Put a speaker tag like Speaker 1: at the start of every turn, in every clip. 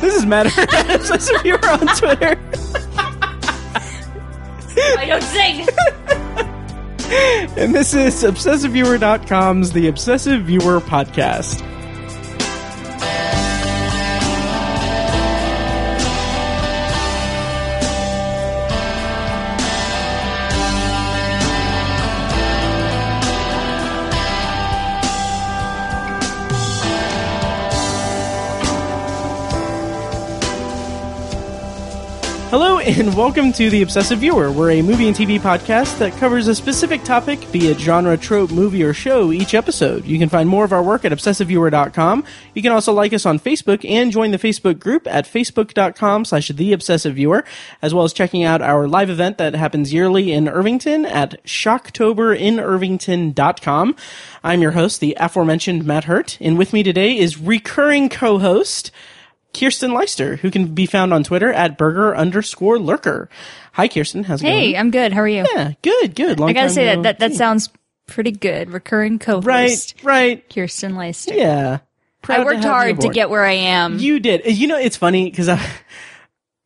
Speaker 1: This is Matter As if you were on Twitter.
Speaker 2: I don't sing.
Speaker 1: And this is ObsessiveViewer.com's The Obsessive Viewer Podcast. Hello, and welcome to The Obsessive Viewer. We're a movie and TV podcast that covers a specific topic, be it genre, trope, movie, or show, each episode. You can find more of our work at obsessiveviewer.com. You can also like us on Facebook and join the Facebook group at facebook.com slash The Obsessive Viewer, as well as checking out our live event that happens yearly in Irvington at shocktoberinirvington.com. I'm your host, the aforementioned Matt Hurt, and with me today is recurring co-host, Kirsten Leister, who can be found on Twitter at burger underscore lurker. Hi, Kirsten. How's it
Speaker 2: Hey,
Speaker 1: going?
Speaker 2: I'm good. How are you?
Speaker 1: Yeah, good, good. Long
Speaker 2: I gotta
Speaker 1: time
Speaker 2: say
Speaker 1: no
Speaker 2: that that, that
Speaker 1: see.
Speaker 2: sounds pretty good. Recurring co-host
Speaker 1: right, right.
Speaker 2: Kirsten Leister.
Speaker 1: Yeah, Proud
Speaker 2: I worked
Speaker 1: have you
Speaker 2: hard to
Speaker 1: aboard.
Speaker 2: get where I am.
Speaker 1: You did. You know, it's funny because I.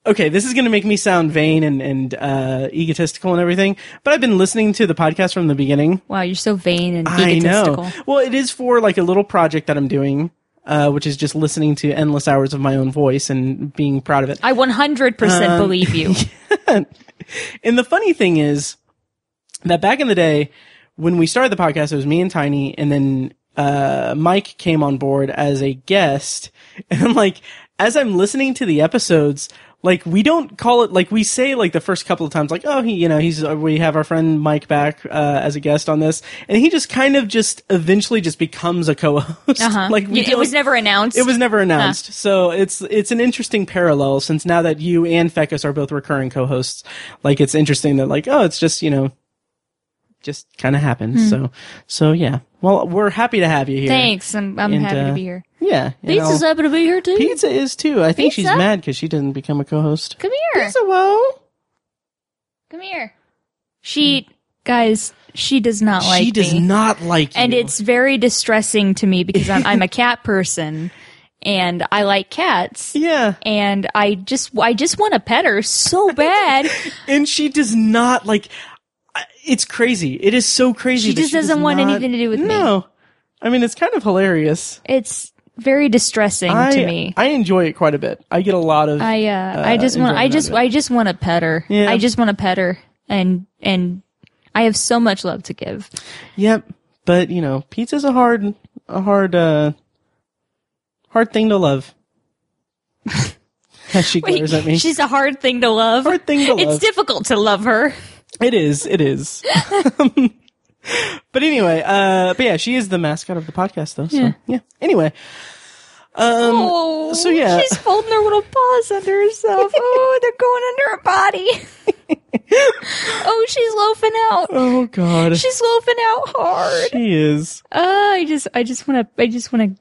Speaker 1: Okay, this is going to make me sound vain and and uh, egotistical and everything, but I've been listening to the podcast from the beginning.
Speaker 2: wow, you're so vain and
Speaker 1: I
Speaker 2: egotistical.
Speaker 1: know. Well, it is for like a little project that I'm doing, uh, which is just listening to endless hours of my own voice and being proud of it.
Speaker 2: I 100%
Speaker 1: Um,
Speaker 2: believe you.
Speaker 1: And the funny thing is that back in the day, when we started the podcast, it was me and Tiny, and then uh, Mike came on board as a guest. And I'm like, as I'm listening to the episodes, like we don't call it like we say like the first couple of times, like oh he you know he's uh, we have our friend Mike back uh, as a guest on this, and he just kind of just eventually just becomes a co-host.
Speaker 2: Uh-huh.
Speaker 1: like we
Speaker 2: You- it was
Speaker 1: don't-
Speaker 2: never announced.
Speaker 1: it was never announced, so it's it's an interesting parallel since now that you and Fecus are both recurring co-hosts, like it's interesting that like oh it's just you know, just kind of happened. So so yeah, well we're happy to have you here.
Speaker 2: Hmm. Thanks. I'm, I'm
Speaker 1: And,
Speaker 2: happy
Speaker 1: uh,
Speaker 2: to be here.
Speaker 1: Yeah, and I'll-
Speaker 2: happy to be here too.
Speaker 1: Pizza is too. I think she's
Speaker 2: Pizza?
Speaker 1: mad because she didn't become a co-host.
Speaker 2: Come here.
Speaker 1: Pizza, well,
Speaker 2: Come here. She, guys, she does not like
Speaker 1: she does
Speaker 2: me.
Speaker 1: not like you,
Speaker 2: and it's very distressing to me because I'm, I'm a cat person and I like cats.
Speaker 1: yeah,
Speaker 2: And I just, I just want to pet her so bad.
Speaker 1: and she does not like. I- It's crazy. It is so crazy.
Speaker 2: She
Speaker 1: that
Speaker 2: just doesn't
Speaker 1: does
Speaker 2: want
Speaker 1: not-
Speaker 2: anything to do with me.
Speaker 1: No, I mean it's kind of hilarious.
Speaker 2: It's very distressing
Speaker 1: I, uh,
Speaker 2: to me.
Speaker 1: I enjoy it quite a bit. I get a lot of.
Speaker 2: I, uh, I just want, I
Speaker 1: enjoyment
Speaker 2: just,
Speaker 1: out of it.
Speaker 2: I just want to pet her.
Speaker 1: Yeah.
Speaker 2: I just want to pet her and, and I have so much love to give.
Speaker 1: yep, but you know, pizza's a hard, a hard, uh, hard thing to love. As she glares at me,
Speaker 2: She's a hard thing to love.
Speaker 1: hard thing to love.
Speaker 2: It's difficult to love her.
Speaker 1: it is. It is. but anyway, uh, but yeah, she is the mascot of the podcast, though. So yeah.
Speaker 2: Yeah.
Speaker 1: Anyway, um,
Speaker 2: Oh,
Speaker 1: so yeah.
Speaker 2: she's folding her little paws under herself. oh, they're going under her body. oh, she's loafing out.
Speaker 1: oh god,
Speaker 2: She's loafing out hard.
Speaker 1: she is.
Speaker 2: Uh, I just, I just want to, I just want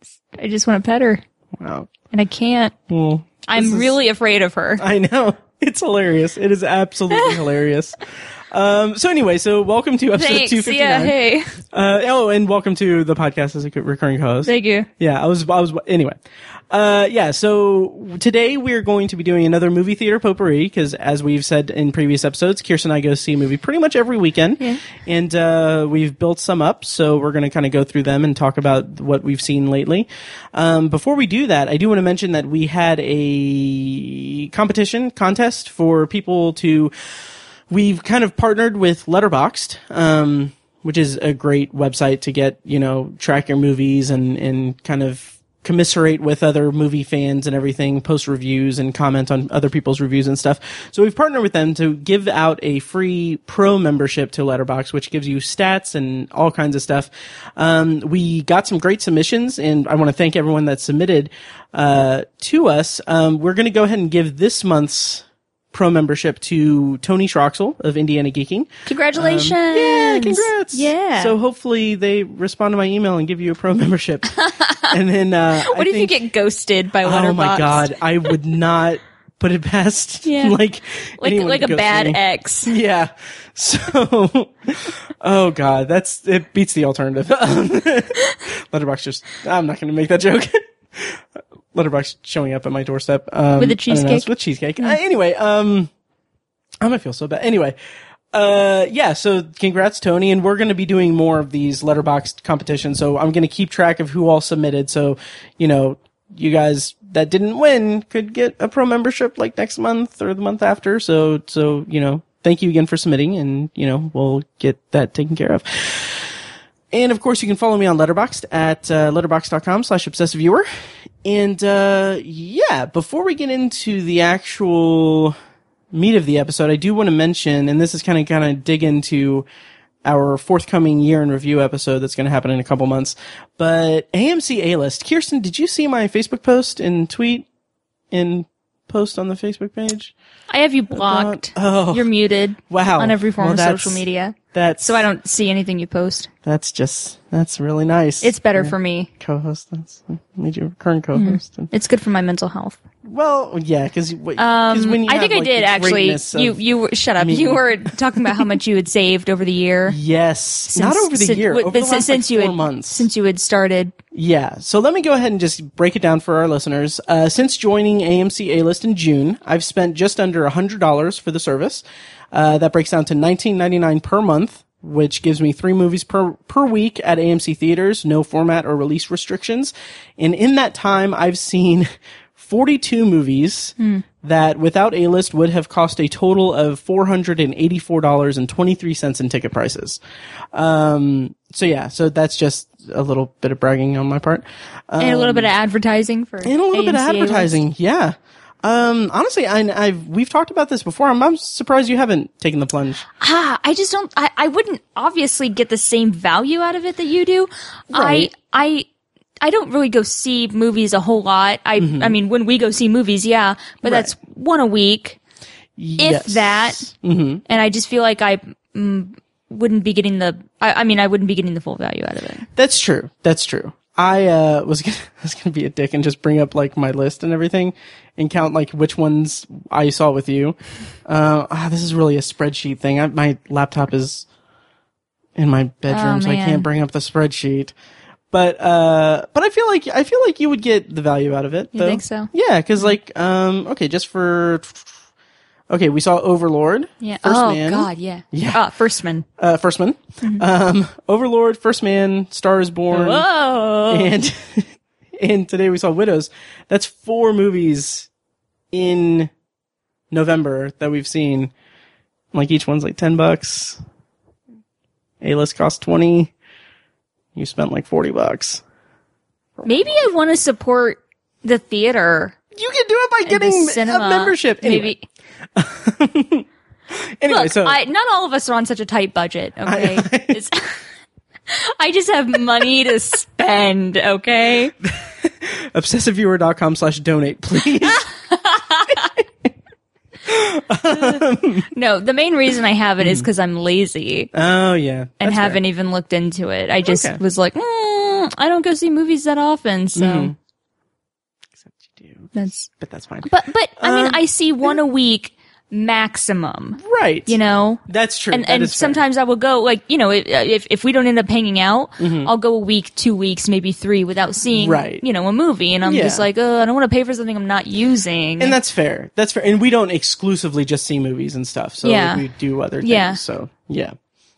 Speaker 2: to, I just want to pet her,
Speaker 1: Wow.
Speaker 2: and I can't.
Speaker 1: Well,
Speaker 2: I'm really afraid of her.
Speaker 1: I know. It's hilarious. It is absolutely hilarious. Um, so anyway, so welcome to episode
Speaker 2: Thanks.
Speaker 1: 259.
Speaker 2: Yeah. Hey.
Speaker 1: Uh, oh, and welcome to the podcast as a co- recurring host.
Speaker 2: Thank you.
Speaker 1: Yeah, I was, I was, anyway. Uh, yeah, so today we're going to be doing another movie theater potpourri because as we've said in previous episodes, Kirsten and I go see a movie pretty much every weekend. And, uh, we've built some up, so we're going to kind of go through them and talk about what we've seen lately. Um, before we do that, I do want to mention that we had a competition contest for people to, we've kind of partnered with Letterboxed, um, which is a great website to get, you know, track your movies and, and kind of commiserate with other movie fans and everything, post reviews and comment on other people's reviews and stuff. So we've partnered with them to give out a free pro membership to Letterbox, which gives you stats and all kinds of stuff. Um, we got some great submissions and I want to thank everyone that submitted, uh, to us. Um, we're going to go ahead and give this month's pro membership to Tony Schroxel of Indiana Geeking.
Speaker 2: Congratulations.
Speaker 1: Um, Yeah, congrats.
Speaker 2: Yeah.
Speaker 1: So hopefully they respond to my email and give you a pro membership. and then uh
Speaker 2: what
Speaker 1: I
Speaker 2: if
Speaker 1: think,
Speaker 2: you get ghosted by Letterboxd?
Speaker 1: Oh my god, I would not put it past
Speaker 2: Yeah.
Speaker 1: like
Speaker 2: Like
Speaker 1: anyone
Speaker 2: like
Speaker 1: to
Speaker 2: a
Speaker 1: ghost
Speaker 2: bad
Speaker 1: me.
Speaker 2: ex.
Speaker 1: Yeah. So, oh god, that's it beats the alternative. Letterbox just. I'm not going to make that joke. letterbox showing up at my doorstep um,
Speaker 2: With a
Speaker 1: unannounced
Speaker 2: cheesecake?
Speaker 1: With cheesecake. Uh, anyway, um, I'm gonna feel so bad. Anyway, uh, yeah. So congrats, Tony, and we're gonna be doing more of these letterbox competitions. So I'm gonna keep track of who all submitted. So you know, you guys that didn't win could get a pro membership like next month or the month after. So so you know, thank you again for submitting, and you know, we'll get that taken care of. And of course, you can follow me on Letterboxd at uh, letterboxd.com slash obsessive viewer. And uh, yeah, before we get into the actual meat of the episode, I do want to mention, and this is kind of kind of dig into our forthcoming year in review episode that's going to happen in a couple months. But AMC A List, Kirsten, did you see my Facebook post and tweet and post on the Facebook page?
Speaker 2: I have you blocked.
Speaker 1: Oh.
Speaker 2: You're muted.
Speaker 1: Wow.
Speaker 2: On every form
Speaker 1: Well,
Speaker 2: of
Speaker 1: that's-
Speaker 2: social media.
Speaker 1: That's
Speaker 2: So I don't see anything you post.
Speaker 1: That's just that's really nice.
Speaker 2: It's better for me.
Speaker 1: co-host. That's made you a recurring
Speaker 2: Mm-hmm.
Speaker 1: co-host. And-
Speaker 2: It's good for my mental health.
Speaker 1: Well, yeah, because
Speaker 2: Um,
Speaker 1: when you
Speaker 2: I
Speaker 1: have,
Speaker 2: think I
Speaker 1: like,
Speaker 2: did
Speaker 1: the
Speaker 2: actually.
Speaker 1: greatness of-
Speaker 2: You you were, shut up. You were talking about how much you had saved over the year.
Speaker 1: yes, not over the year,
Speaker 2: w-
Speaker 1: over
Speaker 2: but
Speaker 1: the
Speaker 2: si-
Speaker 1: last
Speaker 2: since
Speaker 1: like,
Speaker 2: you
Speaker 1: four
Speaker 2: had,
Speaker 1: months.
Speaker 2: Since you had started,
Speaker 1: Yeah. So let me go ahead and just break it down for our listeners. Uh, since joining AMC A List in June, I've spent just under $100 for the service. Uh, that breaks down to $19.99 per month, which gives me three movies per, per week at AMC theaters, no format or release restrictions. And in that time, I've seen 42 movies that without A List would have cost a total of $484.23 in ticket prices. Um, so yeah, so that's just a little bit of bragging on my part. Uh,
Speaker 2: and a little bit of advertising for
Speaker 1: and a little bit of
Speaker 2: AMC A list.
Speaker 1: advertising. Yeah. Um, honestly, I, I've, we've talked about this before. I'm, I'm surprised you haven't taken the plunge.
Speaker 2: Ah, I just don't. I, I wouldn't obviously get the same value out of it that you do.
Speaker 1: Right.
Speaker 2: I I I don't really go see movies a whole lot. I
Speaker 1: Mm-hmm.
Speaker 2: I mean, when we go see movies, yeah, but that's one a week, if
Speaker 1: Yes.
Speaker 2: that. Mm-hmm. And I just feel like I mm, wouldn't be getting the. I, I mean, I wouldn't be getting the full value out of it.
Speaker 1: That's true. That's true. I uh, was gonna, was gonna be a dick and just bring up like my list and everything, and count like which ones I saw with you. Uh, ah, this is really a spreadsheet thing. I, my laptop is in my bedroom,
Speaker 2: Oh,
Speaker 1: so I
Speaker 2: man.
Speaker 1: can't bring up the spreadsheet. But uh, but I feel like I feel like you would get the value out of it. You
Speaker 2: think so?
Speaker 1: Yeah, because like um, okay, just for okay, we saw Overlord.
Speaker 2: Yeah.
Speaker 1: First
Speaker 2: oh
Speaker 1: Man.
Speaker 2: God. Mm-hmm. Yeah.
Speaker 1: Yeah.
Speaker 2: Ah, first man.
Speaker 1: Uh, First Man. Um, Overlord, First Man, Star is Born
Speaker 2: Oh, Whoa.
Speaker 1: and and today we saw Widows. That's four movies in November that we've seen. Like each one's like ten bucks. A list cost twenty. You spent like forty bucks.
Speaker 2: Maybe I want to support the theater.
Speaker 1: You can do it by
Speaker 2: and the
Speaker 1: getting
Speaker 2: cinema.
Speaker 1: a membership. Anyway,
Speaker 2: Maybe.
Speaker 1: anyway
Speaker 2: Look,
Speaker 1: so
Speaker 2: I, not all of us are on such a tight budget, okay? It's- I just have money to spend, okay?
Speaker 1: obsessiveviewer.com slash donate, please.
Speaker 2: No, the main reason I have it is because I'm lazy
Speaker 1: oh yeah. Hmm.
Speaker 2: and
Speaker 1: That's fair.
Speaker 2: haven't even looked into it. I just
Speaker 1: Okay.
Speaker 2: was like, mm, I don't go see movies that often, so
Speaker 1: Mm-hmm. Except you do.
Speaker 2: that's.
Speaker 1: But that's fine.
Speaker 2: But but I
Speaker 1: Um,
Speaker 2: mean, I see one a week maximum,
Speaker 1: right.
Speaker 2: you know.
Speaker 1: that's true.
Speaker 2: and
Speaker 1: That
Speaker 2: and
Speaker 1: is fair.
Speaker 2: sometimes I will go like you know if if, if we don't end up hanging out, I'll go a week, two weeks, maybe three without seeing
Speaker 1: Mm-hmm. Right.
Speaker 2: you know a movie, and I'm
Speaker 1: Yeah.
Speaker 2: just like, oh, I don't want to pay for something I'm not using.
Speaker 1: and that's fair. That's fair. And we don't exclusively just see movies and stuff. So like,
Speaker 2: Yeah.
Speaker 1: we do other things.
Speaker 2: Yeah.
Speaker 1: So yeah.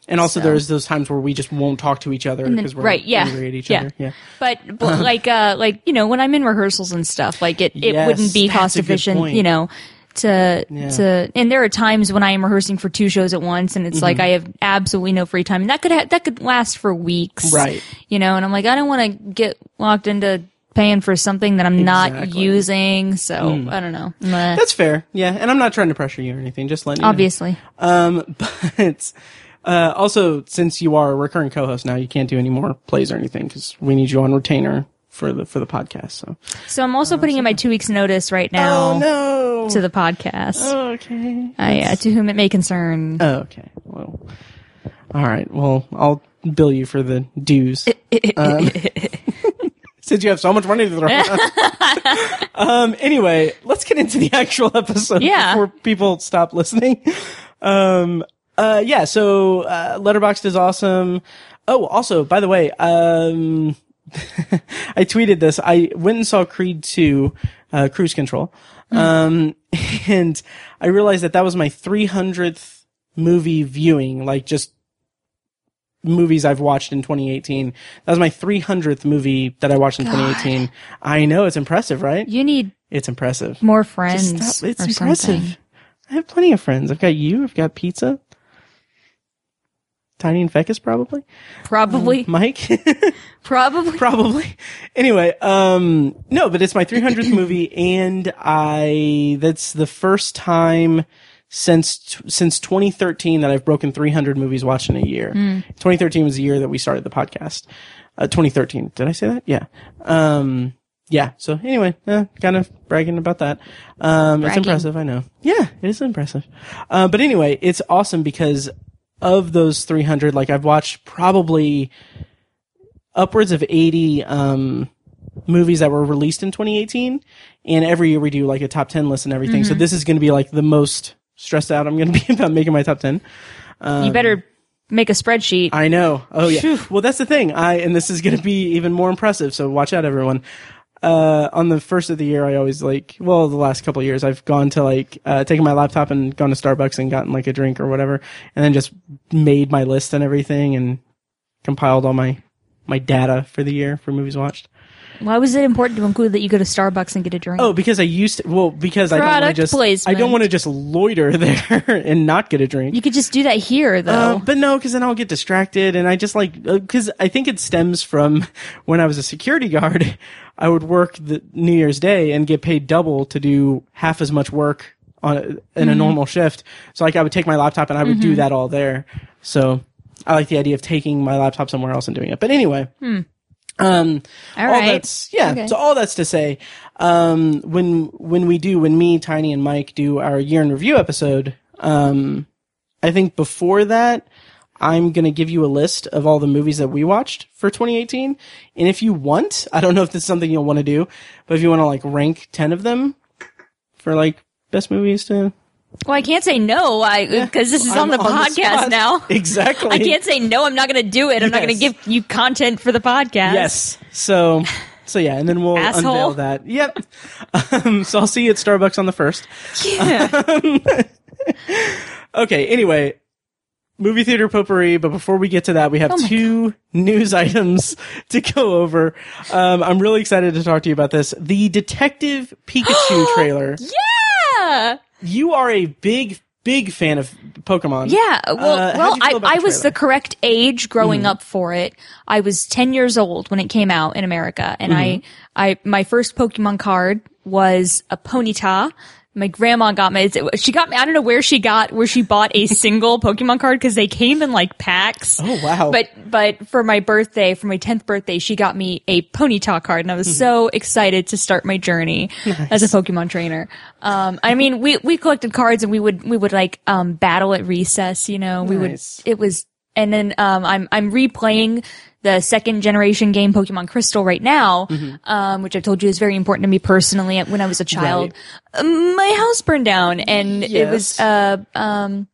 Speaker 1: And also, there's those times where we just won't talk to each other because we're
Speaker 2: right, yeah,
Speaker 1: angry at each
Speaker 2: yeah.
Speaker 1: other. Yeah.
Speaker 2: but,
Speaker 1: Uh-huh.
Speaker 2: but like uh like you know when I'm in rehearsals and stuff, like it it
Speaker 1: Yes,
Speaker 2: wouldn't be
Speaker 1: that's
Speaker 2: cost
Speaker 1: a good
Speaker 2: efficient,
Speaker 1: point.
Speaker 2: you know. To
Speaker 1: Yeah.
Speaker 2: to and there are times when I am rehearsing for two shows at once, and it's
Speaker 1: Mm-hmm.
Speaker 2: like I have absolutely no free time, and that could ha- that could last for weeks,
Speaker 1: Right.
Speaker 2: You know, and I'm like, I don't want to get locked into paying for something that I'm not
Speaker 1: Exactly. Mm.
Speaker 2: using, so I don't know. Meh.
Speaker 1: That's fair. Yeah. And I'm not trying to pressure you or anything. Just letting you know.
Speaker 2: Obviously.
Speaker 1: Um, but uh, also, since you are a recurring co-host now, you can't do any more plays or anything because we need you on retainer for the for the podcast. So.
Speaker 2: So I'm also putting in my two weeks notice right now
Speaker 1: Oh no. Oh.
Speaker 2: to the podcast.
Speaker 1: okay.
Speaker 2: I, uh, to whom it may concern.
Speaker 1: Oh, okay. Well, all right. Well, I'll bill you for the dues. Um, since you have so much money to throw around. um, anyway, let's get into the actual episode
Speaker 2: Yeah.
Speaker 1: before people stop listening. Um, uh, yeah, so uh, Letterboxd is awesome. Oh, also, by the way, um, I tweeted this. I went and saw Creed 2, uh, Cruise Control.
Speaker 2: Hmm.
Speaker 1: Um, and I realized that that was my 300th movie viewing, like just movies I've watched in 2018. That was my 300th movie that I watched in 2018. I know. It's impressive, right?
Speaker 2: You need
Speaker 1: It's impressive.
Speaker 2: more
Speaker 1: Just
Speaker 2: friends.
Speaker 1: stop. It's
Speaker 2: or
Speaker 1: impressive.
Speaker 2: Something.
Speaker 1: I have plenty of friends. I've got you. I've got pizza. Tiny and Fecus, probably.
Speaker 2: Probably.
Speaker 1: Mm. Mike,
Speaker 2: probably.
Speaker 1: probably. Anyway, um, no, but it's my 300th movie, and I that's the first time since since 2013 that I've broken 300 movies watched in a year. 2013 was the year that we started the podcast. Uh, 2013. Did I say that? Yeah. Um, yeah. So anyway, eh, kind of bragging about that. Um, it's
Speaker 2: Bragging.
Speaker 1: impressive. I know. Yeah, it is impressive. Uh, but anyway, it's awesome because of those 300, like I've watched probably upwards of 80, um, movies that were released in 2018. And every year we do like a top 10 list and everything. So this is going to be like the most stressed out I'm going to be about making my top 10.
Speaker 2: you better make a spreadsheet.
Speaker 1: I know. Oh yeah. Well, that's the thing. I and this is going to be even more impressive. So watch out, everyone. Uh, on the first of the year, I always like, well, the last couple of years, I've gone to like, uh, taken my laptop and gone to Starbucks and gotten like a drink or whatever, and then just made my list and everything and compiled all my, my data for the year for movies watched.
Speaker 2: Why was it important to include that you go to Starbucks and get a drink?
Speaker 1: Oh, because I used to, well, because I don't want
Speaker 2: Product
Speaker 1: to just, I don't
Speaker 2: placement.
Speaker 1: want to just loiter there and not get a drink.
Speaker 2: You could just do that here,
Speaker 1: Uh,
Speaker 2: though.
Speaker 1: but no, because then I'll get distracted, and I just like because I think it stems from when I was a security guard. I would work the New Year's Day and get paid double to do half as much work on in a normal shift. So like I would take my laptop and I would do that all there. So I like the idea of taking my laptop somewhere else and doing it. But anyway, um,
Speaker 2: All
Speaker 1: all
Speaker 2: right.
Speaker 1: that's yeah.
Speaker 2: Okay.
Speaker 1: So all that's to say, um, when when we do when me, Tiny, and Mike do our year in review episode, um, I think before that, I'm gonna give you a list of all the movies that we watched for 2018, and if you want, I don't know if this is something you'll want to do, but if you want to like rank 10 of them for like best movies to
Speaker 2: well, I can't say no, I because this is
Speaker 1: I'm
Speaker 2: on the podcast
Speaker 1: spot.
Speaker 2: now.
Speaker 1: exactly.
Speaker 2: I can't say no. I'm not going to do it. I'm not going to
Speaker 1: Yes.
Speaker 2: give you content for the podcast.
Speaker 1: Yes. So, so yeah, and then we'll
Speaker 2: Asshole.
Speaker 1: unveil that. Yep. Um, so I'll see you at Starbucks on the first.
Speaker 2: Yeah.
Speaker 1: Okay. Anyway, movie theater potpourri. But before we get to that, we
Speaker 2: Oh
Speaker 1: have two news items to go over. Um, I'm really excited to talk to you about this. The Detective Pikachu trailer.
Speaker 2: yeah.
Speaker 1: You are a big, big fan of Pokemon.
Speaker 2: Yeah, well,
Speaker 1: Uh, how'd you
Speaker 2: well,
Speaker 1: feel
Speaker 2: I,
Speaker 1: about
Speaker 2: I
Speaker 1: the trailer?
Speaker 2: was
Speaker 1: Hmm.
Speaker 2: the correct age growing up for it. I was ten years old when it came out in America, and
Speaker 1: Hmm.
Speaker 2: I, I, my first Pokemon card was a Ponyta. My grandma got me. it's- She got me. I don't know where she got where she bought a single Pokemon card because they came in like packs.
Speaker 1: Oh wow.
Speaker 2: But but for my birthday, for my tenth birthday, she got me a Ponyta card, and I was
Speaker 1: Mm-hmm.
Speaker 2: so excited to start my journey as a Pokemon trainer. Um, I mean, we we collected cards, and we would we would like um battle at recess. You know, we
Speaker 1: Nice.
Speaker 2: would. It was, and then um, I'm I'm replaying the second generation game Pokemon Crystal right now,
Speaker 1: Mm-hmm.
Speaker 2: um, which I've told you is very important to me personally. When I was a child, Um, my house burned down, and it
Speaker 1: Yes.
Speaker 2: was uh um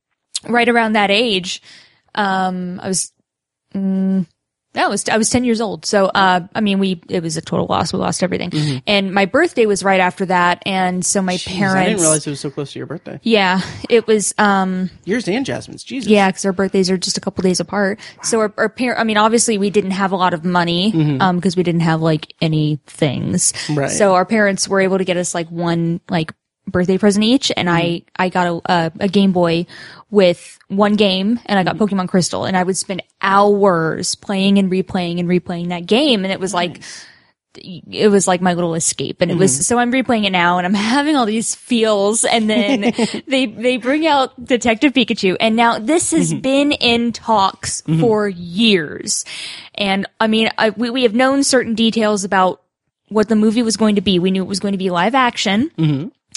Speaker 2: right around that age. Um, I was mm, no, I was I was ten years old. So uh, I mean, we it was a total loss. We lost everything, and my birthday was right after that, and so my
Speaker 1: Mm-hmm. Jeez,
Speaker 2: parents.
Speaker 1: I didn't realize it was so close to your birthday.
Speaker 2: yeah, it was. Um,
Speaker 1: Yours and Jasmine's. Jesus.
Speaker 2: yeah, because our birthdays are just a couple days apart. So our, our parent. I mean, obviously, we didn't have a lot of money because
Speaker 1: Mm-hmm.
Speaker 2: we didn't have like any things.
Speaker 1: Right.
Speaker 2: So our parents were able to get us like one like birthday present each, and I I got a, a a Game Boy with one game, and I got Pokemon Crystal, and I would spend hours playing and replaying and replaying that game, and it was like it was like my little escape and it was so i'm replaying it now and i'm having all these feels and then they they bring out detective pikachu and now this has been in talks for years and i mean I, we, we have known certain details about what the movie was going to be we knew it was going to be live action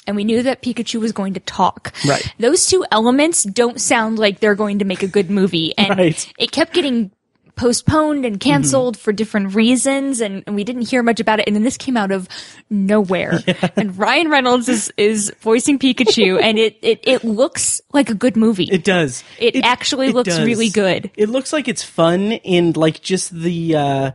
Speaker 2: and we knew that Pikachu was going to talk.
Speaker 1: Mm-hmm. Right.
Speaker 2: Those two elements don't sound like they're going to make a good movie. And
Speaker 1: Right. Mm-hmm.
Speaker 2: it kept getting postponed and canceled for different reasons and, and we didn't hear much about it. And then this came out of nowhere. And Ryan Reynolds is, is voicing Pikachu and it, it, it looks like a good movie.
Speaker 1: It does.
Speaker 2: It actually looks really good.
Speaker 1: It looks like it's fun and like just the uh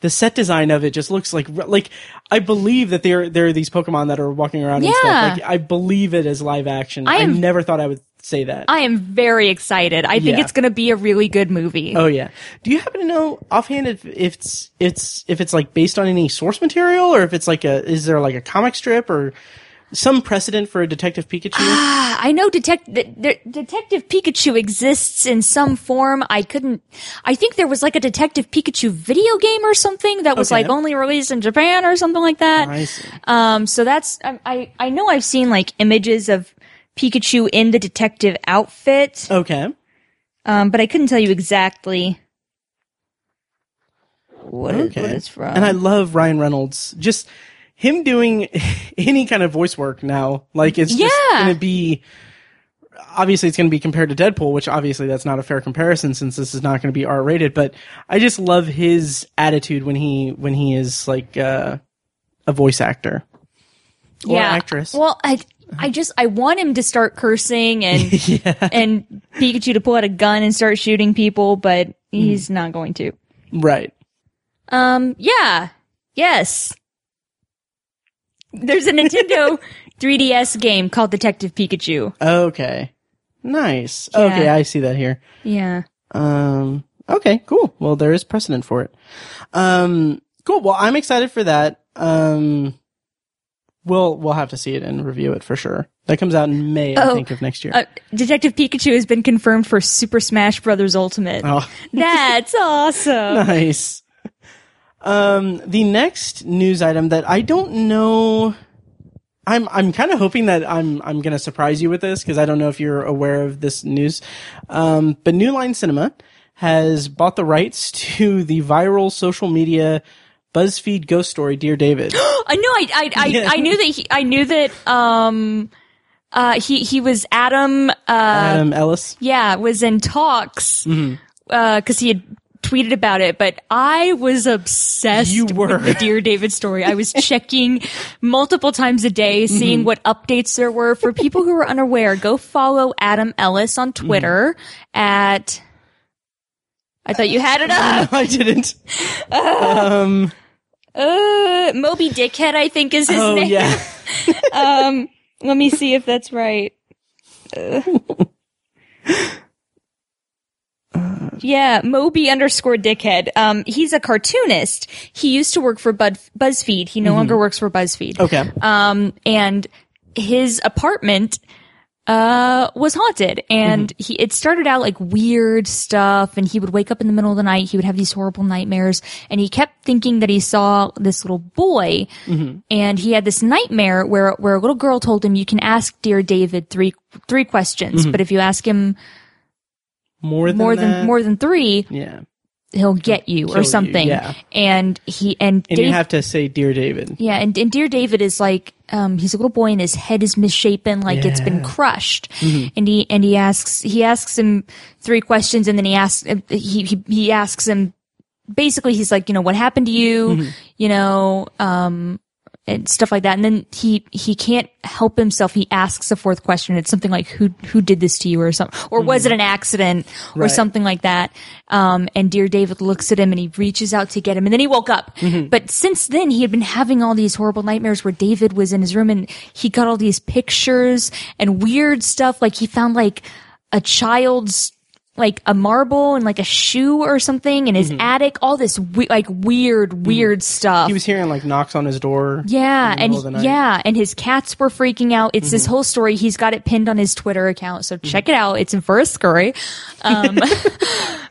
Speaker 1: the set design of it just looks like like I believe that there there are these Pokemon that are walking around and
Speaker 2: Yeah.
Speaker 1: stuff. Like I believe it is live action. I,
Speaker 2: I am-
Speaker 1: never thought I would say that.
Speaker 2: I am very excited. I think
Speaker 1: Yeah.
Speaker 2: it's going to be a really good movie.
Speaker 1: oh yeah. Do you happen to know offhand if, if it's it's if it's like based on any source material or if it's like a is there like a comic strip or some precedent for a Detective Pikachu?
Speaker 2: Ah, I know detect- the, the, Detective Pikachu exists in some form. I couldn't. I think there was like a Detective Pikachu video game or something that was
Speaker 1: Okay.
Speaker 2: like only released in Japan or something like that.
Speaker 1: I see.
Speaker 2: Um, so that's I, I I know I've seen like images of Pikachu in the detective outfit,
Speaker 1: Okay.
Speaker 2: um, but I couldn't tell you exactly what it-
Speaker 1: Okay.
Speaker 2: what it's from.
Speaker 1: And I love Ryan Reynolds. Just him doing any kind of voice work now. Like it's just
Speaker 2: Yeah.
Speaker 1: going to be obviously it's going to be compared to Deadpool, which obviously that's not a fair comparison since this is not going to be R rated, but I just love his attitude when he when he is like uh a voice actor or actress.
Speaker 2: Well, I I just I want him to start cursing and and Pikachu to pull out a gun and start shooting people, but he's
Speaker 1: Hmm.
Speaker 2: not going to.
Speaker 1: right.
Speaker 2: Um, yeah, yes. There's a Nintendo 3DS game called Detective Pikachu.
Speaker 1: Okay. Nice.
Speaker 2: Yeah.
Speaker 1: Okay, I see that here.
Speaker 2: Yeah.
Speaker 1: Um, okay, cool. Well, there is precedent for it. Um, cool. Well, I'm excited for that. Um, we'll, we'll have to see it and review it for sure. That comes out in May, I
Speaker 2: Oh,
Speaker 1: think, of next year.
Speaker 2: Uh, Detective Pikachu has been confirmed for Super Smash Bros. Ultimate.
Speaker 1: oh,
Speaker 2: That's awesome.
Speaker 1: nice. Um, the next news item that I don't know. I'm I'm kind of hoping that I'm I'm gonna surprise you with this because I don't know if you're aware of this news, um, but New Line Cinema has bought the rights to the viral social media BuzzFeed ghost story, Dear David.
Speaker 2: I know. I I, I,
Speaker 1: Yeah.
Speaker 2: I knew that. He, I knew that. Um, uh, he he was Adam. Uh,
Speaker 1: Adam Ellis.
Speaker 2: yeah, was in talks.
Speaker 1: Mm-hmm.
Speaker 2: Uh, because he had tweeted about it, but I was obsessed.
Speaker 1: You were.
Speaker 2: with the Dear David story. I was checking multiple times a day,
Speaker 1: Mm-hmm.
Speaker 2: seeing what updates there were. For people who are unaware, go follow Adam Ellis on
Speaker 1: Mm-hmm.
Speaker 2: Twitter at. I thought you had it up.
Speaker 1: No, I didn't. um,
Speaker 2: Uh, Moby Dickhead, I think is his
Speaker 1: oh
Speaker 2: name.
Speaker 1: yeah.
Speaker 2: Um, let me see if that's right. Uh. yeah, Moby underscore Dickhead. Um, he's a cartoonist. He used to work for Bud- BuzzFeed. He no longer works for BuzzFeed.
Speaker 1: Okay.
Speaker 2: Um, and his apartment uh was haunted and
Speaker 1: Mm-hmm.
Speaker 2: he it started out like weird stuff and he would wake up in the middle of the night he would have these horrible nightmares and he kept thinking that he saw this little boy
Speaker 1: Mm-hmm.
Speaker 2: and he had this nightmare where where a little girl told him you can ask dear david three three questions but if you ask him
Speaker 1: Mm-hmm. More than
Speaker 2: more than
Speaker 1: that?
Speaker 2: more than 3
Speaker 1: Yeah.
Speaker 2: he'll get you
Speaker 1: kill
Speaker 2: or
Speaker 1: you,
Speaker 2: something
Speaker 1: yeah.
Speaker 2: and he and,
Speaker 1: And you have to say Dear David.
Speaker 2: yeah, and, and Dear David is like, um, he's a little boy and his head is misshapen, like it's been
Speaker 1: Yeah. Mm-hmm.
Speaker 2: crushed. And he, and he asks, he asks him three questions and then he asks, he, he, he asks him, basically he's like, you know, what happened to you?
Speaker 1: Mm-hmm.
Speaker 2: You know, um, and stuff like that. And then he, he can't help himself. He asks a fourth question. It's something like, who, who did this to you or something, or was it an accident or
Speaker 1: Mm-hmm. Right.
Speaker 2: something like that? Um, and dear David looks at him and he reaches out to get him and then he woke up.
Speaker 1: Mm-hmm.
Speaker 2: But since then he had been having all these horrible nightmares where David was in his room and he got all these pictures and weird stuff. Like he found like a child's like a marble and like a shoe or something in his attic, all this we- like weird, weird stuff.
Speaker 1: Mm-hmm. He was hearing like knocks on his door.
Speaker 2: Yeah,
Speaker 1: in the
Speaker 2: and
Speaker 1: middle of the night. Mm-hmm.
Speaker 2: yeah, and his cats were freaking out. It's this whole story. He's got it pinned on his Twitter account, so check it out. It's in for a scurry, um,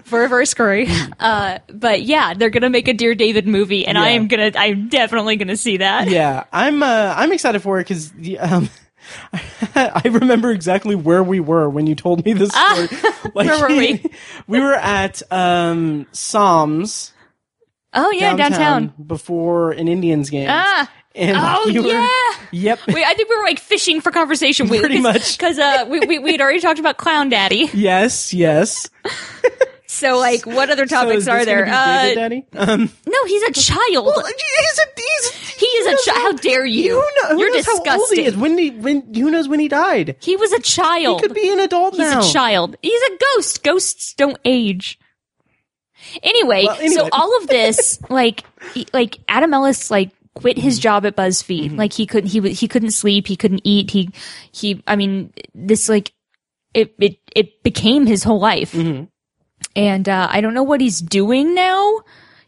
Speaker 2: for a verse scurry.
Speaker 1: Mm-hmm.
Speaker 2: Uh, but yeah, they're gonna make a Dear David movie, and I
Speaker 1: Yeah.
Speaker 2: am gonna, I'm definitely gonna see that.
Speaker 1: yeah, I'm uh, I'm excited for it because um, I remember exactly where we were when you told me this story. like,
Speaker 2: Ah, Where were we?
Speaker 1: we were at um, Psalms
Speaker 2: Oh yeah, downtown.
Speaker 1: before an Indians game.
Speaker 2: Ah.
Speaker 1: and
Speaker 2: Oh,
Speaker 1: you were-
Speaker 2: yeah.
Speaker 1: yep,
Speaker 2: Wait, I think we were like fishing for conversation. We,
Speaker 1: Pretty much.
Speaker 2: because uh, we we we had already talked about Clown Daddy.
Speaker 1: yes, yes.
Speaker 2: So like, what other
Speaker 1: So
Speaker 2: topics
Speaker 1: is
Speaker 2: are
Speaker 1: this gonna
Speaker 2: there?
Speaker 1: be
Speaker 2: Uh,
Speaker 1: David Daddy? Um,
Speaker 2: no, he's a child.
Speaker 1: he's a- he's-
Speaker 2: he is a child. How dare you?
Speaker 1: Who knows?
Speaker 2: You're
Speaker 1: who knows
Speaker 2: disgusting.
Speaker 1: How old he is? When he, when who knows when he died?
Speaker 2: He was a child.
Speaker 1: He could be an adult
Speaker 2: He's
Speaker 1: now.
Speaker 2: a child. He's a ghost. Ghosts don't age. Anyway,
Speaker 1: Well, anyway.
Speaker 2: so all of this, like, he- like Adam Ellis, like quit
Speaker 1: Mm-hmm.
Speaker 2: his job at BuzzFeed. Like he couldn't, he wa- he couldn't sleep, he couldn't eat, he he. I mean, this like it it it became his whole life,
Speaker 1: Mm-hmm.
Speaker 2: and uh, I don't know what he's doing now.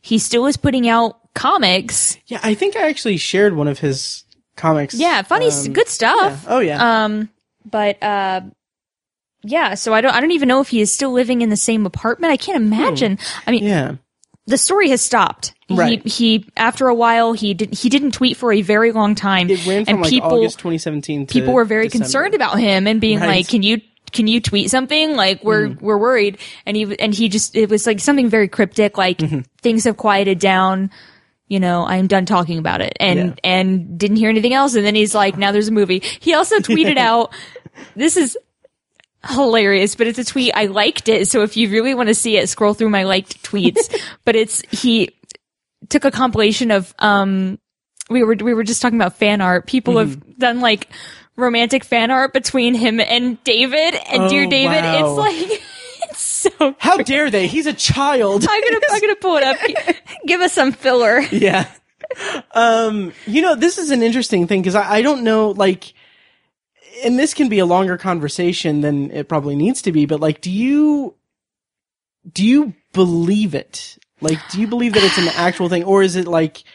Speaker 2: He still is putting out comics.
Speaker 1: Yeah, I think I actually shared one of his comics.
Speaker 2: Yeah, funny, s
Speaker 1: Um,
Speaker 2: good
Speaker 1: yeah.
Speaker 2: stuff.
Speaker 1: Oh yeah.
Speaker 2: Um, but uh, yeah. So I don't, I don't even know if he is still living in the same apartment. I can't imagine. I mean,
Speaker 1: yeah.
Speaker 2: the story has stopped.
Speaker 1: Hmm. Right.
Speaker 2: He, he after a while he did he didn't tweet for a very long time,
Speaker 1: It ran from
Speaker 2: and
Speaker 1: like
Speaker 2: people
Speaker 1: August 2017 to
Speaker 2: people were very
Speaker 1: December.
Speaker 2: concerned about him and being
Speaker 1: Right. Mm-hmm.
Speaker 2: like, "Can you can you tweet something? Like we're we're worried." And he and he just it was like something very cryptic, like
Speaker 1: Mm-hmm.
Speaker 2: things have quieted down. You know, I'm done talking about it, and
Speaker 1: Yeah.
Speaker 2: and didn't hear anything else. And then he's like, "Now there's a movie." He also tweeted out, "This is." Hilarious, but it's a tweet. I liked it. So if you really want to see it, scroll through my liked tweets. but it's, he took a compilation of um we were we were just talking about fan art. People
Speaker 1: Mm-hmm.
Speaker 2: have done like romantic fan art between him and David and
Speaker 1: Oh,
Speaker 2: dear David.
Speaker 1: wow.
Speaker 2: It's like it's so
Speaker 1: How dare they? He's a child.
Speaker 2: I'm gonna I'm gonna pull it up. Give us some filler.
Speaker 1: yeah. Um, you know, this is an interesting thing because I, I don't know, like, and this can be a longer conversation than it probably needs to be, but like, do you, do you believe it? Like, do you believe that it's an actual thing or is it like,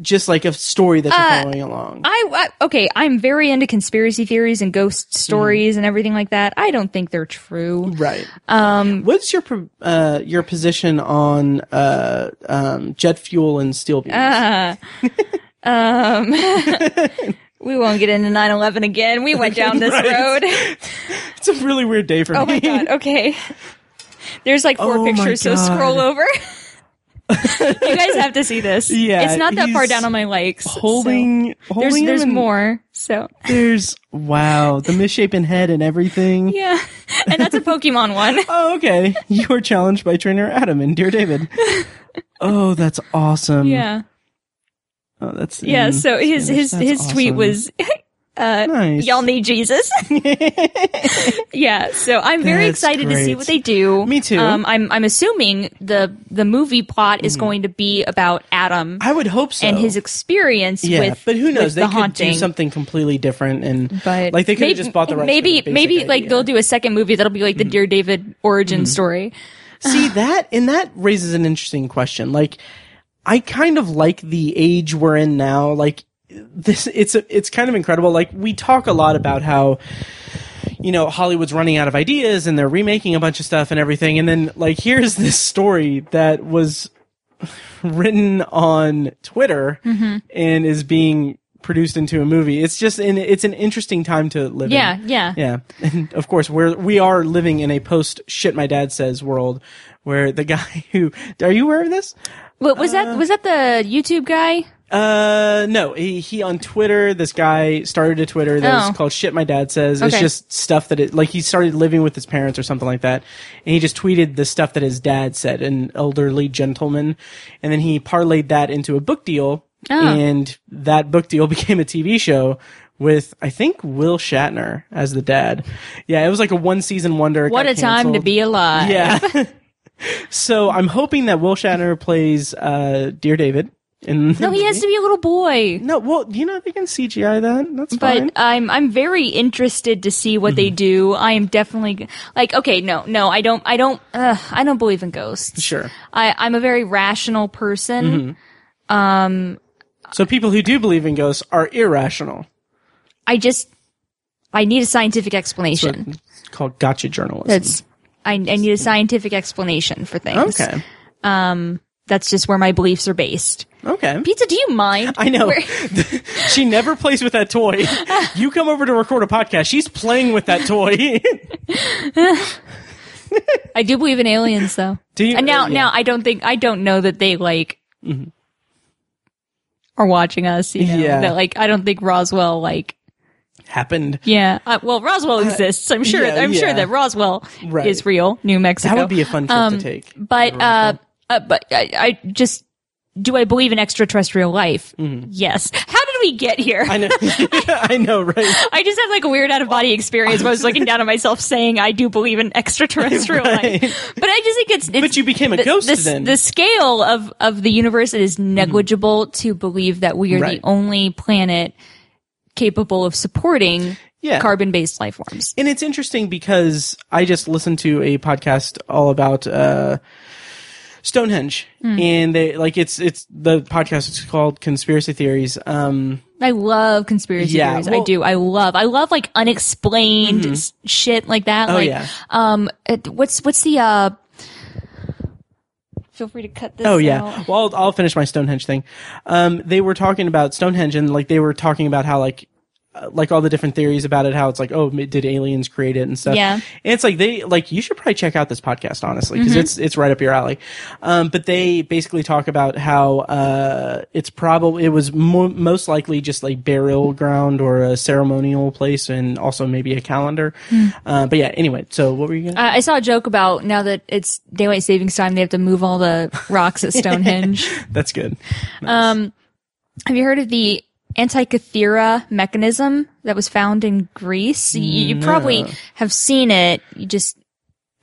Speaker 1: just like a story that you're
Speaker 2: Uh,
Speaker 1: following along?
Speaker 2: I, I okay. I'm very into conspiracy theories and ghost
Speaker 1: Mm.
Speaker 2: stories and everything like that. I don't think they're true.
Speaker 1: right.
Speaker 2: Um,
Speaker 1: What's your, pro- uh, your position on, uh, um, jet fuel and steel beams?
Speaker 2: Uh, um, we won't get into 9/11 again. We went down this
Speaker 1: Right.
Speaker 2: road.
Speaker 1: it's a really weird day for
Speaker 2: Oh
Speaker 1: me.
Speaker 2: my god. Okay. There's like four
Speaker 1: Oh my
Speaker 2: pictures, so
Speaker 1: God.
Speaker 2: scroll over. you guys have to see this.
Speaker 1: Yeah,
Speaker 2: it's not that far
Speaker 1: he's
Speaker 2: down on my likes. so-
Speaker 1: Holding,
Speaker 2: there's
Speaker 1: holding
Speaker 2: there's
Speaker 1: him and-
Speaker 2: more. So
Speaker 1: There's wow, the misshapen head and everything.
Speaker 2: yeah, and that's a Pokemon one.
Speaker 1: Oh, okay. You are challenged by trainer Adam and dear David. Oh, that's awesome.
Speaker 2: Yeah,
Speaker 1: Oh, that's
Speaker 2: yeah.
Speaker 1: in
Speaker 2: So his
Speaker 1: Spanish.
Speaker 2: his
Speaker 1: That's
Speaker 2: his tweet
Speaker 1: awesome.
Speaker 2: was, uh,
Speaker 1: Nice.
Speaker 2: y'all need Jesus. yeah. So I'm very
Speaker 1: That's
Speaker 2: excited to see
Speaker 1: great.
Speaker 2: what they do.
Speaker 1: Me too.
Speaker 2: Um, I'm I'm assuming the the movie plot is going to be about Adam
Speaker 1: Mm. I would hope so.
Speaker 2: and his experience
Speaker 1: yeah,
Speaker 2: with
Speaker 1: but who knows?
Speaker 2: with
Speaker 1: They
Speaker 2: the
Speaker 1: could
Speaker 2: haunting.
Speaker 1: do something completely different and
Speaker 2: but
Speaker 1: like they could have just bought the rights.
Speaker 2: Maybe
Speaker 1: for the basic
Speaker 2: maybe like
Speaker 1: idea. Mm-hmm.
Speaker 2: they'll do a second movie that'll be like the Dear David origin story.
Speaker 1: See that, and that raises an interesting question. Like, I kind of like the age we're in now. Like, this it's a, it's kind of incredible. Like, we talk a lot about how, you know, Hollywood's running out of ideas and they're remaking a bunch of stuff and everything. And then like, here's this story that was written on Twitter and is being produced into a movie. It's just an it's an interesting time to live in.
Speaker 2: Yeah, yeah.
Speaker 1: Yeah, and of course we're we are living in a post shit my dad says world where the guy who are you aware of this?
Speaker 2: What was that? Was that the YouTube guy?
Speaker 1: Uh, no, he, he on Twitter. This guy started a Twitter that
Speaker 2: Oh.
Speaker 1: was called "Shit My Dad Says." It's
Speaker 2: Okay.
Speaker 1: just stuff that it like he started living with his parents or something like that, and he just tweeted the stuff that his dad said, an elderly gentleman, and then he parlayed that into a book deal,
Speaker 2: Oh.
Speaker 1: and that book deal became a TV show with I think Will Shatner as the dad. Yeah, it was like a one season wonder. It
Speaker 2: What a
Speaker 1: got
Speaker 2: time to
Speaker 1: canceled.
Speaker 2: be alive!
Speaker 1: Yeah. so I'm hoping that Will Shatner plays uh, Dear David. In
Speaker 2: No, he has to be a little boy.
Speaker 1: no, well, you know they can CGI that. That's fine. Mm-hmm.
Speaker 2: But I'm I'm very interested to see what they do. I am definitely g- like okay, no, no, I don't, I don't, uh, I don't believe in ghosts.
Speaker 1: Sure. Mm-hmm.
Speaker 2: I I'm a very rational person.
Speaker 1: So people who do believe in ghosts are irrational.
Speaker 2: I just I need a scientific
Speaker 1: But
Speaker 2: explanation.
Speaker 1: It's called gotcha journalism.
Speaker 2: That's I, I need a scientific explanation for things.
Speaker 1: okay.
Speaker 2: That's just where my beliefs are based.
Speaker 1: Okay.
Speaker 2: Pizza, do you mind?
Speaker 1: I know.
Speaker 2: Where-
Speaker 1: she never plays with that toy. you come over to record a podcast. She's playing with that toy.
Speaker 2: I do believe in aliens, though.
Speaker 1: Do you-
Speaker 2: And Uh, now,
Speaker 1: yeah. Mm-hmm.
Speaker 2: now I don't think I don't know that they like are watching us. You know,
Speaker 1: Yeah.
Speaker 2: that like I don't think Roswell like
Speaker 1: Happened.
Speaker 2: yeah. Uh, well, Roswell exists. I'm sure.
Speaker 1: yeah,
Speaker 2: I'm sure
Speaker 1: yeah.
Speaker 2: that Roswell
Speaker 1: Right.
Speaker 2: is real, New Mexico.
Speaker 1: That would be a fun trip
Speaker 2: Um,
Speaker 1: to take.
Speaker 2: but uh, uh, but I, I just do I believe in extraterrestrial life? Yes. How did did we get here?
Speaker 1: Mm-hmm. I know. I know, right?
Speaker 2: I just had like a weird out of body experience where I was looking down at myself saying I do believe in extraterrestrial
Speaker 1: Right.
Speaker 2: life. But I just think it's, it's
Speaker 1: But you became a
Speaker 2: the,
Speaker 1: ghost
Speaker 2: the,
Speaker 1: then. Hmm.
Speaker 2: The scale of of the universe it is negligible to believe that we are
Speaker 1: Right.
Speaker 2: the only planet capable of supporting
Speaker 1: Yeah.
Speaker 2: carbon based life forms.
Speaker 1: And it's interesting because I just listened to a podcast all about uh, Stonehenge, and they like it's it's the podcast is called Conspiracy Theories. Um,
Speaker 2: I love conspiracy
Speaker 1: Yeah,
Speaker 2: theories.
Speaker 1: well- Mm-hmm.
Speaker 2: I do. I love. I love like unexplained s- shit like that.
Speaker 1: Oh,
Speaker 2: like,
Speaker 1: yeah.
Speaker 2: Um, it- what's what's the uh? Feel free to cut this.
Speaker 1: Oh yeah.
Speaker 2: out.
Speaker 1: Well, I'll, I'll finish my Stonehenge thing. Um, they were talking about Stonehenge and like they were talking about how like uh, like all the different theories about it, how it's like, oh, ma- did aliens create it and stuff?
Speaker 2: Yeah.
Speaker 1: And it's like they like you should probably check out this podcast honestly
Speaker 2: Mm-hmm.
Speaker 1: because it's it's right up your alley. Um, but they basically talk about how uh, it's probably it was mo- most likely just like burial ground or a ceremonial place and also maybe a calendar. Uh, but yeah. Anyway, so what were you? Gonna-
Speaker 2: Hmm. Uh, I saw a joke about now that it's daylight savings time, they have to move all the rocks at Stonehenge. Um,
Speaker 1: That's good.
Speaker 2: Have you heard of the Antikythera mechanism that was found in Greece? You, you probably have seen it. You just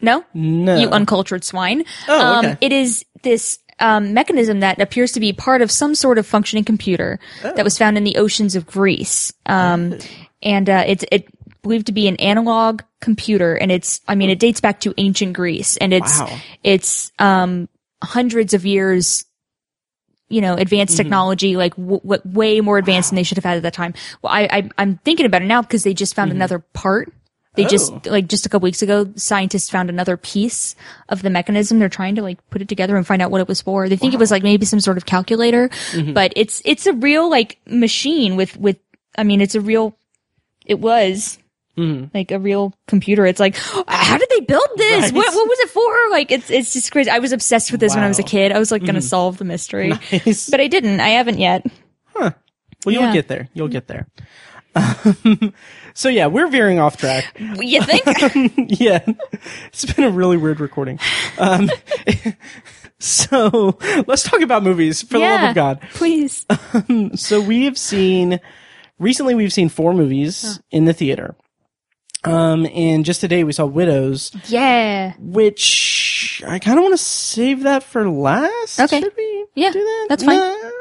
Speaker 2: no,
Speaker 1: No.
Speaker 2: you uncultured swine.
Speaker 1: Oh, okay.
Speaker 2: um, it is this um, mechanism that appears to be part of some sort of functioning computer
Speaker 1: Oh.
Speaker 2: that was found in the oceans of Greece, um, and uh, it's it believed to be an analog computer, and it's I mean it dates back to ancient Greece, and it's
Speaker 1: Wow.
Speaker 2: it's um, hundreds of years you know, advanced
Speaker 1: Mm-hmm.
Speaker 2: technology, like w- w- way more advanced than they should have had at that time. Well, I, I I'm thinking about it now because they just found another part. They
Speaker 1: Mm-hmm. Oh.
Speaker 2: just like just a couple weeks ago, scientists found another piece of the mechanism. They're trying to like put it together and find out what it was for. They think it was like maybe some sort of calculator,
Speaker 1: Mm-hmm.
Speaker 2: but it's it's a real like machine with with I mean it's a real it was
Speaker 1: Mm-hmm.
Speaker 2: like a real computer. It's like how did they build this?
Speaker 1: Right.
Speaker 2: What what was it for? Like it's it's just crazy. I was obsessed with this when I was a
Speaker 1: Wow. Mm-hmm.
Speaker 2: kid. I was like going to solve the mystery.
Speaker 1: Nice.
Speaker 2: But I didn't. I haven't yet.
Speaker 1: Well, you'll
Speaker 2: Yeah.
Speaker 1: get there. You'll get there. so yeah, we're veering off track.
Speaker 2: You think?
Speaker 1: yeah, it's been a really weird recording. Um, so let's talk about movies for the love of God.
Speaker 2: Please.
Speaker 1: So we have seen recently. We've seen four movies in the theater. Um, and just today we saw Widows,
Speaker 2: Yeah.
Speaker 1: which I kind of want to save that for last.
Speaker 2: Okay.
Speaker 1: Should we
Speaker 2: Yeah,
Speaker 1: do that?
Speaker 2: that's fine.
Speaker 1: No.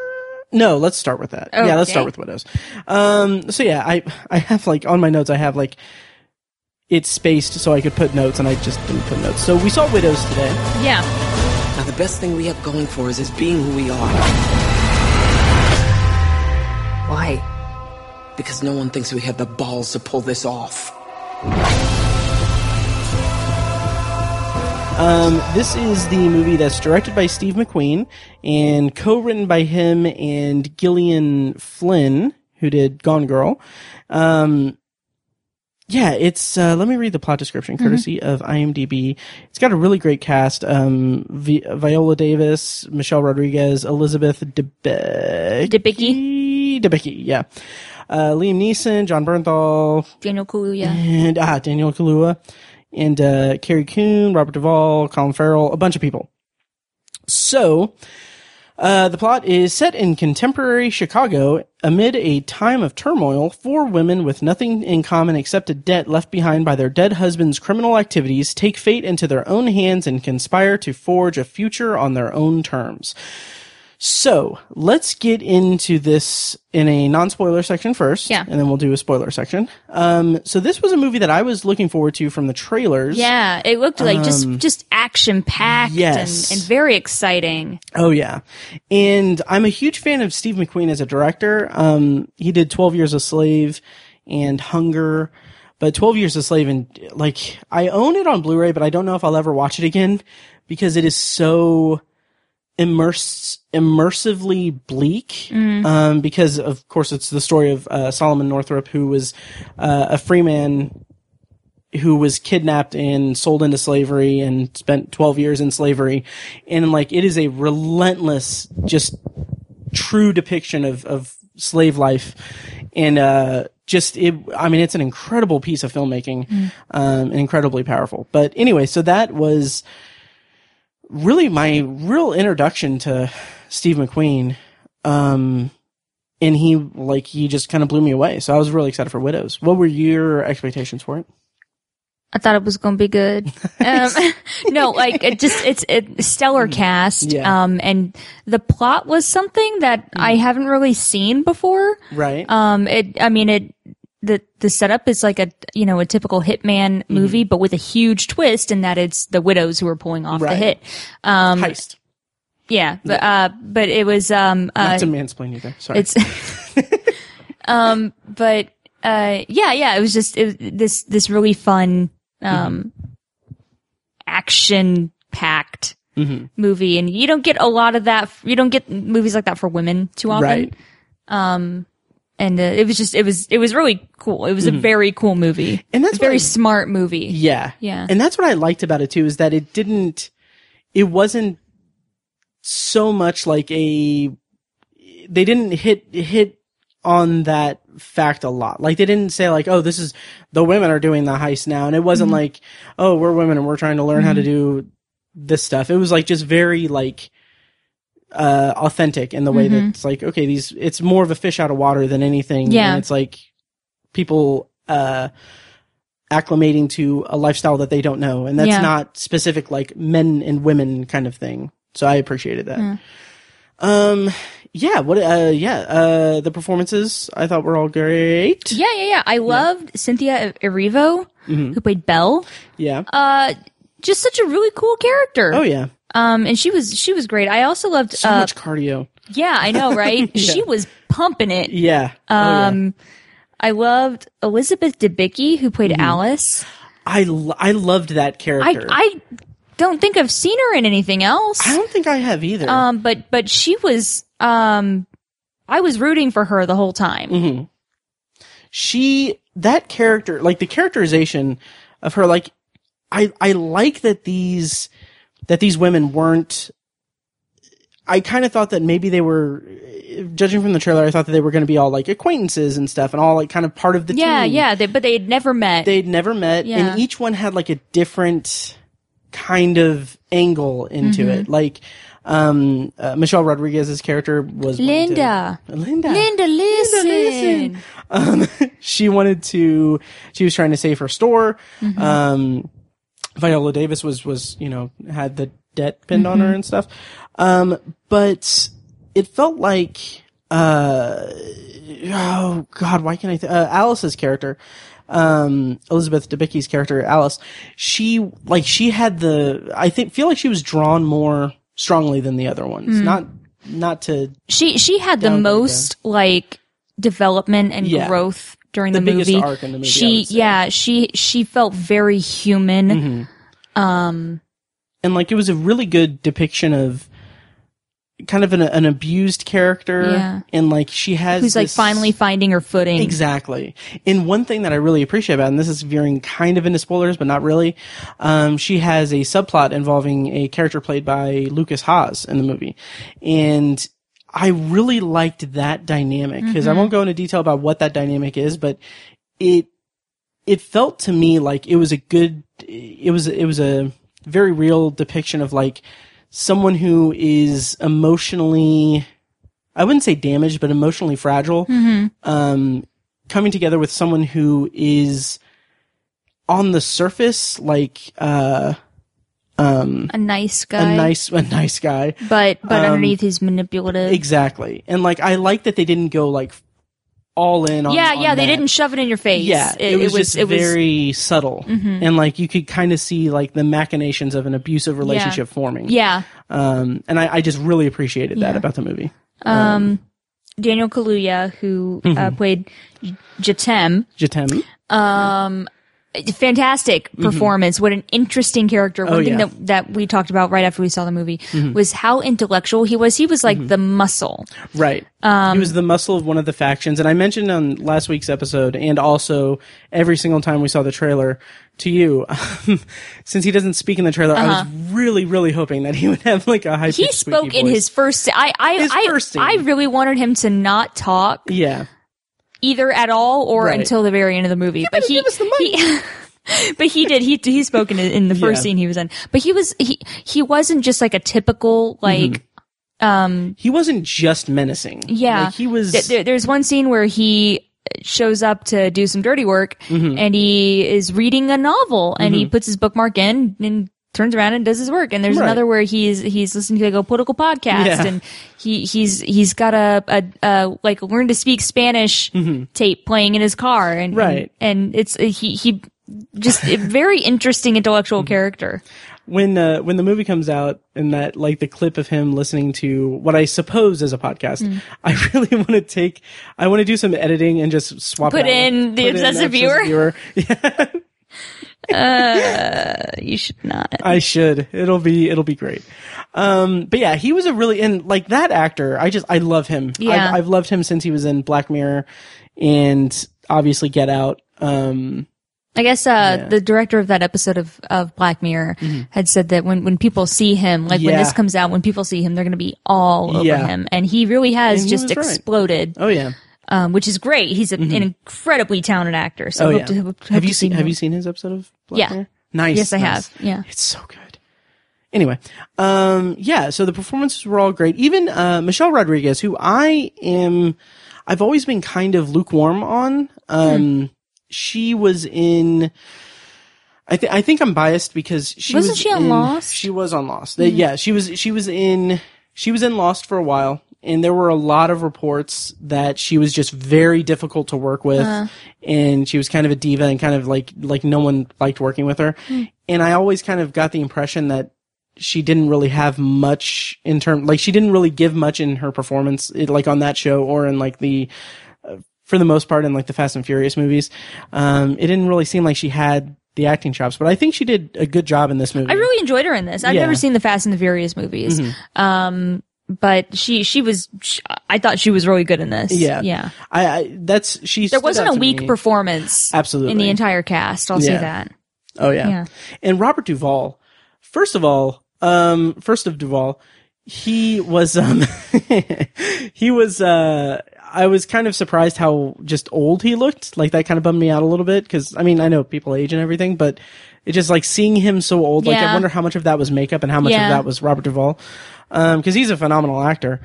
Speaker 1: No, let's start with that. Yeah, let's
Speaker 2: Okay.
Speaker 1: start with widows. Um, so yeah, I I have like on my notes I have like it's spaced so I could put notes and I just didn't put notes. So we saw widows today.
Speaker 2: Yeah.
Speaker 3: Now, the best thing we have going for us is being who we are.
Speaker 4: Why?
Speaker 3: Because no one thinks we have the balls to pull this off.
Speaker 1: Um, this is the movie that's directed by Steve McQueen and co-written by him and Gillian Flynn, who did Gone Girl. Um, yeah, it's, uh, let me read the plot description courtesy of IMDb. It's got a really great cast. Um, Vi- Viola Davis, Michelle Rodriguez, Elizabeth Debicki.
Speaker 2: Debicki.
Speaker 1: Debicki, yeah. Uh, Liam Neeson, John Bernthal,
Speaker 2: Daniel Kaluuya.
Speaker 1: and ah, Daniel Kalua, and uh, Carrie Coon, Robert Duvall, Colin Farrell, a bunch of people. So, uh, the plot is set in contemporary Chicago amid a time of turmoil. Four women with nothing in common except a debt left behind by their dead husband's criminal activities take fate into their own hands and conspire to forge a future on their own terms. So let's get into this in a non spoiler section first.
Speaker 2: Yeah.
Speaker 1: And then we'll do a spoiler section. Um, so this was a movie that I was looking forward to from the trailers.
Speaker 2: Yeah. It looked like just just action packed
Speaker 1: yes.
Speaker 2: and, and very exciting.
Speaker 1: Oh yeah, and I'm a huge fan of Steve McQueen as a director. Um, he did Twelve Years a Slave and Hunger, but Twelve Years a Slave and like I own it on Blu-ray, but I don't know if I'll ever watch it again because it is so immerse immersively bleak um, because of course it's the story of uh, solomon northrop who was uh, a free man who was kidnapped and sold into slavery and spent 12 years in slavery and like it is a relentless just true depiction of of slave life and uh just it i mean it's an incredible piece of filmmaking um and incredibly powerful but anyway so that was really my real introduction to Steve McQueen. Um, and he like he just kind of blew me away. So I was really excited for Widows. What were your expectations for it?
Speaker 2: I thought it was going to be good. Um, no, like it just it's a stellar cast.
Speaker 1: Yeah.
Speaker 2: Um, and the plot was something that I haven't really seen before.
Speaker 1: Right.
Speaker 2: Um, it I mean it the the setup is like a you know a typical hitman movie, but with a huge twist in that it's the widows who are pulling off the
Speaker 1: Right.
Speaker 2: hit.
Speaker 1: Heist.
Speaker 2: Yeah, but uh, but it was um uh,
Speaker 1: Not to mansplain you there. Sorry.
Speaker 2: it's um but uh yeah yeah it was just it, was- this this really fun
Speaker 1: Mm-hmm.
Speaker 2: um action packed
Speaker 1: Mhm.
Speaker 2: movie and you don't get a lot of that you don't get movies like that for women too often
Speaker 1: right.
Speaker 2: and uh, it was just it was it was really cool it was a very cool movie
Speaker 1: Mm-hmm. And that's
Speaker 2: It's a very
Speaker 1: what I-
Speaker 2: smart movie
Speaker 1: Yeah.
Speaker 2: Yeah.
Speaker 1: And that's what I liked about it too is that it didn't, it wasn't so much like a, they didn't hit, hit on that fact a lot. Like they didn't say like, oh, this is, the women are doing the heist now. And it wasn't
Speaker 2: Mm-hmm.
Speaker 1: like, oh, we're women and we're trying to learn how to do this stuff. It was like just very like, uh, authentic in the way
Speaker 2: Mm-hmm.
Speaker 1: that it's like, okay, these, it's more of a fish out of water than anything.
Speaker 2: Yeah.
Speaker 1: And it's like people, uh, acclimating to a lifestyle that they don't know. And that's
Speaker 2: Yeah.
Speaker 1: not specific like men and women kind of thing. So I appreciated that.
Speaker 2: Hmm.
Speaker 1: Um, yeah, what, uh, yeah, uh, the performances I thought were all great.
Speaker 2: yeah yeah yeah i loved cynthia erivo
Speaker 1: Mm-hmm.
Speaker 2: who played belle
Speaker 1: Yeah.
Speaker 2: uh just such a really cool character
Speaker 1: oh yeah.
Speaker 2: um and she was she was great i also loved
Speaker 1: So
Speaker 2: uh,
Speaker 1: much cardio.
Speaker 2: Yeah, I know, right?
Speaker 1: Yeah.
Speaker 2: She was pumping it.
Speaker 1: Yeah. Oh, yeah.
Speaker 2: Um, I loved Elizabeth Debicki, who played Alice.
Speaker 1: I, lo- I loved that
Speaker 2: I,
Speaker 1: Mm-hmm. character.
Speaker 2: I don't think I've seen her in anything else.
Speaker 1: I don't think I have either.
Speaker 2: Um, but but she was um, I was rooting for her the whole time.
Speaker 1: Mm-hmm. she that character like the characterization of her like i i like that these that these women weren't i kind of thought that maybe they were judging from the trailer i thought that they were going to be all like acquaintances and stuff and all like kind of part of the
Speaker 2: Yeah,
Speaker 1: team
Speaker 2: yeah. They, but they had never met.
Speaker 1: they'd never met
Speaker 2: Yeah.
Speaker 1: and each one had like a different kind of angle into
Speaker 2: Mm-hmm.
Speaker 1: it like um uh, michelle rodriguez's character was wanting to-
Speaker 2: Linda.
Speaker 1: linda
Speaker 2: Linda, listen.
Speaker 1: listen. um, she wanted to she was trying to save her store um, viola davis was was you know had the debt pinned on her and stuff um, but it felt like uh, oh god why can't i th- uh, alice's character um elizabeth debicki's character alice she like she had the i think feel like she was drawn more strongly than the other ones not not to
Speaker 2: She she had the
Speaker 1: Down there,
Speaker 2: most like development and
Speaker 1: Yeah.
Speaker 2: growth during
Speaker 1: The
Speaker 2: the,
Speaker 1: biggest
Speaker 2: movie.
Speaker 1: arc in the movie, I
Speaker 2: She
Speaker 1: would say. Mm-hmm.
Speaker 2: yeah she she felt very human. Um
Speaker 1: and like it was a really good depiction of kind of an, an abused character
Speaker 2: Yeah.
Speaker 1: and like she has
Speaker 2: who's like
Speaker 1: this-
Speaker 2: finally finding her footing.
Speaker 1: exactly and one thing that i really appreciate about and this is veering kind of into spoilers but not really um, she has a subplot involving a character played by lucas haas in the movie and i really liked that dynamic because i won't go into detail about what that dynamic is but it it felt to me like it was a good it was it was a very real depiction of like someone who is emotionally i wouldn't say damaged but emotionally fragile um coming together with someone who is on the surface like uh
Speaker 2: A nice guy,
Speaker 1: a um, nice a nice guy
Speaker 2: but but underneath he's manipulative.
Speaker 1: exactly and like i like that they didn't go like all in on
Speaker 2: yeah,
Speaker 1: on
Speaker 2: yeah, they
Speaker 1: that.
Speaker 2: didn't shove it in your face.
Speaker 1: Yeah, it, was, just
Speaker 2: it was Mm-hmm.
Speaker 1: very subtle, and like you could kind of see like the machinations of an abusive relationship forming.
Speaker 2: yeah.
Speaker 1: um, and I, I just really appreciated that
Speaker 2: Yeah.
Speaker 1: about the movie.
Speaker 2: Um, Daniel Kaluuya, who uh,
Speaker 1: Mm-hmm.
Speaker 2: played J- Jatem,
Speaker 1: Jatem,
Speaker 2: Um, fantastic performance. What an interesting character. One thing
Speaker 1: Mm-hmm. Oh, yeah. Mm-hmm.
Speaker 2: that, that we talked about right after we saw the movie was how intellectual he was. He was like the muscle.
Speaker 1: right? Um, he was the muscle of one of the factions, and I mentioned on last week's episode, and also every single time we saw the trailer to you, since he doesn't speak in the trailer, I was really, really hoping that he would have like a high.
Speaker 2: Uh-huh. He spoke in his first. I, I,
Speaker 1: His
Speaker 2: I,
Speaker 1: first scene.
Speaker 2: I really wanted him to not talk
Speaker 1: yeah.
Speaker 2: either at all or
Speaker 1: Right.
Speaker 2: until the very end of the movie. but
Speaker 1: better
Speaker 2: he,
Speaker 1: give us the money.
Speaker 2: he- but he did. He he spoke in, in the first
Speaker 1: Yeah. Mm-hmm.
Speaker 2: scene he was in. But he was he he wasn't just like a typical like um,
Speaker 1: He wasn't just menacing.
Speaker 2: yeah,
Speaker 1: Like, he was.
Speaker 2: Th- there- there's one scene where he shows up to do some dirty work,
Speaker 1: Mm-hmm.
Speaker 2: and he is reading a novel, and he puts his bookmark in and turns around and does his work. And there's
Speaker 1: Right.
Speaker 2: another where he's he's listening to like a political podcast,
Speaker 1: Yeah.
Speaker 2: and he he's he's got a, a, a like learn to speak Spanish tape playing in his car, and
Speaker 1: Mm-hmm. Right.
Speaker 2: and, and it's he he just a very interesting
Speaker 1: Mm-hmm.
Speaker 2: intellectual character.
Speaker 1: when uh, when the movie comes out and that like the clip of him listening to what I suppose is a podcast,
Speaker 2: Hmm.
Speaker 1: I really want to take I want to do some editing and just swap
Speaker 2: Put
Speaker 1: it out.
Speaker 2: in the obsessive viewer?
Speaker 1: Yeah,
Speaker 2: You should not.
Speaker 1: I should. It'll be it'll be great. Um, but yeah, he was a really and like that actor. I just I love him.
Speaker 2: Yeah.
Speaker 1: I've, I've loved him since he was in Black Mirror and obviously Get Out. Um,
Speaker 2: I guess uh, the director of that episode of, of Black Mirror had said that when, when people see him, like when
Speaker 1: Mm-hmm. Yeah.
Speaker 2: this comes out, when people see him, they're going to be all over
Speaker 1: Yeah.
Speaker 2: him, and he really has
Speaker 1: And he
Speaker 2: just
Speaker 1: was right.
Speaker 2: exploded,
Speaker 1: oh yeah.
Speaker 2: um, which is great. He's a, an incredibly talented actor. So
Speaker 1: Oh
Speaker 2: I hope
Speaker 1: yeah.
Speaker 2: to, hope,
Speaker 1: have
Speaker 2: to
Speaker 1: you
Speaker 2: see
Speaker 1: seen Have
Speaker 2: more.
Speaker 1: you seen his episode of Black
Speaker 2: Yeah.
Speaker 1: Mirror? Nice.
Speaker 2: Yes, I
Speaker 1: nice.
Speaker 2: have. Yeah.
Speaker 1: It's so good. Anyway, um, yeah, so the performances were all great. Even uh, Michelle Rodriguez, who I am, I've always been kind of lukewarm on.
Speaker 2: Hmm.
Speaker 1: Um, She was in. I, th- I think I'm biased because she
Speaker 2: Wasn't
Speaker 1: was
Speaker 2: she on
Speaker 1: in-
Speaker 2: Lost? Hmm.
Speaker 1: She was on Lost. They- Yeah, she was. She was in. She was in Lost for a while, and there were a lot of reports that she was just very difficult to work with,
Speaker 2: Uh-huh.
Speaker 1: and she was kind of a diva and kind of like like no one liked working with her.
Speaker 2: Hmm.
Speaker 1: And I always kind of got the impression that she didn't really have much in term like she didn't really give much in her performance it, like on that show or in like the uh, for the most part in like the Fast and Furious movies. Um, it didn't really seem like she had the acting chops, but I think she did a good job in this movie.
Speaker 2: I really enjoyed her in this. I've
Speaker 1: Yeah. Mm-hmm.
Speaker 2: never seen the Fast and the Furious movies, um, but she she was sh I thought she was really good in this.
Speaker 1: yeah,
Speaker 2: yeah.
Speaker 1: I, I that's she.
Speaker 2: There wasn't a weak performance
Speaker 1: Absolutely.
Speaker 2: in the entire cast. I'll say
Speaker 1: Yeah.
Speaker 2: that.
Speaker 1: Oh yeah.
Speaker 2: Yeah.
Speaker 1: And Robert Duvall. First of all, um, first of Duvall, he was um, he was uh, I was kind of surprised how just old he looked. Like that kind of bummed me out a little bit because I mean I know people age and everything, but it just like seeing him so old. Like I
Speaker 2: Yeah.
Speaker 1: wonder how much of that was makeup and how much
Speaker 2: Yeah.
Speaker 1: of that was Robert Duvall, because he's a phenomenal actor.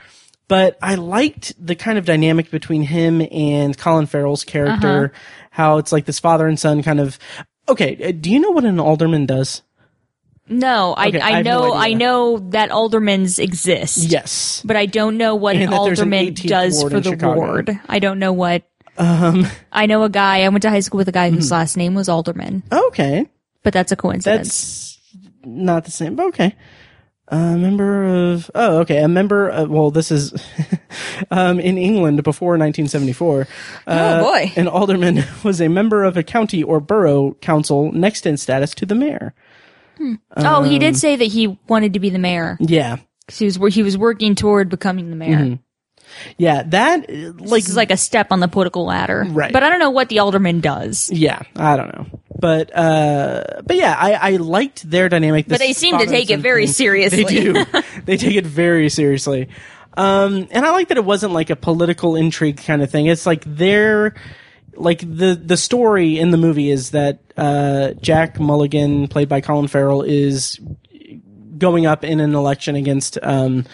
Speaker 1: But I liked the kind of dynamic between him and Colin Farrell's character, how it's like this father and son kind of. Okay, uh, do you know what an alderman does?
Speaker 2: No, I,
Speaker 1: Okay, I
Speaker 2: I
Speaker 1: have no
Speaker 2: know I
Speaker 1: idea.
Speaker 2: know that aldermans exist.
Speaker 1: Yes.
Speaker 2: But I don't know what
Speaker 1: And
Speaker 2: an
Speaker 1: that there's an
Speaker 2: alderman
Speaker 1: 18th
Speaker 2: does
Speaker 1: ward
Speaker 2: for
Speaker 1: in
Speaker 2: the
Speaker 1: Chicago.
Speaker 2: ward. I don't know what
Speaker 1: Um. Hmm.
Speaker 2: I know a guy I went to high school with a guy whose last name was Alderman.
Speaker 1: Okay.
Speaker 2: But that's a coincidence.
Speaker 1: That's not the same. But okay. A member of oh okay a member of, well this is um, in England before 1974
Speaker 2: Oh.
Speaker 1: uh,
Speaker 2: boy.
Speaker 1: an alderman was a member of a county or borough council next in status to the mayor uh,
Speaker 2: oh, he
Speaker 1: um,
Speaker 2: did say that he wanted to be the mayor.
Speaker 1: yeah
Speaker 2: 'Cause He was wor- he was working toward becoming the mayor.
Speaker 1: Mm-hmm. yeah that uh, like
Speaker 2: This is like a step on the political ladder.
Speaker 1: Right.
Speaker 2: But I don't know what the alderman does.
Speaker 1: yeah I don't know but uh but yeah I I liked their dynamic
Speaker 2: But they seem to take it very seriously.
Speaker 1: They do. they take it very seriously. Um, and I like that it wasn't like a political intrigue kind of thing. It's like their, like the, the story in the movie is that, uh, Jack Mulligan, played by Colin Farrell, is going up in an election against, um,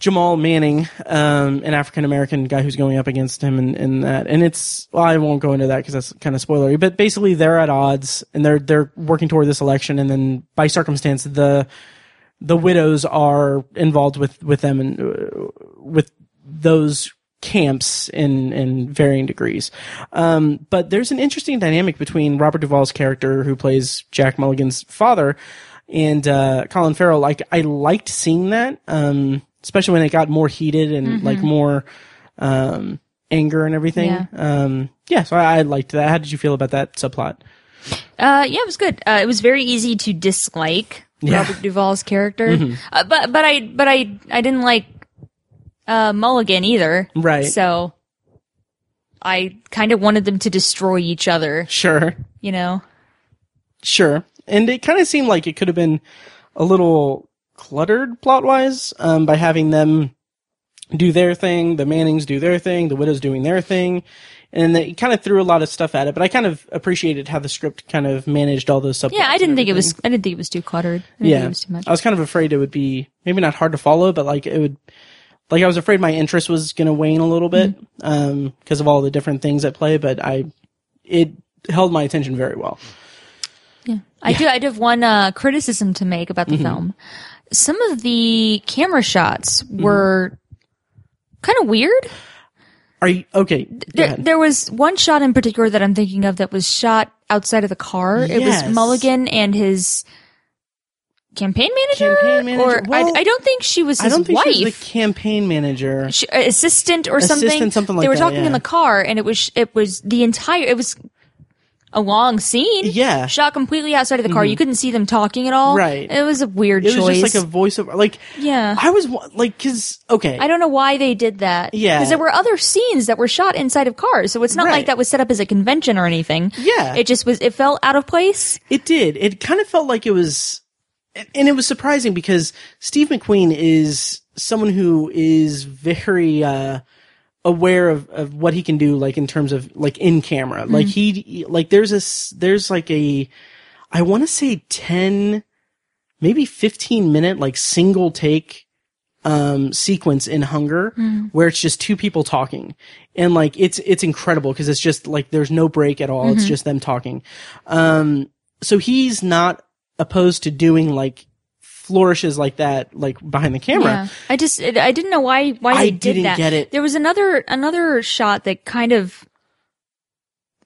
Speaker 1: Jamal Manning, um, an African American guy who's going up against him in, in that. And it's, well, I won't go into that because that's kind of spoilery, but basically they're at odds and they're, they're working toward this election. And then by circumstance, the, the widows are involved with with them and uh, with those camps in in varying degrees. Um, but there's an interesting dynamic between Robert Duvall's character, who plays Jack Mulligan's father, and uh, Colin Farrell. Like I liked seeing that, um, especially when it got more heated and like more um, anger and everything.
Speaker 2: Yeah.
Speaker 1: Um, yeah, so I, I liked that. How did you feel about that subplot?
Speaker 2: Uh, yeah, it was good. Uh, it was very easy to dislike
Speaker 1: Yeah. Mm-hmm.
Speaker 2: Robert Duvall's character, uh, but but I but I I didn't like uh, Mulligan either.
Speaker 1: Right.
Speaker 2: So I kind of wanted them to destroy each other.
Speaker 1: Sure.
Speaker 2: You know.
Speaker 1: Sure. And it kind of seemed like it could have been a little cluttered plot wise um, by having them do their thing, the Mannings do their thing, the Widows doing their thing, and they kind of threw a lot of stuff at it. But I kind of appreciated how the script kind of managed all those subplots.
Speaker 2: Yeah, I
Speaker 1: and
Speaker 2: didn't think it
Speaker 1: everything.
Speaker 2: was. I didn't think it was too cluttered. I didn't think
Speaker 1: Yeah, Oh,
Speaker 2: it was too much.
Speaker 1: I was kind of afraid it would be maybe not hard to follow, but like it would, like I was afraid my interest was going to wane a little bit
Speaker 2: Mm-hmm.
Speaker 1: um, because of all the different things at play. But I, it held my attention very well.
Speaker 2: I do. I do have one uh, criticism to make about the
Speaker 1: Mm-hmm.
Speaker 2: film. Some of the camera shots
Speaker 1: Mm-hmm.
Speaker 2: were kind of weird.
Speaker 1: Are you okay? Go
Speaker 2: There,
Speaker 1: ahead.
Speaker 2: there was one shot in particular that I'm thinking of that was shot outside of the car. It
Speaker 1: Yes.
Speaker 2: was Mulligan and his campaign manager,
Speaker 1: Campaign manager.
Speaker 2: or
Speaker 1: Well,
Speaker 2: I, I don't think she was
Speaker 1: I
Speaker 2: his
Speaker 1: don't think
Speaker 2: wife.
Speaker 1: she was the campaign manager.
Speaker 2: sh- assistant or
Speaker 1: Assistant,
Speaker 2: something.
Speaker 1: something like
Speaker 2: they were
Speaker 1: that,
Speaker 2: talking
Speaker 1: yeah.
Speaker 2: in the car, and it was it was the entire it was a long scene.
Speaker 1: Yeah. Mm-hmm.
Speaker 2: shot completely outside of the car. You couldn't see them talking at all.
Speaker 1: Right.
Speaker 2: It was a weird
Speaker 1: It
Speaker 2: choice.
Speaker 1: was just like a voiceover. Like
Speaker 2: Yeah.
Speaker 1: I was wa- like because okay,
Speaker 2: I don't know why they did that.
Speaker 1: Yeah.
Speaker 2: because there were other scenes that were shot inside of cars, so it's not
Speaker 1: Right.
Speaker 2: like that was set up as a convention or anything.
Speaker 1: Yeah.
Speaker 2: it just was. It felt out of place.
Speaker 1: It did. It kind of felt like it was, and- and it was surprising because Steve McQueen is someone who is very uh, aware of, of what he can do, like in terms of like in camera.
Speaker 2: Mm-hmm.
Speaker 1: Like he, like there's a s- there's like a, I want to say ten, maybe fifteen minute like single take um sequence in hunger
Speaker 2: Mm.
Speaker 1: where it's just two people talking and like it's it's incredible because it's just like there's no break at all
Speaker 2: Mm-hmm.
Speaker 1: it's just them talking um so he's not opposed to doing like flourishes like that like behind the camera
Speaker 2: I just it, I didn't know why why
Speaker 1: I
Speaker 2: they did
Speaker 1: didn't
Speaker 2: that.
Speaker 1: get it.
Speaker 2: There was another another shot that kind of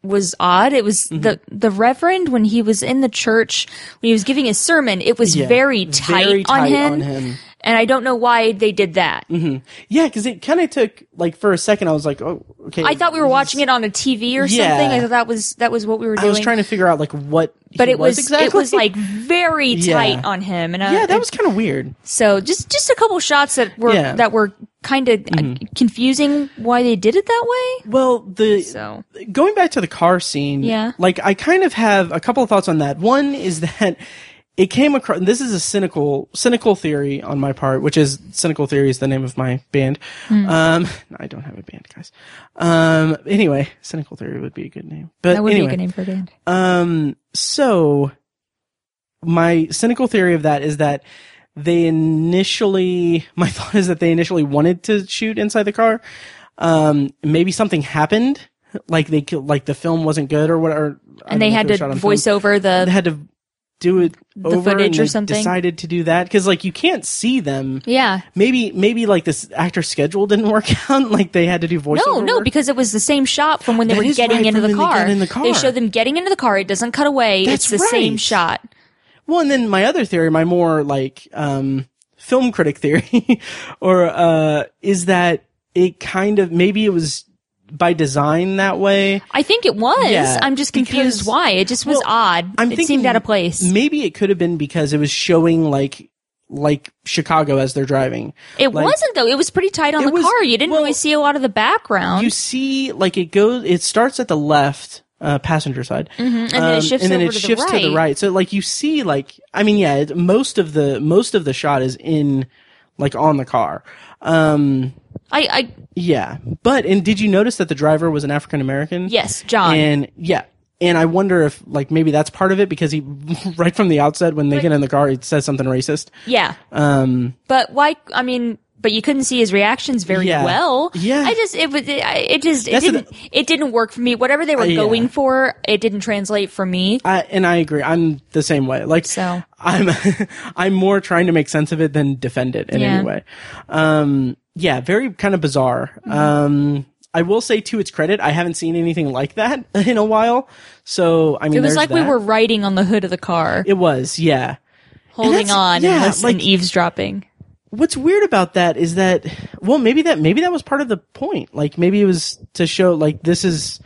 Speaker 2: was odd. It was
Speaker 1: Mm-hmm.
Speaker 2: the the reverend when he was in the church when he was giving his sermon. It was
Speaker 1: Yeah.
Speaker 2: very, tight,
Speaker 1: Very
Speaker 2: on,
Speaker 1: tight
Speaker 2: him,
Speaker 1: on him. Mm-hmm.
Speaker 2: and I don't know why they did that.
Speaker 1: yeah because it kind of took like for a second i was like oh okay
Speaker 2: I thought we were watching it on a TV or
Speaker 1: Yeah.
Speaker 2: something. I thought that was that was what we were
Speaker 1: i
Speaker 2: doing.
Speaker 1: was trying to figure out like what
Speaker 2: but
Speaker 1: he
Speaker 2: it was
Speaker 1: exactly
Speaker 2: it was like very
Speaker 1: Yeah.
Speaker 2: tight on him, and I,
Speaker 1: yeah that
Speaker 2: it-
Speaker 1: was kind of weird
Speaker 2: so just just a couple shots that were
Speaker 1: Yeah. Mm-hmm.
Speaker 2: that were kind of confusing why they did it that way.
Speaker 1: well the
Speaker 2: So
Speaker 1: going back to the car scene,
Speaker 2: Yeah.
Speaker 1: like I kind of have a couple of thoughts on that. One is that it came across, and this is a cynical, cynical theory on my part, which is cynical theory is the name of my band.
Speaker 2: Hmm.
Speaker 1: Um, no, I don't have a band, guys. Um, anyway, cynical theory would be a good name, but
Speaker 2: That would
Speaker 1: anyway,
Speaker 2: be a good name for a band.
Speaker 1: um, so my cynical theory of that is that they initially, my thought is that they initially wanted to shoot inside the car. Um, maybe something happened, like they, ki- like the film wasn't good or what, or I don't
Speaker 2: and they
Speaker 1: know if
Speaker 2: had
Speaker 1: it was shot
Speaker 2: to
Speaker 1: on
Speaker 2: voice
Speaker 1: film.
Speaker 2: over
Speaker 1: They
Speaker 2: the
Speaker 1: had to do it over
Speaker 2: footage
Speaker 1: and
Speaker 2: or
Speaker 1: they
Speaker 2: something.
Speaker 1: Decided to do that because like you can't see them.
Speaker 2: yeah.
Speaker 1: Maybe maybe like this actor schedule didn't work out. Like they had to do voiceover.
Speaker 2: No, no,
Speaker 1: work.
Speaker 2: because it was the same shot from when they
Speaker 1: That
Speaker 2: were
Speaker 1: is
Speaker 2: getting
Speaker 1: right,
Speaker 2: into
Speaker 1: from
Speaker 2: the
Speaker 1: when they
Speaker 2: car.
Speaker 1: got in the car.
Speaker 2: They show them getting into the car. It doesn't cut away.
Speaker 1: That's
Speaker 2: it's the same
Speaker 1: right.
Speaker 2: shot.
Speaker 1: Well, and then my other theory, my more like um, film critic theory, or uh, is that it kind of maybe it was by design that way.
Speaker 2: I think it was.
Speaker 1: Yeah,
Speaker 2: I'm just confused
Speaker 1: because-
Speaker 2: why. It just was
Speaker 1: well,
Speaker 2: odd.
Speaker 1: I'm
Speaker 2: it
Speaker 1: thinking
Speaker 2: seemed out of place.
Speaker 1: Maybe it could have been because it was showing like like Chicago as they're driving.
Speaker 2: it
Speaker 1: like-
Speaker 2: wasn't though. It was pretty tight on
Speaker 1: It
Speaker 2: the
Speaker 1: was-
Speaker 2: car. You didn't
Speaker 1: well,
Speaker 2: really see a lot of the background.
Speaker 1: You see, like it goes, it starts at the left. Uh, passenger side,
Speaker 2: Mm-hmm.
Speaker 1: Um,
Speaker 2: and then it shifts
Speaker 1: and then
Speaker 2: over
Speaker 1: it
Speaker 2: to the
Speaker 1: shifts to the
Speaker 2: right.
Speaker 1: right. So, like you see, like I mean, yeah, it, most of the most of the shot is in, like on the car. Um,
Speaker 2: I, I
Speaker 1: Yeah, but and did you notice that the driver was an African American?
Speaker 2: yes, John.
Speaker 1: and yeah, and I wonder if like maybe that's part of it because he right from the outset when they get in the car he says something racist.
Speaker 2: yeah.
Speaker 1: Um,
Speaker 2: But why? I mean, but you couldn't see his reactions very
Speaker 1: Yeah.
Speaker 2: well.
Speaker 1: Yeah.
Speaker 2: I just it was it, I- it just it
Speaker 1: That's the-
Speaker 2: didn't it didn't work for me. Whatever they were
Speaker 1: yeah.
Speaker 2: going for, it didn't translate for me.
Speaker 1: I, and I agree. I'm the same way. Like
Speaker 2: So.
Speaker 1: I'm I'm more trying to make sense of it than defend it in
Speaker 2: Yeah.
Speaker 1: any way. Um, yeah, very kind of bizarre.
Speaker 2: Mm-hmm.
Speaker 1: Um. I will say to its credit, I haven't seen anything like that in a while. So I mean,
Speaker 2: It was
Speaker 1: there's
Speaker 2: like we
Speaker 1: that.
Speaker 2: were riding on the hood of the car,
Speaker 1: It was, yeah.
Speaker 2: holding
Speaker 1: that's-
Speaker 2: on
Speaker 1: yeah,
Speaker 2: and, listen-
Speaker 1: like-
Speaker 2: and eavesdropping.
Speaker 1: what's weird about that is that well maybe that maybe that was part of the point like maybe it was to show like this is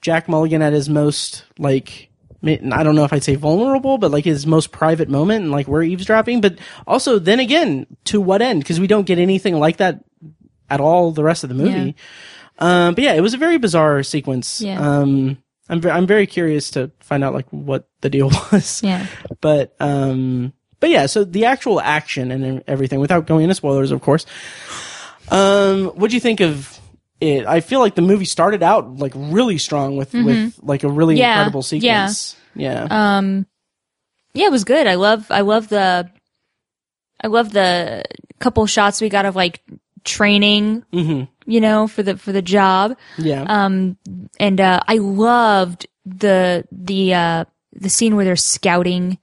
Speaker 1: jack mulligan at his most like ma- i don't know if i'd say vulnerable but like his most private moment and like we're eavesdropping but also then again to what end because we don't get anything like that at all the rest of the movie um but yeah it was a very bizarre sequence
Speaker 2: Yeah.
Speaker 1: um I'm, ve- I'm very curious to find out like what the deal was
Speaker 2: Yeah.
Speaker 1: but um but yeah so the actual action and everything without going into spoilers of course um what do you think of it I feel like the movie started out like really strong with with like a really
Speaker 2: Mm-hmm. Yeah,
Speaker 1: incredible
Speaker 2: yeah.
Speaker 1: sequence. Yeah.
Speaker 2: Um, yeah, it was good. I love, I love the, I love the couple shots we got of like training,
Speaker 1: Mhm.
Speaker 2: you know, for the, for the job.
Speaker 1: yeah.
Speaker 2: Um, and, uh, I loved the, the, uh, the scene where they're scouting,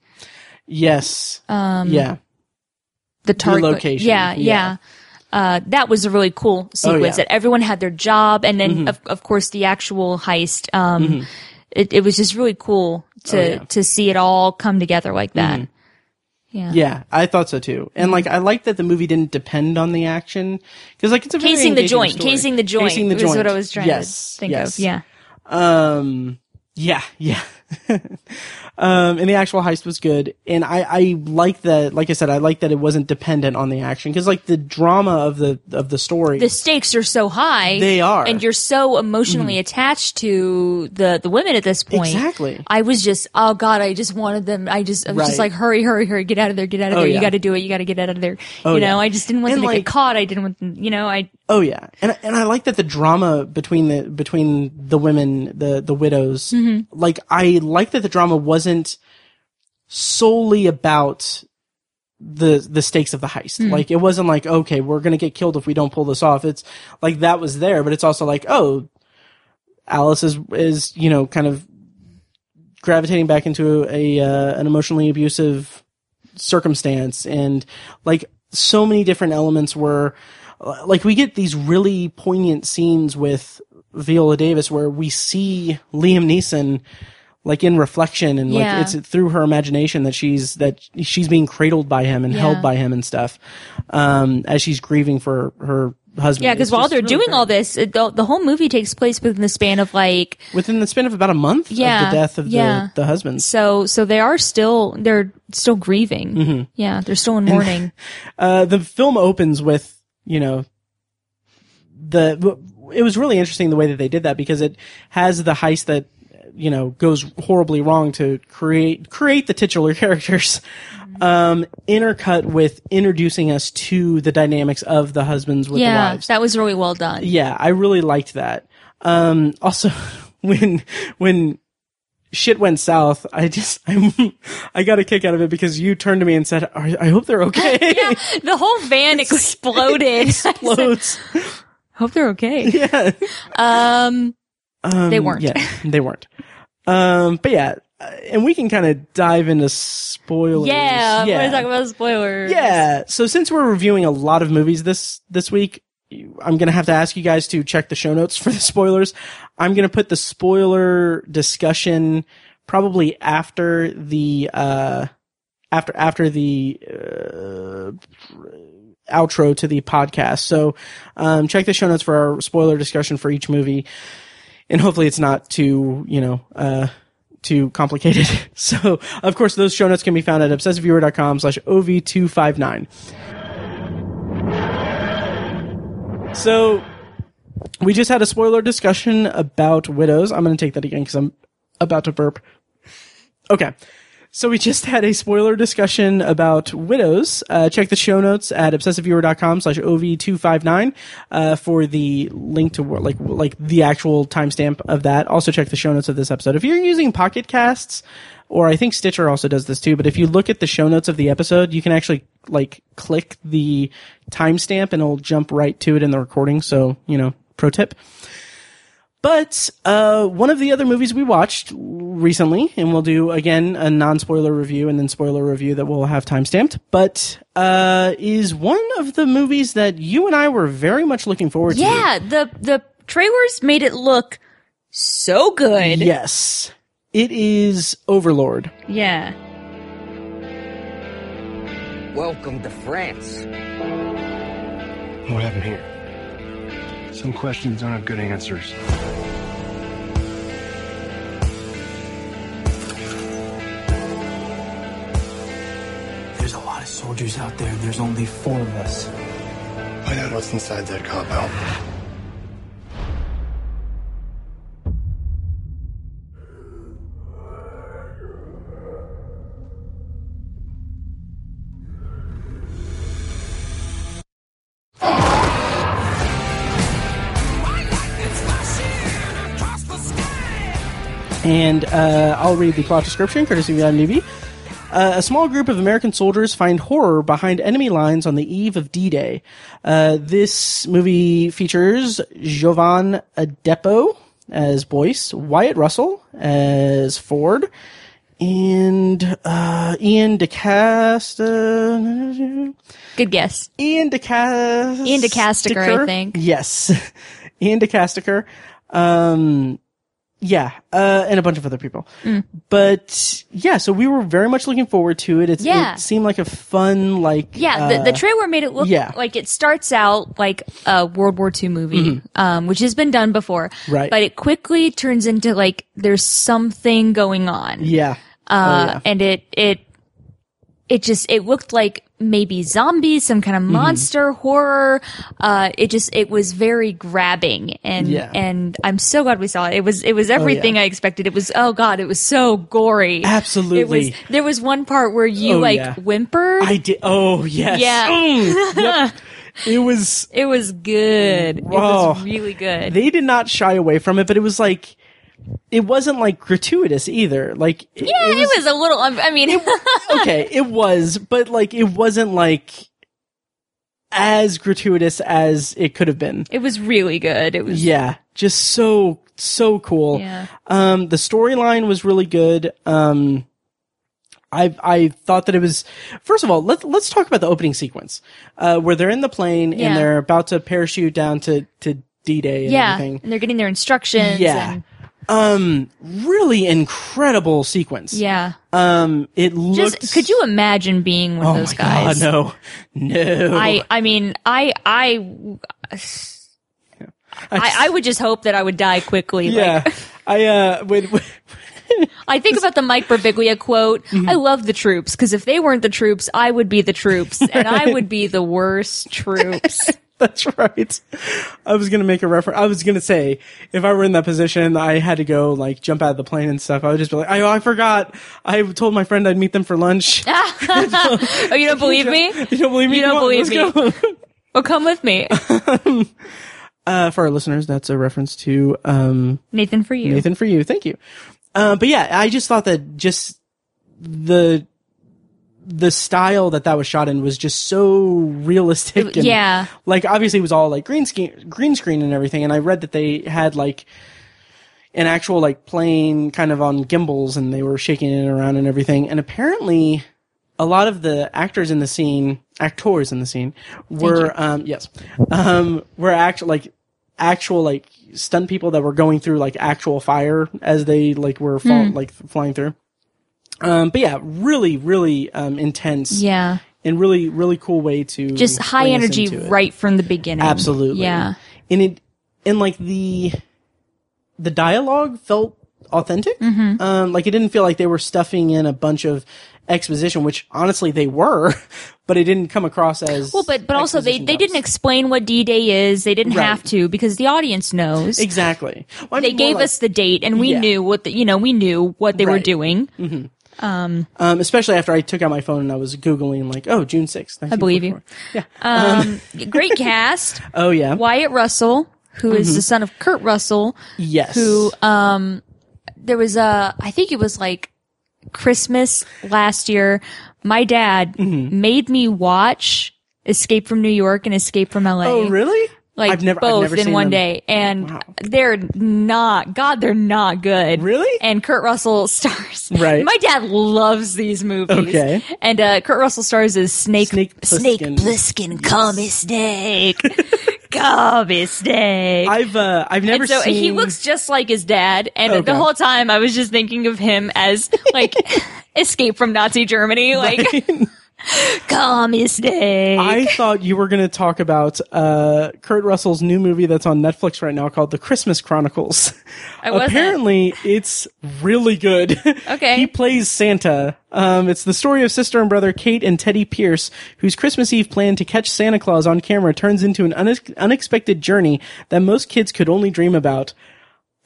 Speaker 1: yes.
Speaker 2: um,
Speaker 1: yeah.
Speaker 2: the target.
Speaker 1: location, yeah.
Speaker 2: Yeah,
Speaker 1: Oh,
Speaker 2: yeah. Uh, that was a really cool sequence
Speaker 1: yeah. Mm-hmm.
Speaker 2: that everyone had their job. And then of, of course the actual heist, um, it, it was just really cool to,
Speaker 1: Oh, yeah. Mm-hmm.
Speaker 2: to see it all come together like that. Yeah.
Speaker 1: Yeah, I thought so too. And like, I like that the movie didn't depend on the action because like it's a very
Speaker 2: casing the
Speaker 1: engaging
Speaker 2: joint,
Speaker 1: story.
Speaker 2: casing the joint.
Speaker 1: casing the
Speaker 2: was
Speaker 1: joint.
Speaker 2: what I was trying
Speaker 1: yes,
Speaker 2: to think
Speaker 1: yes.
Speaker 2: of. Yeah,
Speaker 1: Um, yeah, yeah. um, and the actual heist was good. And I, I like that, like I said, I like that it wasn't dependent on the action because like the drama of the, of the story.
Speaker 2: the stakes are so high.
Speaker 1: They are. Mm-hmm.
Speaker 2: and you're so emotionally attached to the the women at this point.
Speaker 1: Exactly.
Speaker 2: I was just, oh god, I just wanted them. I just, I was
Speaker 1: Right.
Speaker 2: just like, hurry, hurry, hurry, get out of there, get out of
Speaker 1: Oh,
Speaker 2: there.
Speaker 1: yeah. Oh,
Speaker 2: You got to do it. You got to get out of there. you know,
Speaker 1: yeah.
Speaker 2: I just didn't want
Speaker 1: And,
Speaker 2: them to
Speaker 1: like-
Speaker 2: get caught. I didn't want them, you know, I
Speaker 1: Oh yeah, and and I like that the drama between the between the women, the the widows. Like I like that the drama wasn't solely about the the stakes of the heist. Like it wasn't like okay, we're gonna get killed if we don't pull this off. It's like that was there, but it's also like oh, Alice is is you know kind of gravitating back into a uh, an emotionally abusive circumstance and like so many different elements were like we get these really poignant scenes with Viola Davis where we see Liam Neeson like in reflection and
Speaker 2: Yeah.
Speaker 1: like it's through her imagination that she's that she's being cradled by him and held
Speaker 2: Yeah.
Speaker 1: by him and stuff um as she's grieving for her husband
Speaker 2: yeah. Because
Speaker 1: It's
Speaker 2: while
Speaker 1: just
Speaker 2: they're
Speaker 1: really
Speaker 2: doing
Speaker 1: great.
Speaker 2: all this, it, the, the whole movie takes place within the span of like
Speaker 1: within the span of about a month of
Speaker 2: Yeah,
Speaker 1: the death of
Speaker 2: yeah.
Speaker 1: the, the husband
Speaker 2: so so they are still they're still grieving.
Speaker 1: Mm-hmm.
Speaker 2: Yeah, they're still in mourning.
Speaker 1: Uh, the film opens with you know the it was really interesting the way that they did that because it has the heist that you know goes horribly wrong to create create the titular characters um intercut with introducing us to the dynamics of the husbands with the
Speaker 2: yeah,
Speaker 1: wives
Speaker 2: that was really well done.
Speaker 1: yeah i really liked that um also when when shit went south i just i i got a kick out of it because you turned to me and said "Are- i hope they're okay
Speaker 2: yeah, the whole van exploded.
Speaker 1: explodes.
Speaker 2: Hope they're okay.
Speaker 1: yeah.
Speaker 2: Um,
Speaker 1: Um,
Speaker 2: They weren't.
Speaker 1: Yeah, they weren't. Um, but yeah, uh, and we can kind of dive into spoilers.
Speaker 2: yeah, we're
Speaker 1: Yeah.
Speaker 2: gonna talk about spoilers.
Speaker 1: yeah. So since we're reviewing a lot of movies this, this week, I'm going to have to ask you guys to check the show notes for the spoilers. I'm going to put the spoiler discussion probably after the, uh, after, after the, uh, outro to the podcast. So, um, check the show notes for our spoiler discussion for each movie. And hopefully it's not too, you know, uh, too complicated. So, of course, those show notes can be found at obsessiveviewer.com slash OV259. So, we just had a spoiler discussion about widows. I'm going to take that again because I'm about to burp. Okay. So we just had a spoiler discussion about widows. Uh, check the show notes at obsessiveviewer.com slash OV259, uh, for the link to where- like, like the actual timestamp of that. Also check the show notes of this episode. If you're using Pocket Casts, or I think Stitcher also does this too, but if you look at the show notes of the episode, you can actually like click the timestamp and it'll jump right to it in the recording. So, you know, pro tip. But uh, one of the other movies we watched recently, and we'll do again a non spoiler review and then spoiler review that we'll have time stamped, but uh, is one of the movies that you and I were very much looking forward to.
Speaker 2: yeah. The the trailers made it look so good.
Speaker 1: Yes. It is Overlord.
Speaker 2: Yeah.
Speaker 4: Welcome to France.
Speaker 5: What happened here? Some questions don't have good answers.
Speaker 3: There's a lot of soldiers out there, and there's only four of us.
Speaker 5: Find out what's inside that compound.
Speaker 4: Fire!
Speaker 1: And uh, I'll read the plot description, courtesy of IMDb. Uh, a small group of American soldiers find horror behind enemy lines on the eve of D-Day. Uh, this movie features Jovan Adepo as Boyce, Wyatt Russell as Ford, and uh, Ian DeCasta.
Speaker 2: Good guess.
Speaker 1: Ian DeCastiker.
Speaker 2: Ian DeCastiker, I think.
Speaker 1: Yes. Ian DeCastiker. Um, yeah. Uh, and a bunch of other people.
Speaker 2: Mm.
Speaker 1: But yeah, so we were very much looking forward to it. It's,
Speaker 2: Yeah.
Speaker 1: It seemed like a fun, like.
Speaker 2: Yeah,
Speaker 1: uh,
Speaker 2: the, the trailer made it look
Speaker 1: yeah.
Speaker 2: like it starts out like a World War II movie, um, which has been done before.
Speaker 1: Mm-hmm. Right.
Speaker 2: But it quickly turns into like there's something going on.
Speaker 1: yeah.
Speaker 2: Uh,
Speaker 1: Oh, yeah.
Speaker 2: and it, it, it just, it looked like maybe zombies, some kind of
Speaker 1: Mm-hmm.
Speaker 2: monster horror. Uh, it just, it was very grabbing and,
Speaker 1: Yeah. Oh,
Speaker 2: and I'm so glad we saw it. It was, it was everything I expected. It was, oh God, it was so gory. It
Speaker 1: Absolutely.
Speaker 2: was, there was one part where you
Speaker 1: Oh,
Speaker 2: like
Speaker 1: yeah.
Speaker 2: whimpered.
Speaker 1: I did. Oh, yes.
Speaker 2: Yeah.
Speaker 1: Mm, yep. It was.
Speaker 2: It was good. It
Speaker 1: Whoa.
Speaker 2: was really good.
Speaker 1: they did not shy away from it, but it was like it wasn't like gratuitous either. Like it-
Speaker 2: yeah,
Speaker 1: it was,
Speaker 2: a little. um, I mean,
Speaker 1: okay, it was, but like it wasn't like as gratuitous as it could have been.
Speaker 2: it was really good. It was.
Speaker 1: Yeah, just so so cool.
Speaker 2: Yeah.
Speaker 1: Um, the storyline was really good. Um, I I thought that it was first of all let let's talk about the opening sequence uh, where they're in the plane
Speaker 2: Yeah.
Speaker 1: and they're about to parachute down to to D Day and
Speaker 2: Yeah,
Speaker 1: everything.
Speaker 2: and they're getting their instructions.
Speaker 1: Yeah.
Speaker 2: and-
Speaker 1: um really incredible sequence
Speaker 2: yeah.
Speaker 1: um it looks
Speaker 2: Just could you imagine being one
Speaker 1: oh
Speaker 2: of those
Speaker 1: my
Speaker 2: guys?
Speaker 1: god no no
Speaker 2: I I mean I I I, I would just hope that I would die quickly.
Speaker 1: yeah
Speaker 2: Like,
Speaker 1: i uh when, when-
Speaker 2: I think about the Mike Birbiglia quote.
Speaker 1: Mm-hmm.
Speaker 2: I love the troops because if they weren't the troops, I would be the troops, and I would be the worst troops.
Speaker 1: that's right i was gonna make a reference i was gonna say if i were in that position i had to go like jump out of the plane and stuff i would just be like i, I forgot i told my friend i'd meet them for lunch
Speaker 2: oh, you don't believe me?
Speaker 1: you don't believe me
Speaker 2: You don't
Speaker 1: Come on,
Speaker 2: believe
Speaker 1: let's go.
Speaker 2: Well, come with me,
Speaker 1: uh, for our listeners that's a reference to um
Speaker 2: Nathan. For you,
Speaker 1: Nathan, for you. Thank you. Uh, but yeah, I just thought that just the the style that that was shot in was just so realistic. And,
Speaker 2: yeah.
Speaker 1: like obviously it was all like green screen, green screen and everything. And I read that they had like an actual like plane kind of on gimbals and they were shaking it around and everything. And apparently, a lot of the actors in the scene, actors in the scene, were um yes, um were actual like actual like stunt people that were going through like actual fire as they like were fall,
Speaker 2: Hmm.
Speaker 1: like flying through. Um, but yeah, really, really um, intense
Speaker 2: Yeah.
Speaker 1: and really, really cool way to
Speaker 2: Just high
Speaker 1: bring us
Speaker 2: energy
Speaker 1: into it.
Speaker 2: right from the beginning.
Speaker 1: Absolutely.
Speaker 2: Yeah.
Speaker 1: And it and like the the dialogue felt authentic.
Speaker 2: Mm-hmm.
Speaker 1: Um like it didn't feel like they were stuffing in a bunch of exposition, which honestly they were, but it didn't come across as
Speaker 2: Well, but but also they,
Speaker 1: exposition
Speaker 2: they
Speaker 1: dumps.
Speaker 2: didn't explain what D Day is. They didn't
Speaker 1: Right.
Speaker 2: have to because the audience knows.
Speaker 1: Exactly. Well, I
Speaker 2: They
Speaker 1: mean, more
Speaker 2: gave
Speaker 1: like-
Speaker 2: us the date, and we
Speaker 1: Yeah.
Speaker 2: knew what the, you know. We knew what they were
Speaker 1: Right. Mm-hmm.
Speaker 2: doing.
Speaker 1: um especially after I took out my phone and I was googling like, oh, June 6th.
Speaker 2: I believe you. Um, great cast.
Speaker 1: Oh yeah.
Speaker 2: Wyatt Russell, who is
Speaker 1: Mm-hmm.
Speaker 2: the son of Kurt Russell,
Speaker 1: Yes.
Speaker 2: who um there was a I think it was like Christmas last year my dad
Speaker 1: Mm-hmm.
Speaker 2: made me watch Escape from New York and Escape from LA.
Speaker 1: Oh, really?
Speaker 2: Like
Speaker 1: I've never I've
Speaker 2: both
Speaker 1: never
Speaker 2: in
Speaker 1: seen
Speaker 2: one
Speaker 1: them.
Speaker 2: day and they're not God they're not good.
Speaker 1: Really?
Speaker 2: And Kurt Russell stars.
Speaker 1: Right.
Speaker 2: My dad loves these movies.
Speaker 1: Okay.
Speaker 2: And uh Kurt Russell stars as Snake
Speaker 1: Snake
Speaker 2: Snake
Speaker 1: Plissken.
Speaker 2: Plissken, call me Snake. call me Snake
Speaker 1: I've uh I've never
Speaker 2: and so
Speaker 1: seen
Speaker 2: he looks just like his dad and
Speaker 1: Okay.
Speaker 2: the whole time i was just thinking of him as like escape from nazi germany like communist
Speaker 1: I thought you were going to talk about uh, Kurt Russell's new movie that's on Netflix right now called The Christmas Chronicles.
Speaker 2: I wasn't.
Speaker 1: Apparently, it's really good.
Speaker 2: Okay.
Speaker 1: he plays Santa. Um, it's the story of sister and brother Kate and Teddy Pierce, whose Christmas Eve plan to catch Santa Claus on camera turns into an unex unexpected journey that most kids could only dream about.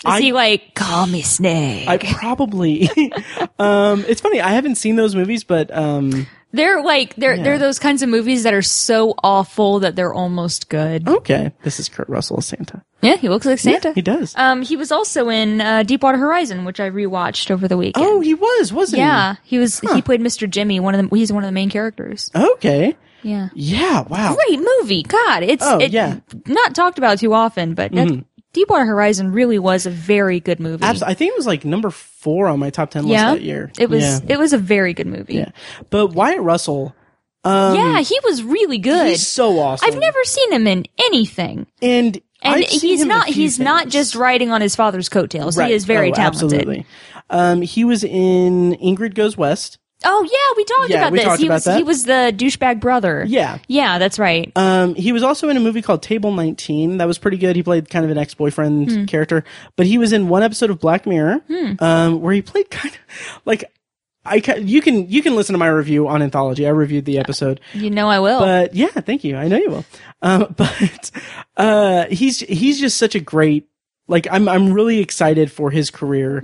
Speaker 2: is he like call me snake
Speaker 1: I probably. um, it's funny. I haven't seen those movies, but um,
Speaker 2: They're like they're they're those kinds of movies that are so awful that they're almost good.
Speaker 1: Okay, this is Kurt Russell as Santa.
Speaker 2: Yeah, he looks like Oh. Santa.
Speaker 1: He does.
Speaker 2: Um, he was also in uh, Deepwater Horizon, which I rewatched over the weekend.
Speaker 1: oh, he was, wasn't
Speaker 2: yeah, he was. He played Mr. Jimmy. One of the he's one of the main characters.
Speaker 1: he? Okay.
Speaker 2: Yeah,
Speaker 1: Yeah. Wow.
Speaker 2: great movie. God, it's
Speaker 1: Oh,
Speaker 2: it-
Speaker 1: yeah. Mm-hmm.
Speaker 2: not talked about too often, but that- Deepwater Horizon really was a very good movie.
Speaker 1: Abs- I think it was like number four on my top ten list
Speaker 2: Yeah,
Speaker 1: that year.
Speaker 2: it was.
Speaker 1: Yeah.
Speaker 2: It was a very good movie. Yeah,
Speaker 1: but Wyatt Russell,
Speaker 2: he was really good.
Speaker 1: Um, he's so awesome.
Speaker 2: I've never seen him in anything.
Speaker 1: and
Speaker 2: and
Speaker 1: I've seen
Speaker 2: he's
Speaker 1: him in a
Speaker 2: not
Speaker 1: few
Speaker 2: he's not
Speaker 1: things.
Speaker 2: just riding on his father's coattails.
Speaker 1: Right.
Speaker 2: He is very
Speaker 1: Oh,
Speaker 2: talented.
Speaker 1: Absolutely. Um, he was in Ingrid Goes West.
Speaker 2: Oh yeah, we talked
Speaker 1: Yeah,
Speaker 2: about
Speaker 1: we
Speaker 2: this.
Speaker 1: talked
Speaker 2: he
Speaker 1: about
Speaker 2: was
Speaker 1: that.
Speaker 2: he was the douchebag brother.
Speaker 1: Yeah.
Speaker 2: Yeah, that's right.
Speaker 1: Um, he was also in a movie called Table 19. That was pretty good. He played kind of an ex-boyfriend
Speaker 2: Hmm.
Speaker 1: character, but he was in one episode of Black Mirror, um, where he played kind of like, I ca- you can, you can listen to my review on Anthology. I reviewed the episode.
Speaker 2: you know I will.
Speaker 1: But yeah, thank you. I know you will. Um, but uh, he's he's just such a great like I'm I'm really excited for his career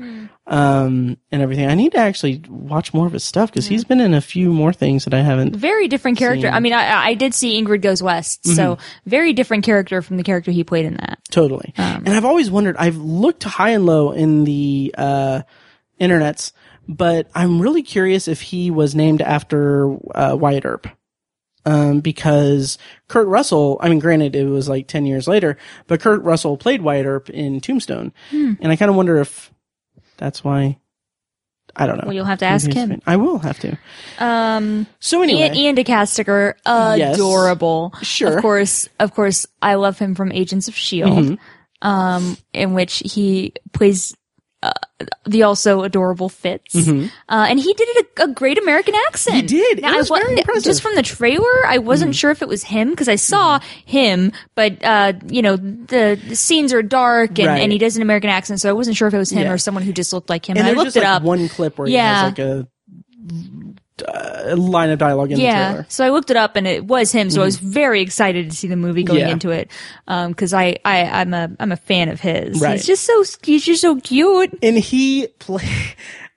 Speaker 1: um, and everything. I need to actually watch more of his stuff because he's been in a few more things that I haven't.
Speaker 2: very different character. I mean, I, I did see Ingrid Goes West, so
Speaker 1: Mm-hmm.
Speaker 2: very different character from the character he played in that.
Speaker 1: Totally.
Speaker 2: Um,
Speaker 1: and I've always wondered. I've looked high and low in the uh, internets, but I'm really curious if he was named after uh, Wyatt Earp. Um, because Kurt Russell, I mean, granted, it was like 10 years later, but Kurt Russell played Wyatt Earp in Tombstone.
Speaker 2: Hmm.
Speaker 1: And I kind of wonder if that's why. I don't know.
Speaker 2: Well, you'll have to ask
Speaker 1: Maybe it's
Speaker 2: him.
Speaker 1: been- I will have to.
Speaker 2: Um,
Speaker 1: So anyway.
Speaker 2: Ian, Ian DeCastiger,
Speaker 1: Yes.
Speaker 2: adorable.
Speaker 1: Sure.
Speaker 2: Of course, of course, I love him from Agents of S.H.I.E.L.D., E
Speaker 1: Mm-hmm.
Speaker 2: um, in which he plays uh, the also adorable Fitz. Uh, and he did it a, a great American
Speaker 1: Mm-hmm.
Speaker 2: accent.
Speaker 1: He did. It was
Speaker 2: wa-
Speaker 1: very impressive. Mm-hmm.
Speaker 2: Just from the trailer, I wasn't sure if it was him because I saw him, but, uh, you know, the, the scenes are dark and,
Speaker 1: Right.
Speaker 2: and he does an American accent, so I wasn't sure if it was him
Speaker 1: Yeah.
Speaker 2: or someone who just looked like him.
Speaker 1: and
Speaker 2: And, I
Speaker 1: there's
Speaker 2: looked
Speaker 1: just
Speaker 2: it
Speaker 1: like
Speaker 2: up.
Speaker 1: one clip where
Speaker 2: Yeah.
Speaker 1: he has like a, uh, line of dialogue in the
Speaker 2: yeah
Speaker 1: trailer. Mm-hmm.
Speaker 2: so i looked it up and it was him so i was very excited to see the movie going
Speaker 1: Yeah.
Speaker 2: into it um because I, I i'm a i'm a fan of his
Speaker 1: Right.
Speaker 2: he's just so he's just so cute
Speaker 1: and he play.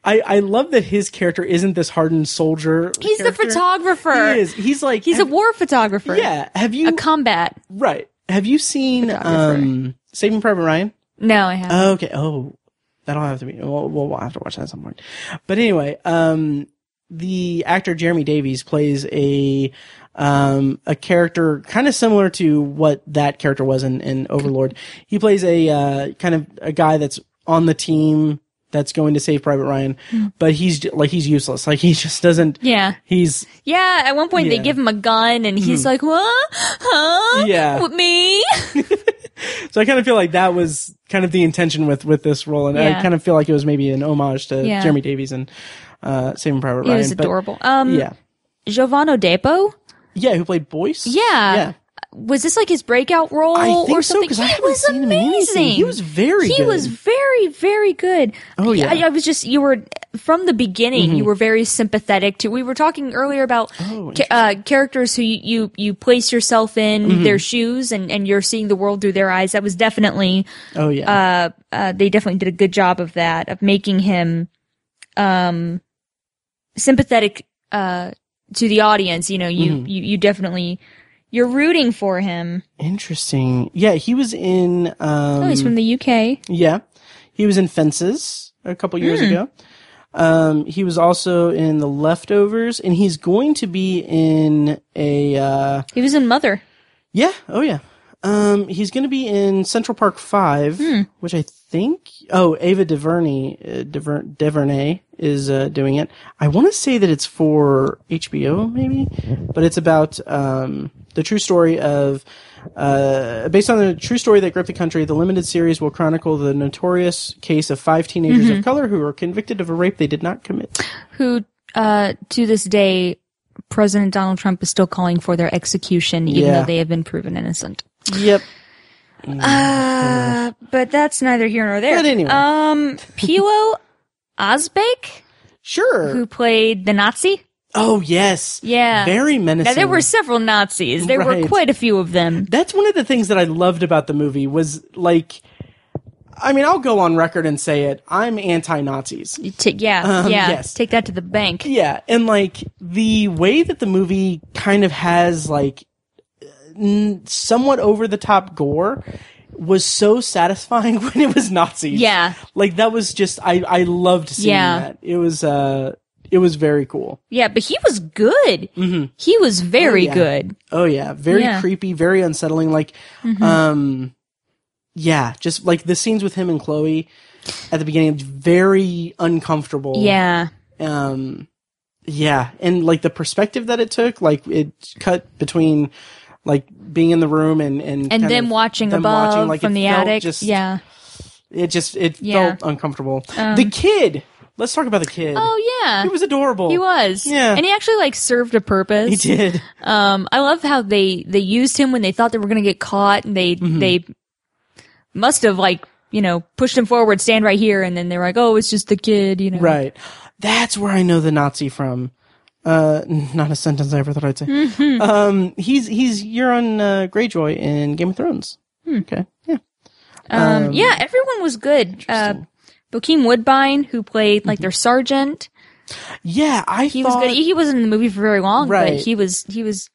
Speaker 1: I, I love that his character isn't this hardened soldier.
Speaker 2: he's
Speaker 1: character.
Speaker 2: the photographer
Speaker 1: He is. He's like
Speaker 2: he's a
Speaker 1: have-
Speaker 2: war photographer
Speaker 1: Yeah. Have you
Speaker 2: a combat
Speaker 1: right? Have you seen
Speaker 2: Photographer.
Speaker 1: um Saving Private Ryan?
Speaker 2: no i haven't
Speaker 1: Okay. Oh, that'll have to be. We'll, we'll, we'll have to watch that at some point. But anyway, um, the actor Jeremy Davies plays a um a character kind of similar to what that character was in, in Overlord. He plays a uh, kind of a guy that's on the team that's going to save Private Ryan, but he's j- like he's useless. Like he just doesn't.
Speaker 2: Mm. yeah
Speaker 1: He's
Speaker 2: yeah at one point
Speaker 1: Yeah. Mm-hmm.
Speaker 2: they give him a gun and he's like what huh
Speaker 1: Yeah.
Speaker 2: with me
Speaker 1: so I kind of feel like that was kind of the intention with with this role, and I
Speaker 2: Yeah.
Speaker 1: kind of feel like it was maybe an homage to
Speaker 2: Yeah.
Speaker 1: Jeremy Davies and uh, Saving Private
Speaker 2: he
Speaker 1: Ryan.
Speaker 2: was
Speaker 1: but-
Speaker 2: adorable um
Speaker 1: yeah.
Speaker 2: giovanni depo
Speaker 1: Yeah, who played Boyce?
Speaker 2: yeah.
Speaker 1: Yeah.
Speaker 2: was this like his breakout role
Speaker 1: I think
Speaker 2: or
Speaker 1: so,
Speaker 2: something?
Speaker 1: 'cause I
Speaker 2: he
Speaker 1: haven't
Speaker 2: was
Speaker 1: seen him in anything.
Speaker 2: amazing.
Speaker 1: He was very
Speaker 2: He
Speaker 1: good.
Speaker 2: was very, very good.
Speaker 1: Oh, yeah. Mm-hmm.
Speaker 2: I, I was just you were from the beginning. You were very sympathetic to. We were talking earlier about
Speaker 1: Oh,
Speaker 2: ca- uh, characters who you, you you place yourself in
Speaker 1: Mm-hmm.
Speaker 2: their shoes and and you're seeing the world through their eyes. That was definitely
Speaker 1: Oh yeah.
Speaker 2: uh, uh, they definitely did a good job of that, of making him, um, sympathetic, uh, to the audience. You know, you,
Speaker 1: Mm-hmm.
Speaker 2: you, you definitely, you're rooting for him.
Speaker 1: Interesting. Yeah, he was in um
Speaker 2: Oh, he's from the UK.
Speaker 1: Yeah. He was in Fences a couple years
Speaker 2: Hmm.
Speaker 1: ago. Um he was also in The Leftovers and he's going to be in a uh
Speaker 2: He was in Mother.
Speaker 1: Yeah, oh yeah. Um he's going to be in Central Park 5,
Speaker 2: Hmm.
Speaker 1: which I think oh, Ava DuVernay uh, Duver- DuVernay is uh, doing it. I want to say that it's for HBO maybe, but it's about um the true story of Uh, based on the true story that gripped the country, the limited series will chronicle the notorious case of five teenagers
Speaker 2: Mm-hmm.
Speaker 1: of color who were convicted of a rape they did not commit.
Speaker 2: Who, uh, to this day, President Donald Trump is still calling for their execution, even
Speaker 1: Yeah.
Speaker 2: though they have been proven innocent.
Speaker 1: Yep.
Speaker 2: Uh, but that's neither here nor there.
Speaker 1: But anyway.
Speaker 2: Um, Pilo Osbeck,
Speaker 1: Sure.
Speaker 2: who played the Nazi.
Speaker 1: oh yes.
Speaker 2: Yeah.
Speaker 1: Very menacing.
Speaker 2: Now, there were several Nazis. There
Speaker 1: Right.
Speaker 2: were quite a few of them.
Speaker 1: That's one of the things that I loved about the movie was like I mean, I'll go on record and say it. I'm anti-Nazis.
Speaker 2: You ta- yeah,
Speaker 1: Um,
Speaker 2: yeah.
Speaker 1: yes.
Speaker 2: Take that to the bank.
Speaker 1: Yeah, and like the way that the movie kind of has like n- somewhat over the top gore was so satisfying when it was Nazis.
Speaker 2: Yeah.
Speaker 1: like that was just I I loved seeing
Speaker 2: Yeah.
Speaker 1: that. It was uh it was very cool.
Speaker 2: Yeah, but he was good. He was very
Speaker 1: Mm-hmm. yeah.
Speaker 2: good.
Speaker 1: Oh yeah, very
Speaker 2: Yeah. Mm-hmm.
Speaker 1: creepy, very unsettling. Like, um, yeah, just like the scenes with him and Chloe at the beginning, very uncomfortable.
Speaker 2: Yeah.
Speaker 1: um yeah and like the perspective that it took like it cut between like being in the room and and kind
Speaker 2: And them
Speaker 1: of
Speaker 2: watching
Speaker 1: them
Speaker 2: above
Speaker 1: watching, like,
Speaker 2: from
Speaker 1: it
Speaker 2: the
Speaker 1: felt
Speaker 2: attic.
Speaker 1: just,
Speaker 2: yeah.
Speaker 1: it just it
Speaker 2: Yeah. Um.
Speaker 1: felt uncomfortable the kid let's talk about the kid
Speaker 2: Oh yeah.
Speaker 1: he was adorable
Speaker 2: He was.
Speaker 1: Yeah.
Speaker 2: And he actually like served a purpose.
Speaker 1: he did
Speaker 2: Um, I love how they they used him when they thought they were going to get caught, and they
Speaker 1: Mm-hmm.
Speaker 2: they must have like you know pushed him forward, stand right here, and then they were like, oh, it's just the kid, you know.
Speaker 1: right that's where i know the nazi from uh not a sentence i ever thought i'd say
Speaker 2: Mm-hmm.
Speaker 1: um he's he's you're on uh, greyjoy in game of thrones
Speaker 2: Hmm.
Speaker 1: okay yeah
Speaker 2: Um, yeah, everyone was good. Uh, Bokeem Woodbine, who played
Speaker 1: Mm-hmm.
Speaker 2: like their sergeant,
Speaker 1: yeah i
Speaker 2: he
Speaker 1: thought
Speaker 2: was good. e- He wasn't in the movie for very long,
Speaker 1: Right.
Speaker 2: but he was he was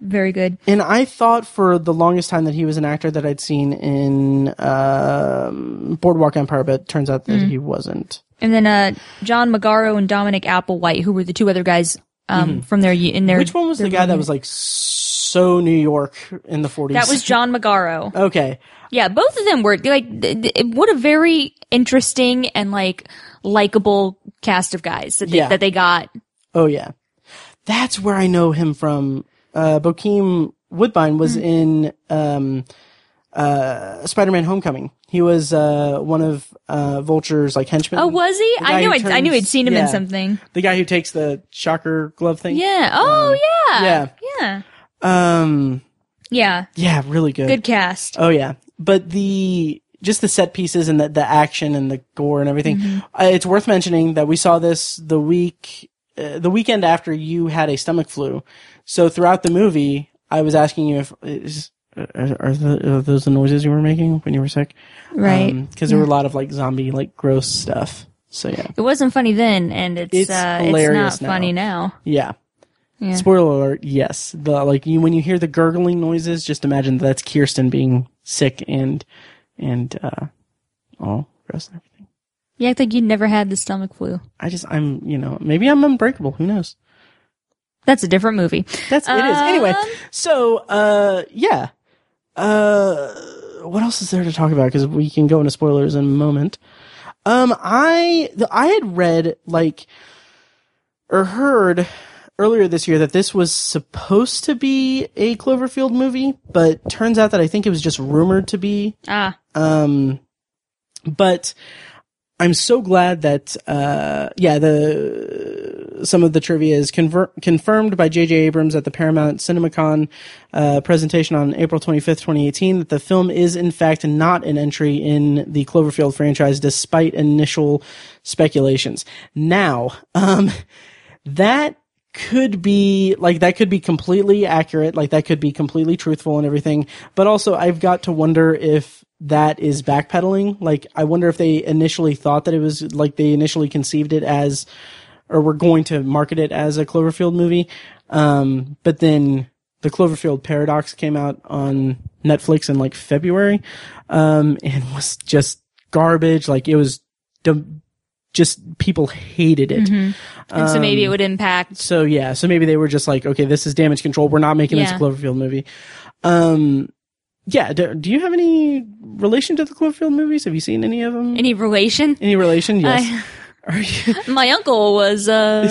Speaker 2: very good.
Speaker 1: And I thought for the longest time that he was an actor that I'd seen in um, Boardwalk Empire, but turns out
Speaker 2: Mm-hmm.
Speaker 1: that he wasn't.
Speaker 2: And then uh, John Magaro and Dominic Applewhite, who were the two other guys um, from their u- in their
Speaker 1: Mm-hmm. Which one was the
Speaker 2: their
Speaker 1: guy that
Speaker 2: unit.
Speaker 1: was like so New York in the forties?
Speaker 2: That was John Magaro.
Speaker 1: okay.
Speaker 2: Yeah, both of them were like th- th- what a very interesting and like likable cast of guys that they,
Speaker 1: Yeah.
Speaker 2: that they got.
Speaker 1: Oh yeah, that's where I know him from. Uh, Bokeem Woodbine
Speaker 2: Hmm.
Speaker 1: was in um, uh, Spider-Man: Homecoming. He was uh, one of uh, Vulture's like henchmen.
Speaker 2: Oh, was he?
Speaker 1: guy
Speaker 2: I knew
Speaker 1: who
Speaker 2: I'd, I knew
Speaker 1: turns-
Speaker 2: I'd seen him
Speaker 1: yeah.
Speaker 2: in something.
Speaker 1: the guy who takes the shocker glove thing?
Speaker 2: Yeah. Oh,
Speaker 1: Um,
Speaker 2: yeah.
Speaker 1: yeah.
Speaker 2: Yeah.
Speaker 1: Um.
Speaker 2: Yeah.
Speaker 1: Yeah. Really good.
Speaker 2: Good cast.
Speaker 1: Oh yeah, but the just the set pieces and the the action and the gore and everything. Uh, it's worth mentioning that we saw this the week uh, the weekend after you had a stomach flu. So throughout the movie, I was asking you if is, are, are, the, are those the noises you were making when you were sick?
Speaker 2: Right.
Speaker 1: Because there were a lot of like zombie like gross stuff. So yeah,
Speaker 2: it wasn't funny then, and it's
Speaker 1: It's
Speaker 2: uh,
Speaker 1: hilarious
Speaker 2: it's not
Speaker 1: now.
Speaker 2: funny now.
Speaker 1: yeah.
Speaker 2: Yeah.
Speaker 1: Spoiler alert. Yes, the like you when you hear the gurgling noises, just imagine that's Kirsten being sick and and uh, all gross and everything.
Speaker 2: You act like you never had the stomach flu.
Speaker 1: I just I'm you know maybe I'm unbreakable. Who knows?
Speaker 2: That's a different movie.
Speaker 1: That's it is anyway.
Speaker 2: Um,
Speaker 1: So uh yeah, uh what else is there to talk about? Because we can go into spoilers in a moment. Um, I the- I had read like or heard earlier this year that this was supposed to be a Cloverfield movie, but turns out that I think it was just rumored to be
Speaker 2: Ah,
Speaker 1: um, but I'm so glad that uh, yeah, the some of the trivia is conver- confirmed by J.J. Abrams at the Paramount CinemaCon uh, presentation on April 25th, 2018, that the film is in fact not an entry in the Cloverfield franchise, despite initial speculations. Now, um, that could be like that could be completely accurate like that could be completely truthful and everything but also i've got to wonder if that is backpedaling like i wonder if they initially thought that it was like they initially conceived it as or were going to market it as a cloverfield movie um but then the cloverfield paradox came out on netflix in like february um and was just garbage like it was dum- just people hated it
Speaker 2: Mm-hmm. and so maybe
Speaker 1: Um,
Speaker 2: it would impact.
Speaker 1: so yeah, so maybe they were just like, okay, this is damage control. We're not making this a
Speaker 2: Yeah.
Speaker 1: Cloverfield movie. Um, yeah. Do, do you have any relation to the Cloverfield movies? Have you seen any of them?
Speaker 2: Any relation?
Speaker 1: Any relation? Yes. are you,
Speaker 2: My uncle was uh,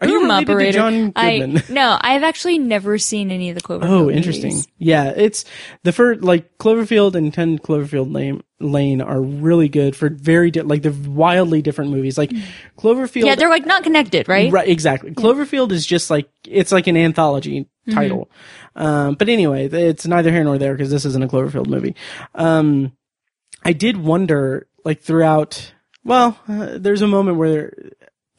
Speaker 1: are you
Speaker 2: boom
Speaker 1: related
Speaker 2: operator.
Speaker 1: to John Goodman?
Speaker 2: I no, I've actually never seen any of the Cloverfield.
Speaker 1: Oh, interesting.
Speaker 2: movies.
Speaker 1: Yeah, it's the first like Cloverfield and Ten Cloverfield Lane Lane are really good for very di- like they're wildly different movies. Like Cloverfield,
Speaker 2: Mm. Yeah, they're like not connected, right?
Speaker 1: Right, exactly. Cloverfield is just like it's like an anthology title. Um, but anyway, th- it's neither here nor there because this isn't a Cloverfield movie. Um, I did wonder, like throughout. Well, uh, there's a moment where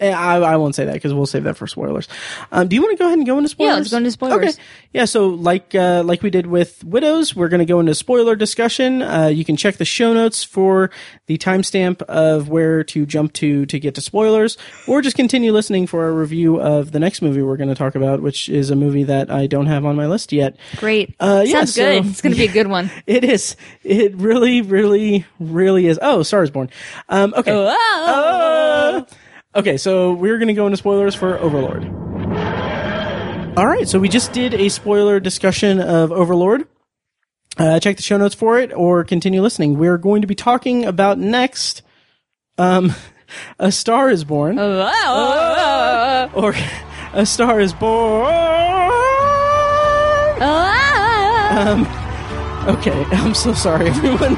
Speaker 1: Eh, I, I won't say that because we'll save that for spoilers. Um, do you want to go ahead and go into spoilers?
Speaker 2: Yeah, let's go into spoilers.
Speaker 1: Okay. Yeah, so like uh, like we did with Widows, we're going to go into spoiler discussion. Uh, you can check the show notes for the timestamp of where to jump to to get to spoilers, or just continue listening for a review of the next movie we're going to talk about, which is a movie that I don't have on my list yet.
Speaker 2: Great.
Speaker 1: Uh, yeah,
Speaker 2: Sounds
Speaker 1: so-
Speaker 2: good. It's going to be a good one.
Speaker 1: It is. It really, really, really is. Oh, Stars Born. Um, okay. Oh. Okay, so we're going to go into spoilers for Overlord. All right, so we just did a spoiler discussion of Overlord. Uh, check the show notes for it or continue listening. We're going to be talking about next um, A Star is Born
Speaker 2: Oh.
Speaker 1: or A Star is Born.
Speaker 2: Oh.
Speaker 1: Okay, I'm so sorry, everyone.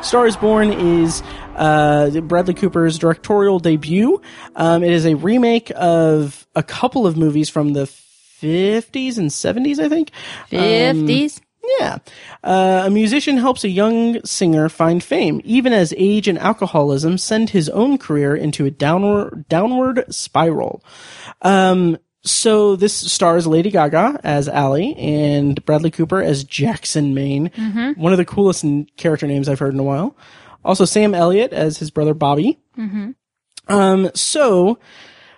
Speaker 1: Star is Born is uh, Bradley Cooper's directorial debut. Um, it is a remake of a couple of movies from the 50s and 70s, I think. Um,
Speaker 2: 50s.
Speaker 1: yeah. Uh, a musician helps a young singer find fame, even as age and alcoholism send his own career into a downward, downward spiral. Um, so this stars Lady Gaga as Ally and Bradley Cooper as Jackson Maine. One of the coolest n- character names I've heard in a while. Also Sam Elliott as his brother Bobby. Um, so,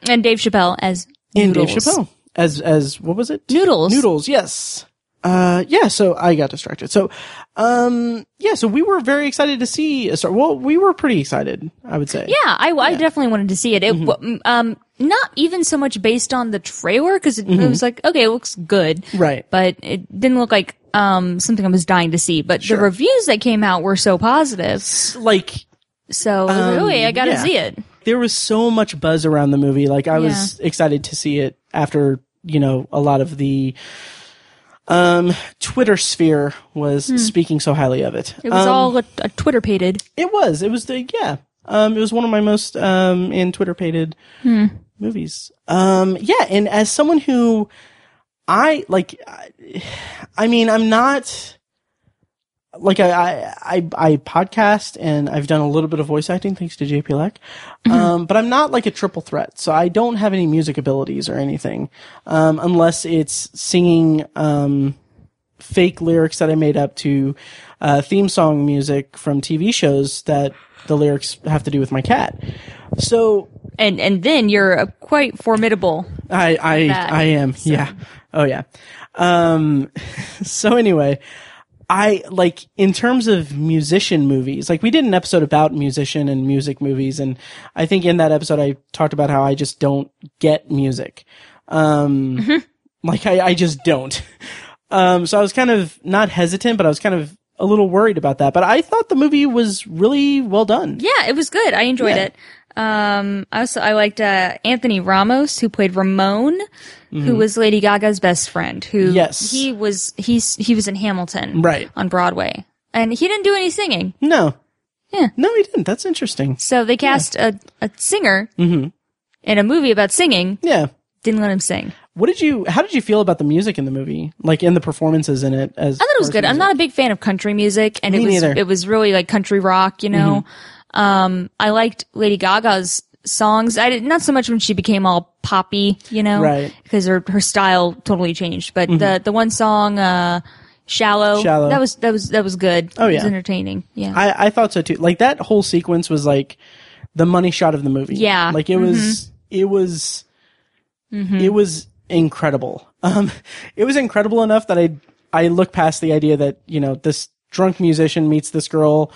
Speaker 2: and Dave Chappelle as
Speaker 1: and
Speaker 2: Noodles.
Speaker 1: Dave Chappelle as, as, what was it?
Speaker 2: Noodles.
Speaker 1: Noodles, yes. Uh, yeah, so I got distracted. So, um, yeah, so we were very excited to see a star. Well, we were pretty excited, I would say.
Speaker 2: Yeah, I, I definitely wanted to see it. It
Speaker 1: Mm-hmm.
Speaker 2: w um not even so much based on the trailer because it, it was like okay, it looks good,
Speaker 1: Mm-hmm. Right.
Speaker 2: But it didn't look like um something I was dying to see. But the reviews that came out were so positive,
Speaker 1: Like,
Speaker 2: so I was like, okay, I gotta
Speaker 1: Um, yeah.
Speaker 2: see it.
Speaker 1: there was so much buzz around the movie. Like, I was excited to see it after, you know, a lot of the, um, Twitter sphere was speaking so highly of it.
Speaker 2: Hmm. It was
Speaker 1: Um,
Speaker 2: all a, a Twitter pated.
Speaker 1: It was. It was the yeah. Um, it was one of my most um and Twitter pated movies. Um, yeah, and as someone who I like, I, I mean, I'm not like I, I I I podcast and I've done a little bit of voice acting thanks to JP Leck. Um, but I'm not like a triple threat, so I don't have any music abilities or anything, um, unless it's singing. Um, fake lyrics that I made up to uh, theme song music from TV shows that the lyrics have to do with my cat. So
Speaker 2: And and then you're uh, quite formidable.
Speaker 1: I I
Speaker 2: that.
Speaker 1: I am yeah oh yeah. Um, so anyway, I like in terms of musician movies. Like we did an episode about musician and music movies, and I think in that episode I talked about how I just don't get music. Um,
Speaker 2: Mm-hmm.
Speaker 1: like I I just don't. Um, so I was kind of not hesitant, but I was kind of a little worried about that. But I thought the movie was really well done.
Speaker 2: Yeah, it was good. I enjoyed
Speaker 1: Yeah.
Speaker 2: it. Um, I also I liked uh, Anthony Ramos who played Ramon, who was Lady Gaga's best friend. Who
Speaker 1: Mm-hmm. Yes.
Speaker 2: he was he's he was in Hamilton
Speaker 1: Right.
Speaker 2: on Broadway, and he didn't do any singing.
Speaker 1: No.
Speaker 2: Yeah.
Speaker 1: No, he didn't. That's interesting.
Speaker 2: So they cast a, a singer
Speaker 1: Mm-hmm.
Speaker 2: in a movie about singing.
Speaker 1: Yeah.
Speaker 2: Didn't let him sing.
Speaker 1: What did you? How did you feel about the music in the movie? Like in the performances in it? As
Speaker 2: I thought it was good. I'm not a big fan of country music, and
Speaker 1: Me
Speaker 2: it was
Speaker 1: neither. Mm-hmm.
Speaker 2: it was really like country rock, you know. Um, I liked Lady Gaga's songs. I did not so much when she became all poppy, you know,
Speaker 1: Right. Mm-hmm.
Speaker 2: Because her her style totally changed. But the the one song, uh, "Shallow,"
Speaker 1: Shallow.
Speaker 2: that was that was that was good. Oh it was
Speaker 1: yeah.
Speaker 2: entertaining. Yeah,
Speaker 1: I, I thought so too. Like that whole sequence was like the money shot of the movie.
Speaker 2: Yeah. Mm-hmm.
Speaker 1: Like it was. It was. It was incredible. Um, it was incredible enough that I I look past the idea that you know this drunk musician meets this girl,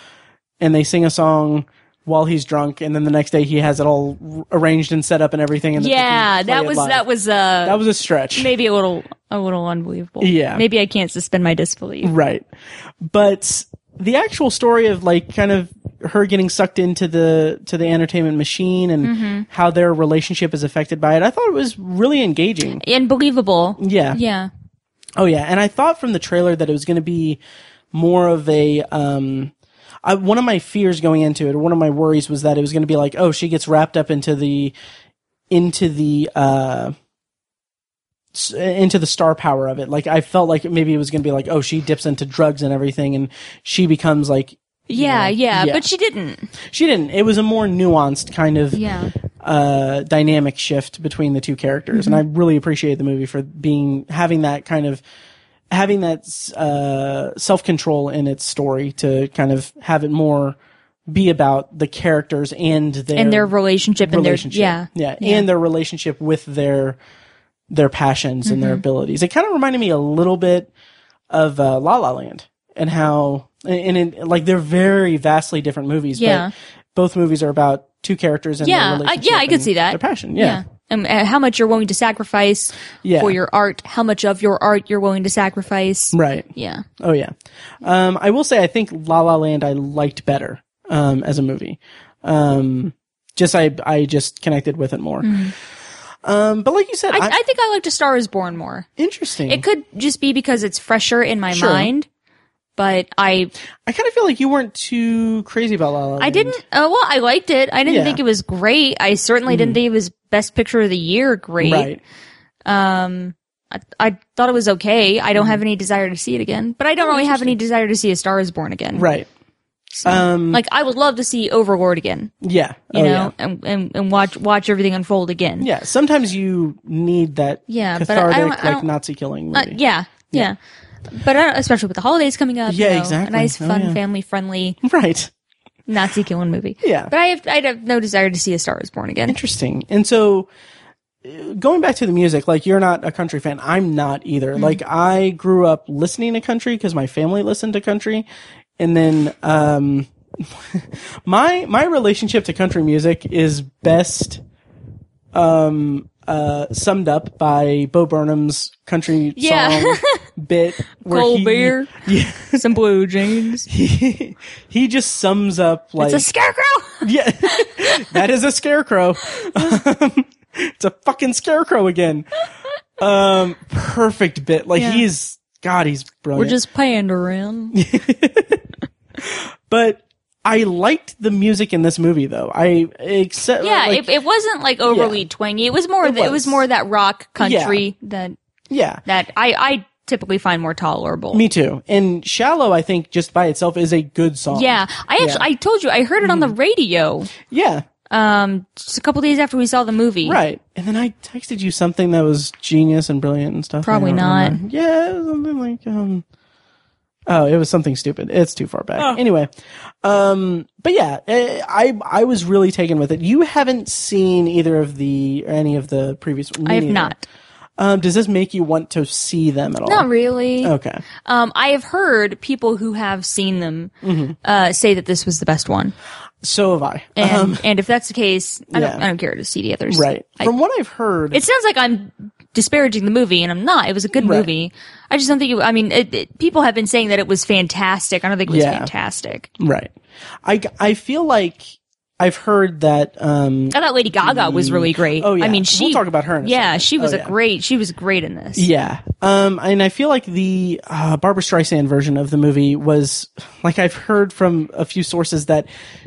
Speaker 1: and they sing a song while he's drunk, and then the next day he has it all r- arranged and set up and everything. And then they can
Speaker 2: yeah,
Speaker 1: play
Speaker 2: that
Speaker 1: it
Speaker 2: was
Speaker 1: live.
Speaker 2: that was uh
Speaker 1: that was a stretch.
Speaker 2: maybe a little a little unbelievable.
Speaker 1: Yeah.
Speaker 2: maybe I can't suspend my disbelief.
Speaker 1: Right. But the actual story of like kind of her getting sucked into the to the entertainment machine and how their relationship is affected by it. I thought it was really engaging.
Speaker 2: and believable.
Speaker 1: Yeah.
Speaker 2: Yeah.
Speaker 1: Oh yeah, and I thought from the trailer that it was going to be more of a um I, one of my fears going into it, or one of my worries was that it was going to be like, oh, she gets wrapped up into the into the uh s- into the star power of it. Like I felt like maybe it was going to be like, oh, she dips into drugs and everything and she becomes like
Speaker 2: Yeah, yeah,
Speaker 1: Yeah.
Speaker 2: but she didn't.
Speaker 1: she didn't. It was a more nuanced kind of
Speaker 2: Yeah.
Speaker 1: uh, dynamic shift between the two characters,
Speaker 2: Mm-hmm.
Speaker 1: and I really appreciate the movie for being having that kind of having that uh, self control in its story to kind of have it more be about the characters and their
Speaker 2: And their relationship,
Speaker 1: relationship,
Speaker 2: and their
Speaker 1: yeah, and their relationship with their their passions and
Speaker 2: Mm-hmm.
Speaker 1: their abilities. It kind of reminded me a little bit of uh, La La Land and how and, and it, like they're very vastly different movies.
Speaker 2: Yeah.
Speaker 1: but both movies are about two characters and
Speaker 2: Yeah, I-
Speaker 1: their relationship
Speaker 2: yeah, I could
Speaker 1: and
Speaker 2: see that.
Speaker 1: their passion.
Speaker 2: yeah.
Speaker 1: Yeah.
Speaker 2: Um, uh, how much you're willing to sacrifice
Speaker 1: Yeah.
Speaker 2: for your art, how much of your art you're willing to sacrifice.
Speaker 1: right.
Speaker 2: Yeah.
Speaker 1: Oh yeah. Um, I will say I think La La Land I liked better um, as a movie. Um, just I I just connected with it more. Um, but like you said,
Speaker 2: Mm-hmm. I,
Speaker 1: I,
Speaker 2: I think I liked A Star is Born more.
Speaker 1: interesting.
Speaker 2: It could just be because it's fresher in my
Speaker 1: Sure.
Speaker 2: mind. But I
Speaker 1: I kind of feel like you weren't too crazy about La La Land.
Speaker 2: I didn't oh well, I liked it. I didn't
Speaker 1: Yeah. Mm.
Speaker 2: think it was great. I certainly didn't think it was best picture of the year great.
Speaker 1: Right.
Speaker 2: Um I, I thought it was okay. I
Speaker 1: Mm.
Speaker 2: don't have any desire to see it again, but I don't really have any desire to see A Star is Born again.
Speaker 1: Right. Um,
Speaker 2: Like I would love to see Overlord again,
Speaker 1: yeah.
Speaker 2: you
Speaker 1: oh,
Speaker 2: know,
Speaker 1: yeah.
Speaker 2: and, and and watch watch everything unfold again.
Speaker 1: Yeah. Sometimes you need that
Speaker 2: Yeah, but I
Speaker 1: cathartic,
Speaker 2: don't- I
Speaker 1: like
Speaker 2: don't-
Speaker 1: Nazi killing
Speaker 2: Uh,
Speaker 1: movie.
Speaker 2: yeah, yeah. But I don't, especially with the holidays coming up,
Speaker 1: Yeah,
Speaker 2: you know,
Speaker 1: exactly.
Speaker 2: A nice,
Speaker 1: Oh,
Speaker 2: fun,
Speaker 1: yeah.
Speaker 2: family friendly
Speaker 1: Right.
Speaker 2: Nazi killing movie.
Speaker 1: Yeah.
Speaker 2: But I have I have no desire to see A Star Is Born again.
Speaker 1: Interesting. And so uh, going back to the music, like you're not a country fan. I'm not either.
Speaker 2: Mm-hmm.
Speaker 1: Like I grew up listening to country because my family listened to country. And then, um, my, my relationship to country music is best, um, uh, summed up by Bo Burnham's country
Speaker 2: Yeah.
Speaker 1: song bit where
Speaker 2: Cold
Speaker 1: he-
Speaker 2: beer,
Speaker 1: Yeah.
Speaker 2: some blue jeans.
Speaker 1: he, he just sums up like
Speaker 2: it's a scarecrow.
Speaker 1: yeah, that is a scarecrow. it's a fucking scarecrow again. Um, perfect bit. Like
Speaker 2: Yeah.
Speaker 1: he's God, he's
Speaker 2: We're
Speaker 1: brilliant.
Speaker 2: just pandering.
Speaker 1: but I liked the music in this movie though. I except
Speaker 2: Yeah,
Speaker 1: like-
Speaker 2: it, it wasn't like overly twangy. It was more
Speaker 1: It
Speaker 2: th- it
Speaker 1: was.
Speaker 2: was more that rock country that
Speaker 1: yeah.
Speaker 2: that I I typically find more tolerable.
Speaker 1: Me too. And shallow, I think, just by itself is a good song.
Speaker 2: yeah, I actually
Speaker 1: Yeah. Mm.
Speaker 2: I told you I heard it on the radio.
Speaker 1: yeah,
Speaker 2: Um, just a couple days after we saw the movie.
Speaker 1: right. And then I texted you something that was genius and brilliant and stuff. I
Speaker 2: Probably
Speaker 1: don't
Speaker 2: not.
Speaker 1: remember. Yeah, it was something like um. Oh, it was something stupid. It's too far back.
Speaker 2: Oh.
Speaker 1: Anyway, um, but yeah, eh, I I was really taken with it. You haven't seen either of the or any of the previous.
Speaker 2: I have not.
Speaker 1: Um, does this make you want to see them at all?
Speaker 2: Not really.
Speaker 1: Okay.
Speaker 2: Um, I have heard people who have seen them
Speaker 1: Mm-hmm.
Speaker 2: uh, say that this was the best one,
Speaker 1: So have I.
Speaker 2: and,
Speaker 1: Um,
Speaker 2: and if that's the case, I don't,
Speaker 1: yeah.
Speaker 2: I don't care to see the others.
Speaker 1: right.
Speaker 2: I-
Speaker 1: From what I've heard,
Speaker 2: it sounds like I'm disparaging the movie, and I'm not. It was a good
Speaker 1: Right.
Speaker 2: movie. I just don't think. It, I mean, it, it- people have been saying that it was fantastic. I don't think it was
Speaker 1: Yeah.
Speaker 2: fantastic.
Speaker 1: right. I I feel like I've heard that. Um,
Speaker 2: I thought Lady Gaga was really great.
Speaker 1: Oh, yeah.
Speaker 2: I mean,
Speaker 1: We'll
Speaker 2: she.
Speaker 1: talk about her in a
Speaker 2: yeah,
Speaker 1: second.
Speaker 2: she was
Speaker 1: Oh,
Speaker 2: a
Speaker 1: yeah.
Speaker 2: great. She was great in this.
Speaker 1: Yeah. Um, and I feel like the uh, Barbara Streisand version of the movie was, like, I've heard from a few sources that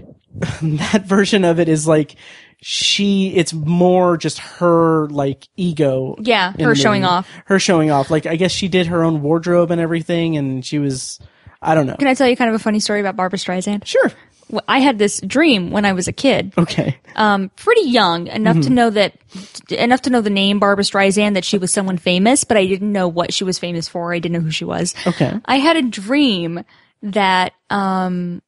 Speaker 1: that version of it is like she, it's more just her, like, ego.
Speaker 2: Yeah,
Speaker 1: in
Speaker 2: her
Speaker 1: the
Speaker 2: showing off.
Speaker 1: Her showing off. Like, I guess she did her own wardrobe and everything, and she was, I don't know.
Speaker 2: Can I tell you kind of a funny story about Barbara Streisand?
Speaker 1: sure.
Speaker 2: Well, I had this dream when I was a kid.
Speaker 1: Okay.
Speaker 2: um, pretty young enough to know that enough to know the name Barbara Streisand that she was someone famous, but I didn't know what she was famous for. I didn't know who she was.
Speaker 1: Okay.
Speaker 2: I had a dream that um,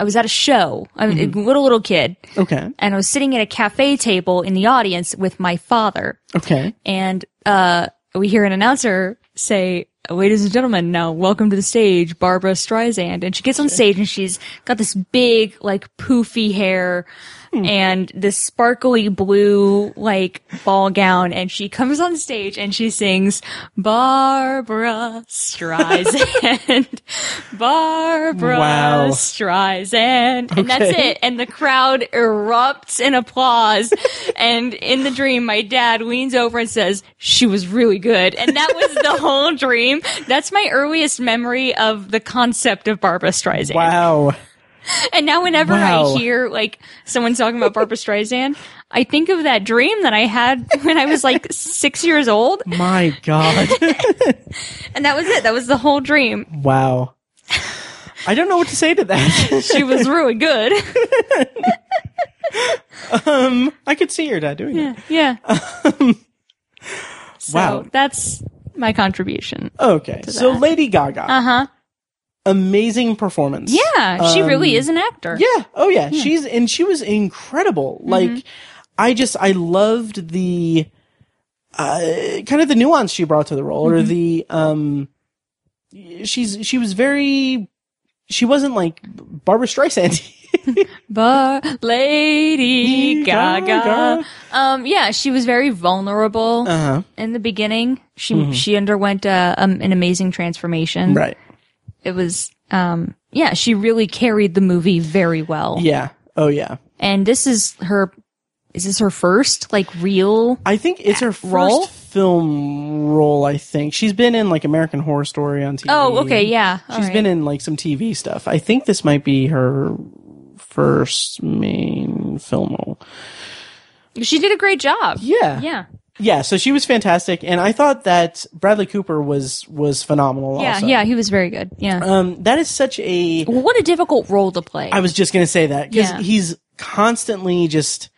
Speaker 2: I was at a show. I'm a little little kid,
Speaker 1: Okay.
Speaker 2: and I was sitting at a cafe table in the audience with my father,
Speaker 1: Okay.
Speaker 2: and uh, we hear an announcer say. ladies and gentlemen, now welcome to the stage, Barbara Streisand. And she gets on stage and she's got this big, like, poofy hair
Speaker 1: Hmm.
Speaker 2: and this sparkly blue, like, ball gown. And she comes on stage and she sings, Barbara Streisand, Barbara
Speaker 1: Wow.
Speaker 2: Streisand. And that's
Speaker 1: Okay.
Speaker 2: it. And the crowd erupts in applause. and in the dream, my dad leans over and says, She was really good. And that was the whole dream. That's my earliest memory of the concept of Barbara Streisand.
Speaker 1: Wow.
Speaker 2: And now, whenever
Speaker 1: Wow.
Speaker 2: I hear like someone talking about Barbara Streisand, I think of that dream that I had when I was like six years old.
Speaker 1: My God.
Speaker 2: And that was it. That was the whole dream.
Speaker 1: wow. I don't know what to say to that.
Speaker 2: She was really good.
Speaker 1: I could see your dad doing it.
Speaker 2: Yeah. so
Speaker 1: Um, Wow.
Speaker 2: that's my contribution.
Speaker 1: Okay. So
Speaker 2: that.
Speaker 1: Lady Gaga.
Speaker 2: Uh huh.
Speaker 1: Amazing performance.
Speaker 2: Yeah, Hmm. she really is an actor.
Speaker 1: Um, Yeah. Oh yeah. She's and she was incredible.
Speaker 2: Mm-hmm.
Speaker 1: Like I just I loved the uh, kind of the nuance she brought to the role
Speaker 2: Mm-hmm.
Speaker 1: or the um she's she was very she wasn't like Barbara Streisand.
Speaker 2: Bar Lady Gaga.
Speaker 1: Gaga.
Speaker 2: Um, yeah, she was very vulnerable
Speaker 1: uh-huh.
Speaker 2: in the beginning. She she underwent uh, um, an amazing transformation.
Speaker 1: Mm-hmm. Right.
Speaker 2: It was um, yeah, she really carried the movie very well.
Speaker 1: Yeah. Oh yeah.
Speaker 2: And this is her. Is this her first like real?
Speaker 1: I think it's her first
Speaker 2: role?
Speaker 1: film role, I think. She's been in like American Horror Story on TV.
Speaker 2: Oh, okay, yeah.
Speaker 1: She's
Speaker 2: All right.
Speaker 1: been in like some TV stuff. I think this might be her first main film role.
Speaker 2: She did a great job.
Speaker 1: Yeah.
Speaker 2: Yeah.
Speaker 1: Yeah, so she was fantastic and I thought that Bradley Cooper was was phenomenal
Speaker 2: Yeah.
Speaker 1: also.
Speaker 2: Yeah. He was very good. Yeah.
Speaker 1: Um that is such a
Speaker 2: Well, what a difficult role to play.
Speaker 1: I was just going to say that cuz
Speaker 2: Yeah.
Speaker 1: he's constantly just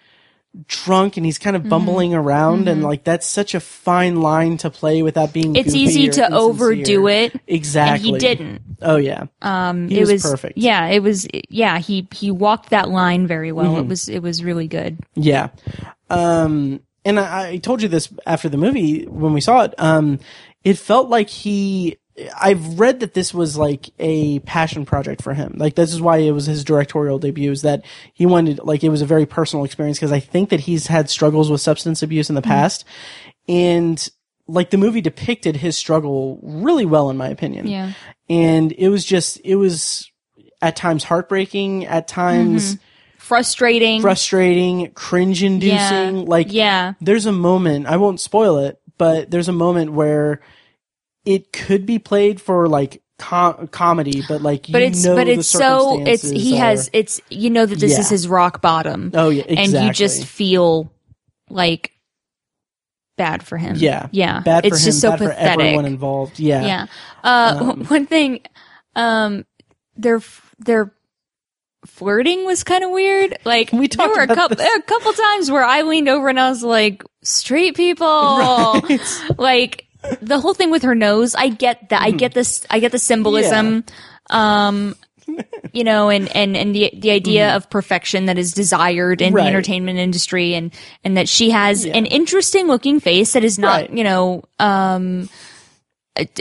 Speaker 1: drunk and he's kind
Speaker 2: Mm-hmm.
Speaker 1: of bumbling around and like that's such a fine line to play without being
Speaker 2: It's
Speaker 1: goofy
Speaker 2: easy
Speaker 1: or
Speaker 2: to
Speaker 1: insincere.
Speaker 2: overdo it,
Speaker 1: exactly
Speaker 2: And he didn't.
Speaker 1: oh yeah
Speaker 2: Um,
Speaker 1: He
Speaker 2: it
Speaker 1: was
Speaker 2: was,
Speaker 1: perfect.
Speaker 2: Yeah, it was. Yeah, he he walked that line very well.
Speaker 1: Mm-hmm.
Speaker 2: It was it was really good.
Speaker 1: Yeah. Um, and I, I told you this after the movie when we saw it. Um, it felt like he. I've read that this was like a passion project for him. Like this is why it was his directorial debut. Is that he wanted like it was a very personal experience because I think that he's had struggles with substance abuse in the past, and like the movie depicted his struggle really well in my opinion.
Speaker 2: Yeah.
Speaker 1: And it was just it was at times heartbreaking, at times
Speaker 2: Frustrating.
Speaker 1: frustrating, cringe inducing.
Speaker 2: Yeah.
Speaker 1: Like,
Speaker 2: yeah.
Speaker 1: there's a moment, I won't spoil it, but there's a moment where it could be played for like com- comedy, but like,
Speaker 2: But
Speaker 1: you
Speaker 2: it's
Speaker 1: know,
Speaker 2: but
Speaker 1: the
Speaker 2: it's so it's he
Speaker 1: circumstances
Speaker 2: has
Speaker 1: are-
Speaker 2: it's you know that this
Speaker 1: Yeah.
Speaker 2: is his rock bottom.
Speaker 1: oh, yeah, exactly.
Speaker 2: And you just feel like bad for him.
Speaker 1: yeah,
Speaker 2: Yeah.
Speaker 1: bad for
Speaker 2: it's
Speaker 1: him,
Speaker 2: just so
Speaker 1: bad
Speaker 2: pathetic.
Speaker 1: for everyone involved. Yeah.
Speaker 2: Yeah. Uh, one thing, um, their their flirting was kind of weird. Like
Speaker 1: We
Speaker 2: there
Speaker 1: talked
Speaker 2: were a
Speaker 1: about
Speaker 2: couple
Speaker 1: this.
Speaker 2: a couple times where I leaned over and I was like, "Straight people," like. The whole thing with her nose, I get that. I
Speaker 1: Hmm.
Speaker 2: get this. I get the symbolism, um, you know, and and and the the idea of perfection that is desired in
Speaker 1: Hmm. Right.
Speaker 2: the entertainment industry, and and that she has
Speaker 1: Yeah.
Speaker 2: an interesting looking face that is not,
Speaker 1: Right.
Speaker 2: you know, um,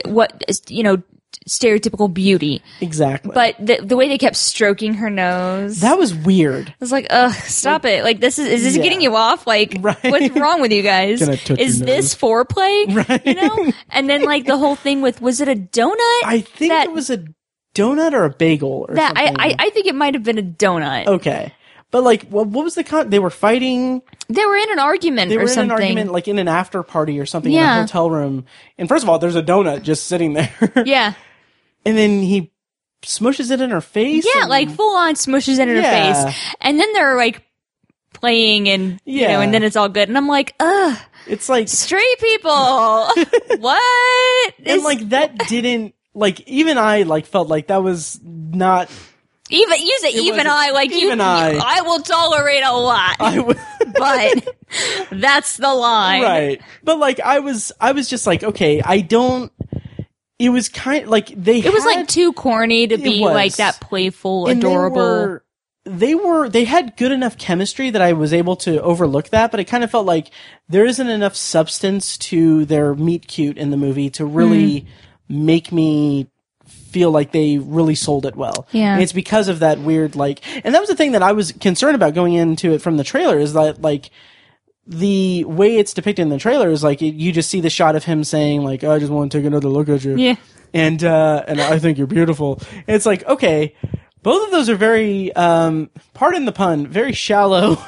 Speaker 2: what is, you know stereotypical beauty
Speaker 1: exactly.
Speaker 2: but the, the way they kept stroking her nose
Speaker 1: that was weird.
Speaker 2: I was like ugh stop it like this is is this
Speaker 1: Yeah.
Speaker 2: getting you off like
Speaker 1: Right.
Speaker 2: what's wrong with you guys
Speaker 1: Gonna touch
Speaker 2: is
Speaker 1: your
Speaker 2: this foreplay you know and then like the whole thing with was it a donut
Speaker 1: I think
Speaker 2: that-
Speaker 1: it was a donut or a bagel or
Speaker 2: that I,
Speaker 1: something. Oh.
Speaker 2: I I think it might have been a donut
Speaker 1: okay. But like, what, what was the con? They were fighting.
Speaker 2: they were in an argument
Speaker 1: they
Speaker 2: or
Speaker 1: were
Speaker 2: something
Speaker 1: in an argument like in an after party or something in a
Speaker 2: Yeah.
Speaker 1: hotel room and first of all there's a donut just sitting there
Speaker 2: yeah
Speaker 1: and then he smushes it in her face
Speaker 2: yeah
Speaker 1: and-
Speaker 2: like full on smushes in her
Speaker 1: Yeah.
Speaker 2: face and then they're like playing and you know
Speaker 1: Yeah.
Speaker 2: and then it's all good and I'm like ugh
Speaker 1: it's like
Speaker 2: straight people. what?
Speaker 1: and
Speaker 2: It's-
Speaker 1: like that didn't like even i like felt like that was not
Speaker 2: even use it, even
Speaker 1: wasn't-
Speaker 2: I like you,
Speaker 1: even I.
Speaker 2: you- I will tolerate a lot,
Speaker 1: i w-
Speaker 2: but that's the line.
Speaker 1: right but like i was i was just like okay i don't it was kind like they
Speaker 2: It was like too corny to be
Speaker 1: was.
Speaker 2: like that playful,
Speaker 1: and they
Speaker 2: adorable.
Speaker 1: were- They were they had good enough chemistry that I was able to overlook that, but it kind of felt like there isn't enough substance to their meet cute in the movie to really
Speaker 2: Hmm.
Speaker 1: make me feel like they really sold it well.
Speaker 2: Yeah.
Speaker 1: And it's because of that weird like and that was the thing that I was concerned about going into it from the trailer is that like the way it's depicted in the trailer is like you just see the shot of him saying like I just want to take another look at you.
Speaker 2: Yeah.
Speaker 1: And uh and I think you're beautiful. And it's like okay, both of those are very um pardon the pun, very shallow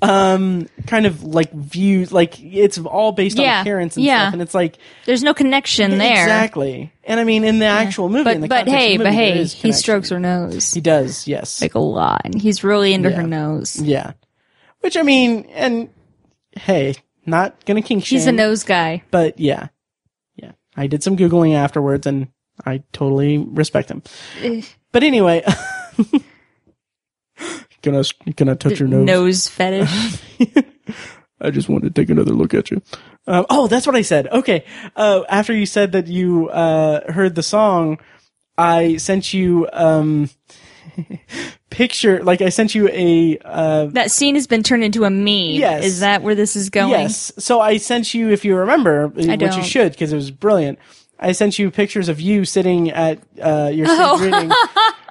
Speaker 1: um
Speaker 2: Mm-hmm.
Speaker 1: kind of like views like it's all based
Speaker 2: Yeah.
Speaker 1: on appearance and
Speaker 2: Yeah.
Speaker 1: stuff and it's like
Speaker 2: There's no connection there.
Speaker 1: Exactly. And I mean, in the actual movie, in
Speaker 2: But
Speaker 1: the
Speaker 2: but
Speaker 1: context of
Speaker 2: hey,
Speaker 1: the
Speaker 2: but
Speaker 1: movie, there
Speaker 2: hey,
Speaker 1: is
Speaker 2: he
Speaker 1: connection.
Speaker 2: strokes her nose
Speaker 1: He does, yes.
Speaker 2: like a lot, and he's really into
Speaker 1: Yeah.
Speaker 2: her nose.
Speaker 1: yeah. Which I mean, and hey, not gonna kink shame.
Speaker 2: He's a nose guy.
Speaker 1: But yeah, yeah. I did some googling afterwards, and I totally respect him. But anyway, gonna gonna touch your nose.
Speaker 2: Nose fetish.
Speaker 1: I just wanted to take another look at you. Um, oh, that's what I said. Okay. Uh, after you said that you uh, heard the song, I sent you um, picture. Like I sent you a uh,
Speaker 2: that scene has been turned into a meme.
Speaker 1: Yes.
Speaker 2: Is that where this is going?
Speaker 1: yes. So I sent you, if you remember, which you
Speaker 2: don't.
Speaker 1: should, because it was brilliant. I sent you pictures of you sitting at uh, your stage
Speaker 2: Oh.
Speaker 1: reading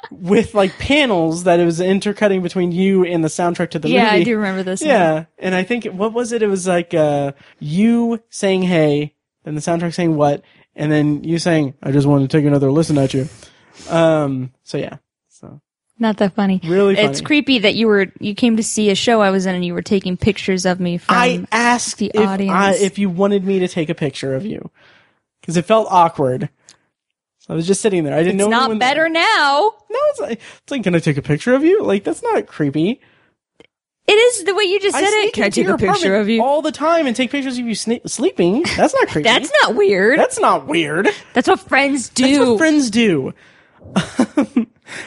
Speaker 1: with like panels that it was intercutting between you and the soundtrack to the
Speaker 2: Yeah,
Speaker 1: movie.
Speaker 2: I do remember this. now.
Speaker 1: Yeah, and I think what was it? It was like uh, you saying "Hey," then the soundtrack saying "What," and then you saying "I just wanted to take another listen at you." Um. So yeah. So
Speaker 2: Not that funny.
Speaker 1: Really
Speaker 2: It's
Speaker 1: funny.
Speaker 2: creepy that you were you came to see a show I was in and you were taking pictures of me from
Speaker 1: I asked
Speaker 2: um, the
Speaker 1: if I-
Speaker 2: audience.
Speaker 1: if you wanted me to take a picture of you because it felt awkward. So I was just sitting there. I didn't
Speaker 2: It's
Speaker 1: know.
Speaker 2: not
Speaker 1: anyone-
Speaker 2: better now.
Speaker 1: No, it's like, it's like, can I take a picture of you? Like that's not creepy.
Speaker 2: It is the way you just said
Speaker 1: sneak
Speaker 2: it. Can I
Speaker 1: into
Speaker 2: take
Speaker 1: your
Speaker 2: a picture
Speaker 1: apartment
Speaker 2: of you?
Speaker 1: all the time and take pictures of you sne- sleeping? That's not creepy.
Speaker 2: That's not weird.
Speaker 1: That's not weird.
Speaker 2: That's what friends do.
Speaker 1: That's what friends do.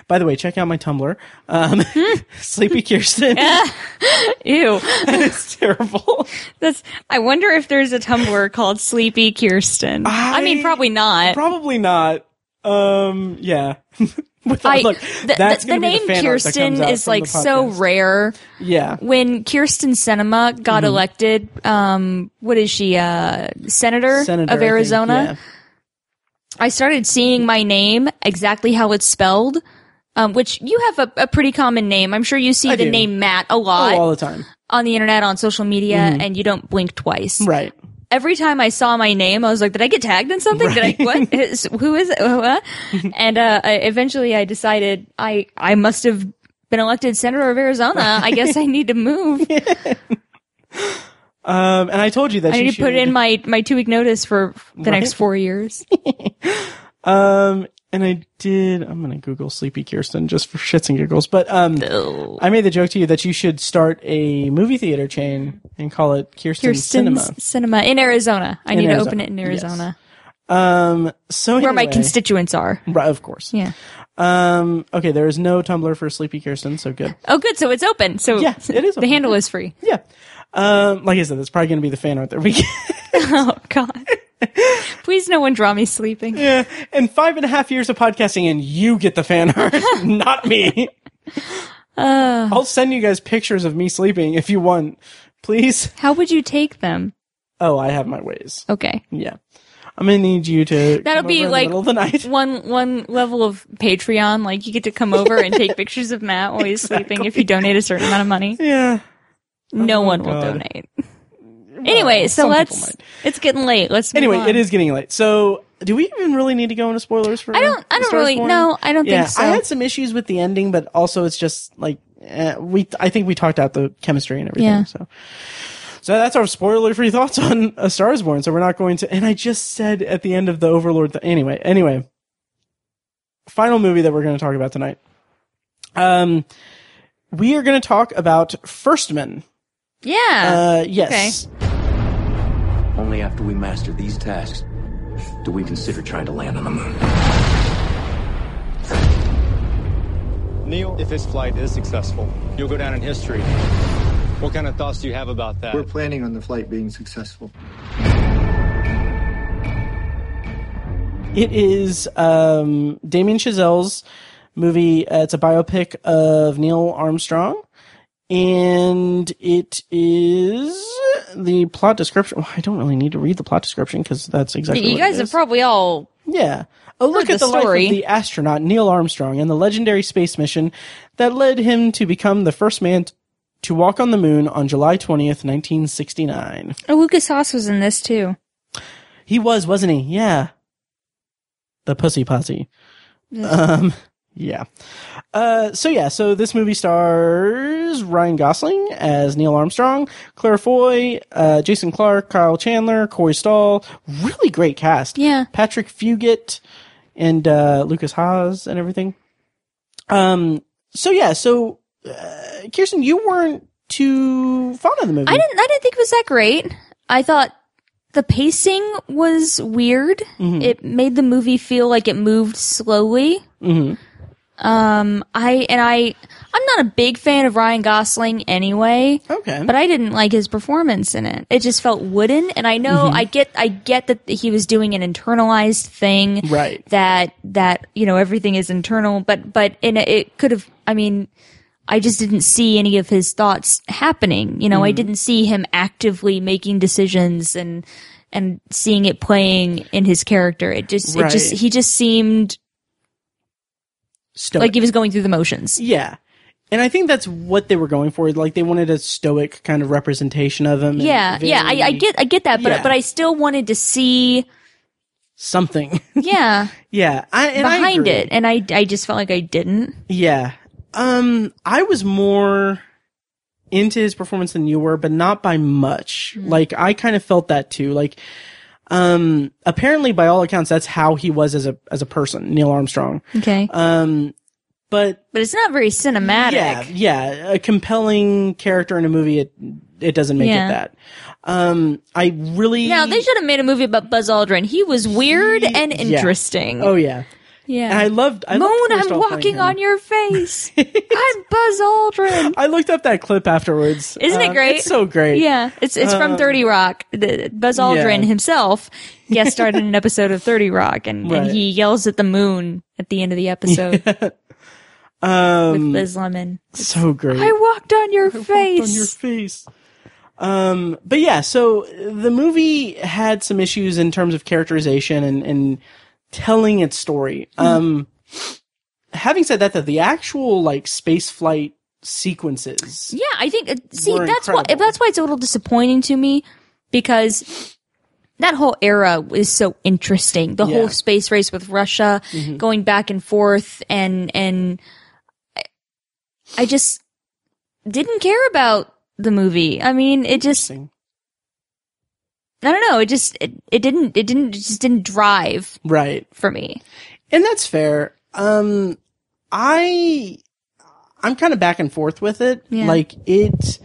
Speaker 1: By the way, check out my Tumblr. Um, Sleepy Kirsten.
Speaker 2: Ew.
Speaker 1: it's terrible.
Speaker 2: That's. I wonder if there's a Tumblr called Sleepy Kirsten. I,
Speaker 1: I-
Speaker 2: mean, probably not.
Speaker 1: Probably not. Um, yeah. With-
Speaker 2: I,
Speaker 1: look,
Speaker 2: the,
Speaker 1: that's
Speaker 2: the-
Speaker 1: gonna
Speaker 2: the
Speaker 1: be
Speaker 2: name
Speaker 1: fan art that
Speaker 2: Kirsten
Speaker 1: comes out
Speaker 2: is
Speaker 1: from
Speaker 2: like
Speaker 1: the
Speaker 2: so
Speaker 1: podcast.
Speaker 2: rare.
Speaker 1: Yeah.
Speaker 2: When Kirsten Cinema
Speaker 1: Mm-hmm.
Speaker 2: got elected, um, what is she, uh, senator,
Speaker 1: Senator I
Speaker 2: of
Speaker 1: think,
Speaker 2: Arizona?
Speaker 1: yeah.
Speaker 2: I started seeing my name exactly how it's spelled, um, which you have a, a pretty common name. I'm sure you see
Speaker 1: I
Speaker 2: the
Speaker 1: do.
Speaker 2: name Matt a
Speaker 1: Oh,
Speaker 2: lot
Speaker 1: all Mm-hmm. the time.
Speaker 2: on the internet, on social media, and you don't blink twice.
Speaker 1: Right.
Speaker 2: Every time I saw my name, I was like, "Did I get tagged in something? Did I what? Is- who is it?" What? and uh, I, eventually, I decided I I must have been elected senator of Arizona. I guess I need to move.
Speaker 1: Um, and I told you that
Speaker 2: I
Speaker 1: she
Speaker 2: need to put
Speaker 1: should-
Speaker 2: in my my two week notice for the next four years.
Speaker 1: Um, and I did. I'm gonna Google Sleepy Kirsten just for shits and giggles. But um, I made the joke to you that you should start a movie theater chain and call it Kirsten
Speaker 2: Kirsten's
Speaker 1: Cinema.
Speaker 2: cinema in Arizona. I need to
Speaker 1: Arizona,
Speaker 2: open it in Arizona.
Speaker 1: Um, so
Speaker 2: where my
Speaker 1: anyway-
Speaker 2: constituents are.
Speaker 1: Right, of course.
Speaker 2: Yeah.
Speaker 1: Um. Okay. There is no Tumblr for Sleepy Kirsten, so good.
Speaker 2: Oh, good. So it's open. So
Speaker 1: Yeah, it is
Speaker 2: The
Speaker 1: open.
Speaker 2: handle is free.
Speaker 1: Yeah. Um. Like I said, that's probably going to be the fan art that we get.
Speaker 2: Oh God. Please, no one draw me sleeping.
Speaker 1: In five and a half years of podcasting, and you get the fan art, not me.
Speaker 2: Uh.
Speaker 1: I'll send you guys pictures of me sleeping if you want. Please.
Speaker 2: How would you take them?
Speaker 1: Oh, I have my ways.
Speaker 2: Okay,
Speaker 1: Yeah. I'm gonna need you to.
Speaker 2: that'll
Speaker 1: come over in
Speaker 2: be
Speaker 1: the
Speaker 2: like
Speaker 1: middle of the night.
Speaker 2: one one level of Patreon. Like you get to come over and take pictures of Matt while he's sleeping if you donate a certain amount of money.
Speaker 1: Yeah.
Speaker 2: No one will
Speaker 1: Oh God.
Speaker 2: donate. anyway, so
Speaker 1: some people
Speaker 2: let's.
Speaker 1: might.
Speaker 2: It's getting late. Let's. Move
Speaker 1: Anyway,
Speaker 2: on.
Speaker 1: it is getting late. So, do we even really need to go into spoilers for?
Speaker 2: I don't. I
Speaker 1: A
Speaker 2: don't
Speaker 1: Star Is
Speaker 2: really.
Speaker 1: Born?
Speaker 2: No, I don't
Speaker 1: yeah,
Speaker 2: think so.
Speaker 1: I had some issues with the ending, but also it's just like eh, we. I think we talked out the chemistry and everything.
Speaker 2: Yeah.
Speaker 1: So, so that's our spoiler-free thoughts on A Star Is Born. So we're not going to. And I just said at the end of the Overlord. Th- anyway, anyway, final movie that we're going to talk about tonight. Um, we are going to talk about Firstman.
Speaker 2: yeah.
Speaker 1: Uh, yes.
Speaker 6: Only after we master these tasks do we consider trying to land on the moon.
Speaker 7: Neil, if this flight is successful, you'll go down in history. What kind of thoughts do you have about that?
Speaker 8: We're planning on the flight being successful.
Speaker 1: It is um, Damien Chazelle's movie. Uh, it's a biopic of Neil Armstrong. And it is the plot description. well, I don't really need to read the plot description because that's exactly
Speaker 2: you
Speaker 1: what it
Speaker 2: guys have
Speaker 1: is.
Speaker 2: probably all
Speaker 1: Yeah. A look
Speaker 2: the
Speaker 1: at the
Speaker 2: story.
Speaker 1: life of the astronaut Neil Armstrong and the legendary space mission that led him to become the first man t- to walk on the moon on July 20th, 1969.
Speaker 9: Oh, Lucas Haas was in this too.
Speaker 1: He was, wasn't he? Yeah. The pussy posse. Um, yeah. Uh, so yeah, so this movie stars Ryan Gosling as Neil Armstrong, Claire Foy, uh, Jason Clark, Kyle Chandler, Corey Stahl. Really great cast.
Speaker 2: Yeah.
Speaker 1: Patrick Fugit and, uh, Lucas Haas and everything. Um, so yeah, so, uh, Kirsten, you weren't too fond of the movie.
Speaker 2: I didn't. I didn't think it was that great. I thought the pacing was weird. It made the movie feel like it moved slowly. Um, I and I. I'm not a big fan of Ryan Gosling anyway.
Speaker 1: Okay.
Speaker 2: But I didn't like his performance in it. It just felt wooden, and I know
Speaker 1: Mm-hmm.
Speaker 2: I get I get that he was doing an internalized thing,
Speaker 1: Right.
Speaker 2: That that you know everything is internal, but but in a, it could have. I mean, I just didn't see any of his thoughts happening. You know,
Speaker 1: Mm-hmm.
Speaker 2: I didn't see him actively making decisions and and seeing it playing in his character. It just it just
Speaker 1: Right.
Speaker 2: he just seemed
Speaker 1: Stoic.
Speaker 2: like he was going through the motions.
Speaker 1: Yeah. And I think that's what they were going for. Like they wanted a stoic kind of representation of him. and
Speaker 2: Yeah, yeah, I, I
Speaker 1: very
Speaker 2: get I get that, but
Speaker 1: Yeah.
Speaker 2: but I still wanted to see
Speaker 1: something.
Speaker 2: yeah.
Speaker 1: yeah, I, and I
Speaker 2: behind
Speaker 1: agree.
Speaker 2: it and I, I just felt like i didn't
Speaker 1: Yeah, um, I was more into his performance than you were, but not by much.
Speaker 2: Mm.
Speaker 1: Like I kind of felt that too. Like, um, apparently by all accounts, that's how he was as a as a person, Neil Armstrong.
Speaker 2: okay
Speaker 1: Um, but
Speaker 2: Uh, but it's not very cinematic
Speaker 1: Yeah, yeah, a compelling character in a movie it it doesn't make
Speaker 2: Yeah.
Speaker 1: it that. Um, I really
Speaker 2: now they should have made a movie about buzz aldrin he was weird and
Speaker 1: yeah.
Speaker 2: interesting
Speaker 1: Oh yeah, and I
Speaker 2: yeah
Speaker 1: loved. I
Speaker 2: moan
Speaker 1: loved Corey
Speaker 2: i'm
Speaker 1: Stoll playing
Speaker 2: walking
Speaker 1: him.
Speaker 2: on your face i'm buzz aldrin
Speaker 1: I looked up that clip afterwards.
Speaker 2: Isn't it
Speaker 1: Um,
Speaker 2: great?
Speaker 1: It's so great.
Speaker 2: yeah it's it's from 30 rock The- buzz aldrin
Speaker 1: Um, yeah.
Speaker 2: himself guest starred in an episode of 30 rock and,
Speaker 1: Right.
Speaker 2: and he yells at the moon at the end of the episode with
Speaker 1: Um,
Speaker 2: liz lemon
Speaker 1: so great.
Speaker 2: i walked on your face
Speaker 1: on your face. Um, but yeah, so the movie had some issues in terms of characterization and, and telling its story.
Speaker 2: Hmm.
Speaker 1: Um, having said that, though, the actual like space flight sequences,
Speaker 2: Yeah, I think it- see
Speaker 1: were
Speaker 2: that's why
Speaker 1: incredible.
Speaker 2: that's why it's a little disappointing to me because that whole era is so interesting. The
Speaker 1: Yeah. Mm-hmm.
Speaker 2: whole space race with Russia going back and forth and and I- I just didn't care about the movie. I mean, it just I
Speaker 1: Interesting.
Speaker 2: don't know, it just it, it didn't it didn't it just didn't drive
Speaker 1: right?
Speaker 2: for me.
Speaker 1: And that's fair. Um, I, I'm kind of back and forth with it.
Speaker 2: Yeah.
Speaker 1: Like it,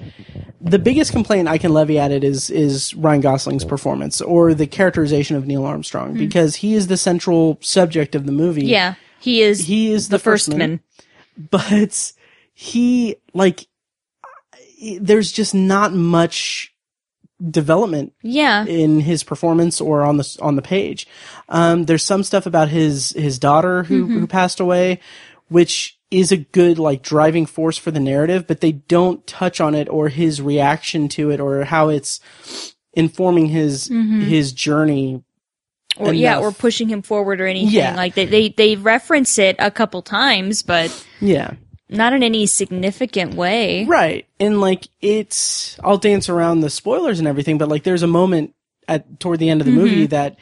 Speaker 1: the biggest complaint I can levy at it is, is Ryan Gosling's performance or the characterization of Neil Armstrong because he is the central subject of the movie.
Speaker 2: Mm. Yeah. He is
Speaker 1: He is the,
Speaker 2: the first man.
Speaker 1: but he, like, I- there's just not much development
Speaker 2: Yeah.
Speaker 1: in his performance or on the on the page. Um, there's some stuff about his his daughter who who passed away, which is a good like driving force for the narrative, but they don't touch on it or his reaction to it or how it's informing his his journey.
Speaker 2: or yeah,
Speaker 1: enough.
Speaker 2: or pushing him forward or anything.
Speaker 1: Yeah.
Speaker 2: Like they, they they reference it a couple times, but
Speaker 1: Yeah,
Speaker 2: not in any significant way.
Speaker 1: right. And like it's I'll dance around the spoilers and everything, but like there's a moment at toward the end of the
Speaker 2: Mm-hmm.
Speaker 1: movie that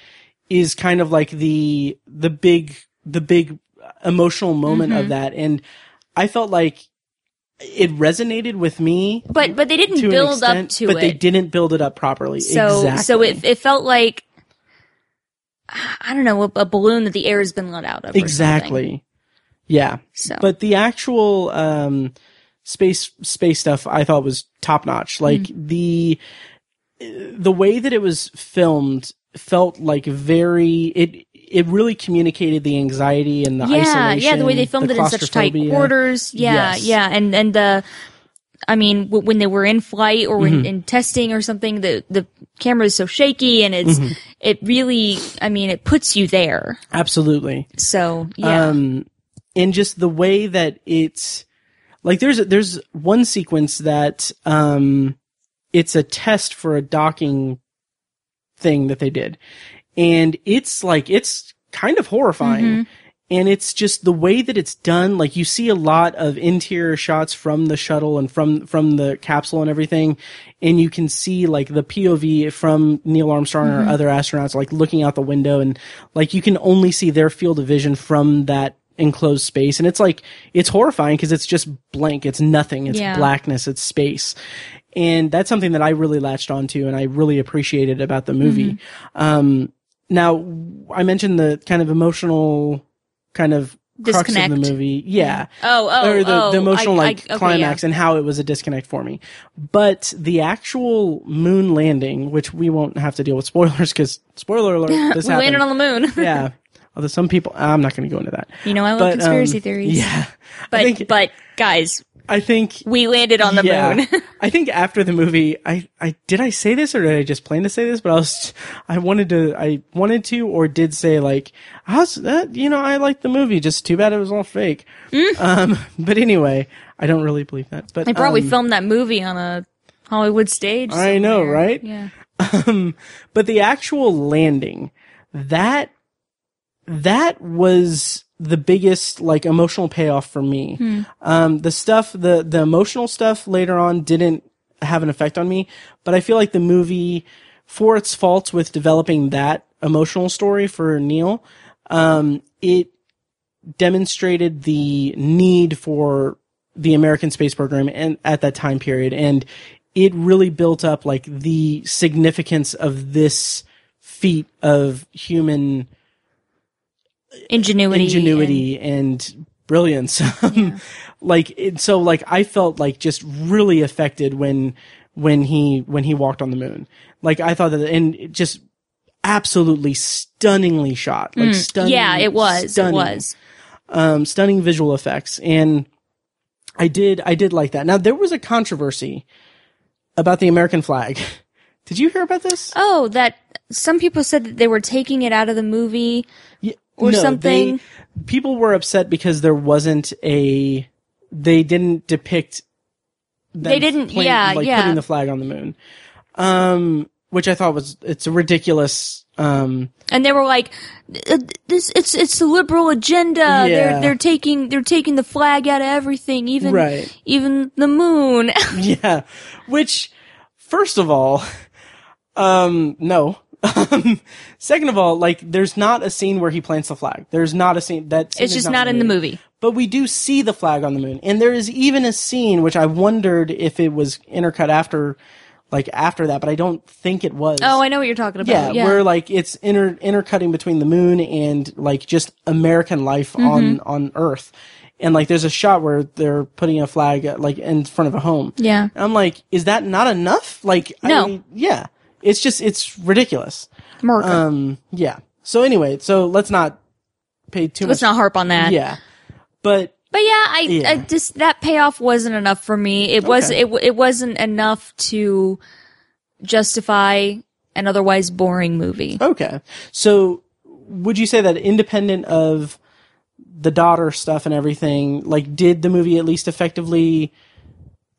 Speaker 1: is kind of like the the big the big emotional moment
Speaker 2: Mm-hmm.
Speaker 1: of that and i felt like it resonated with me
Speaker 2: But but they didn't
Speaker 1: to an
Speaker 2: build
Speaker 1: extent,
Speaker 2: up to
Speaker 1: but
Speaker 2: it.
Speaker 1: they didn't build it up properly
Speaker 2: so
Speaker 1: exactly.
Speaker 2: so it it felt like I don't know a, a balloon that the air has been let out of. or something.
Speaker 1: exactly yeah
Speaker 2: So
Speaker 1: but the actual um space space stuff i thought was top notch
Speaker 2: Mm-hmm.
Speaker 1: like the the way that it was filmed felt like very it it really communicated the anxiety and the
Speaker 2: yeah,
Speaker 1: isolation
Speaker 2: yeah, the way they filmed
Speaker 1: the
Speaker 2: it in such tight
Speaker 1: claustrophobia.
Speaker 2: quarters. Yeah,
Speaker 1: Yes.
Speaker 2: yeah, and and the. I mean, w- when they were in flight or
Speaker 1: Mm-hmm.
Speaker 2: when in testing or something, the the camera is so shaky and it's
Speaker 1: Mm-hmm.
Speaker 2: it really. I mean, it puts you there.
Speaker 1: absolutely
Speaker 2: So yeah,
Speaker 1: um and just the way that it's like there's there's one sequence that um it's a test for a docking thing that they did and it's like it's kind of horrifying. And it's just the way that it's done. Like you see a lot of interior shots from the shuttle and from, from the capsule and everything. And you can see like the POV from Neil Armstrong or other astronauts, like looking out the window and like you can only see their field of vision from that enclosed space. And it's like, it's horrifying because it's just blank. It's nothing. It's
Speaker 2: Yeah.
Speaker 1: blackness. It's space. And that's something that I really latched onto and I really appreciated about the movie. Um, now I mentioned the kind of emotional kind of crux of
Speaker 2: Disconnect.
Speaker 1: the movie. Yeah.
Speaker 2: Oh, oh,
Speaker 1: or the,
Speaker 2: oh,
Speaker 1: the emotional
Speaker 2: I- I-
Speaker 1: like
Speaker 2: okay,
Speaker 1: climax and how it was a disconnect for me. But the actual moon landing, which we won't have to deal with spoilers because spoiler alert, this
Speaker 2: We
Speaker 1: happened.
Speaker 2: landed on the moon.
Speaker 1: yeah. Although some people, I'm not going to go into that.
Speaker 2: You know I love
Speaker 1: But, um,
Speaker 2: conspiracy theories.
Speaker 1: Yeah.
Speaker 2: But
Speaker 1: I think,
Speaker 2: but guys,
Speaker 1: I think
Speaker 2: we landed on the moon.
Speaker 1: I think after the movie, I, I did I say this or did I just plan to say this? But I was I wanted to I wanted to or did say like I was that you know I liked the movie, just too bad it was all fake. Um, but anyway, I don't really believe that. But
Speaker 2: They Mm. probably
Speaker 1: um,
Speaker 2: filmed that movie on a Hollywood stage.
Speaker 1: I know,
Speaker 2: somewhere.
Speaker 1: right?
Speaker 2: Yeah.
Speaker 1: um, but the actual landing that that was the biggest like emotional payoff for me um, the stuff the the emotional stuff later on didn't have an effect on me but i feel like the movie for its faults with developing that emotional story for neil um, it demonstrated the need for the American space program and at that time period. And it really built up like the significance of this feat of human
Speaker 2: Ingenuity.
Speaker 1: ingenuity and, brilliance. Um, Like it, so, like I felt like just really affected when when he when he walked on the moon. Like I thought that and it just absolutely stunningly shot. Like
Speaker 2: and-
Speaker 1: stunning.
Speaker 2: Mm. yeah, it was.
Speaker 1: stunning
Speaker 2: It was.
Speaker 1: um, stunning visual effects, and I did I did like that. Now there was a controversy about the American flag. Did you hear about this?
Speaker 2: Oh, that some people said that they were taking it out of the movie. or
Speaker 1: No,
Speaker 2: something.
Speaker 1: they- people were upset because there wasn't a. They didn't depict. them
Speaker 2: They didn't-
Speaker 1: plant-
Speaker 2: yeah,
Speaker 1: like
Speaker 2: yeah.
Speaker 1: putting the flag on the moon, um, which I thought was it's a ridiculous. Um,
Speaker 2: And they were like, "Uh, "This, it's it's the liberal agenda.
Speaker 1: Yeah.
Speaker 2: They're they're taking they're taking the flag out of everything, even
Speaker 1: Right.
Speaker 2: even the moon."
Speaker 1: yeah, which first of all, um, no. Um, second of all, like there's not a scene where he plants the flag. There's not a scene that scene
Speaker 2: it's
Speaker 1: is
Speaker 2: just not in the movie.
Speaker 1: But we do see the flag on the moon, and there is even a scene which I wondered if it was intercut after, like after that, but I don't think it was.
Speaker 2: Oh, I know what you're talking
Speaker 1: yeah,
Speaker 2: about.
Speaker 1: where like it's inter intercutting between the moon and like just American life on
Speaker 2: Mm-hmm.
Speaker 1: on Earth, and like there's a shot where they're putting a flag uh, like in front of a home.
Speaker 2: Yeah.
Speaker 1: And I'm like, is that not enough? Like,
Speaker 2: No.
Speaker 1: I, yeah, it's just it's ridiculous.
Speaker 2: America.
Speaker 1: Um, yeah. So anyway, so let's not pay too
Speaker 2: Let's
Speaker 1: much.
Speaker 2: not harp on that.
Speaker 1: yeah, but
Speaker 2: But yeah, I,
Speaker 1: Yeah.
Speaker 2: I just that payoff wasn't enough for me. It was
Speaker 1: Okay.
Speaker 2: it w- it wasn't enough to justify an otherwise boring movie.
Speaker 1: okay. So would you say that independent of the daughter stuff and everything, like, did the movie at least effectively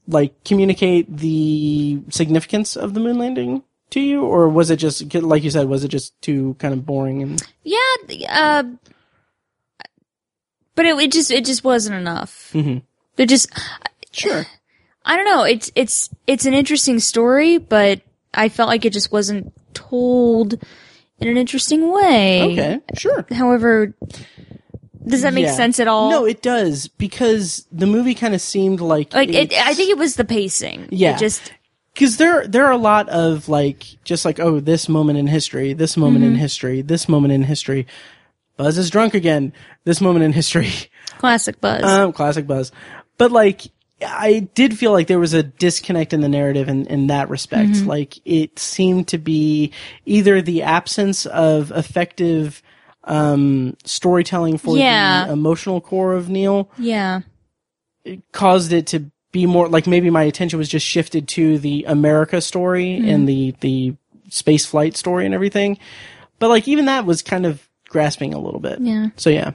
Speaker 1: like communicate the significance of the moon landing? To you, or was it just like you said? Was it just too kind of boring and
Speaker 2: Yeah, uh, but it, it just it just wasn't enough.
Speaker 1: Mhm.
Speaker 2: They're just
Speaker 1: sure?
Speaker 2: I don't know. It's it's it's an interesting story, but I felt like it just wasn't told in an interesting way.
Speaker 1: Okay, sure.
Speaker 2: However, does that make
Speaker 1: Yeah.
Speaker 2: sense at all?
Speaker 1: No, it does because the movie kind of seemed like
Speaker 2: like it, I think it was the pacing. It
Speaker 1: Yeah.
Speaker 2: just
Speaker 1: because there there are a lot of like just like oh this moment in history, this moment
Speaker 2: Mm-hmm.
Speaker 1: in history, this moment in history. Buzz is drunk again. This moment in history.
Speaker 2: classic buzz.
Speaker 1: Um, classic Buzz. But like, I did feel like there was a disconnect in the narrative in, in that respect.
Speaker 2: Mm-hmm.
Speaker 1: Like, it seemed to be either the absence of effective, um, storytelling for
Speaker 2: Yeah.
Speaker 1: the emotional core of Neil
Speaker 2: yeah.
Speaker 1: caused it to be more like maybe my attention was just shifted to the America story
Speaker 2: Hmm.
Speaker 1: and the, the space flight story and everything. But like, even that was kind of grasping a little bit.
Speaker 2: Yeah.
Speaker 1: So yeah,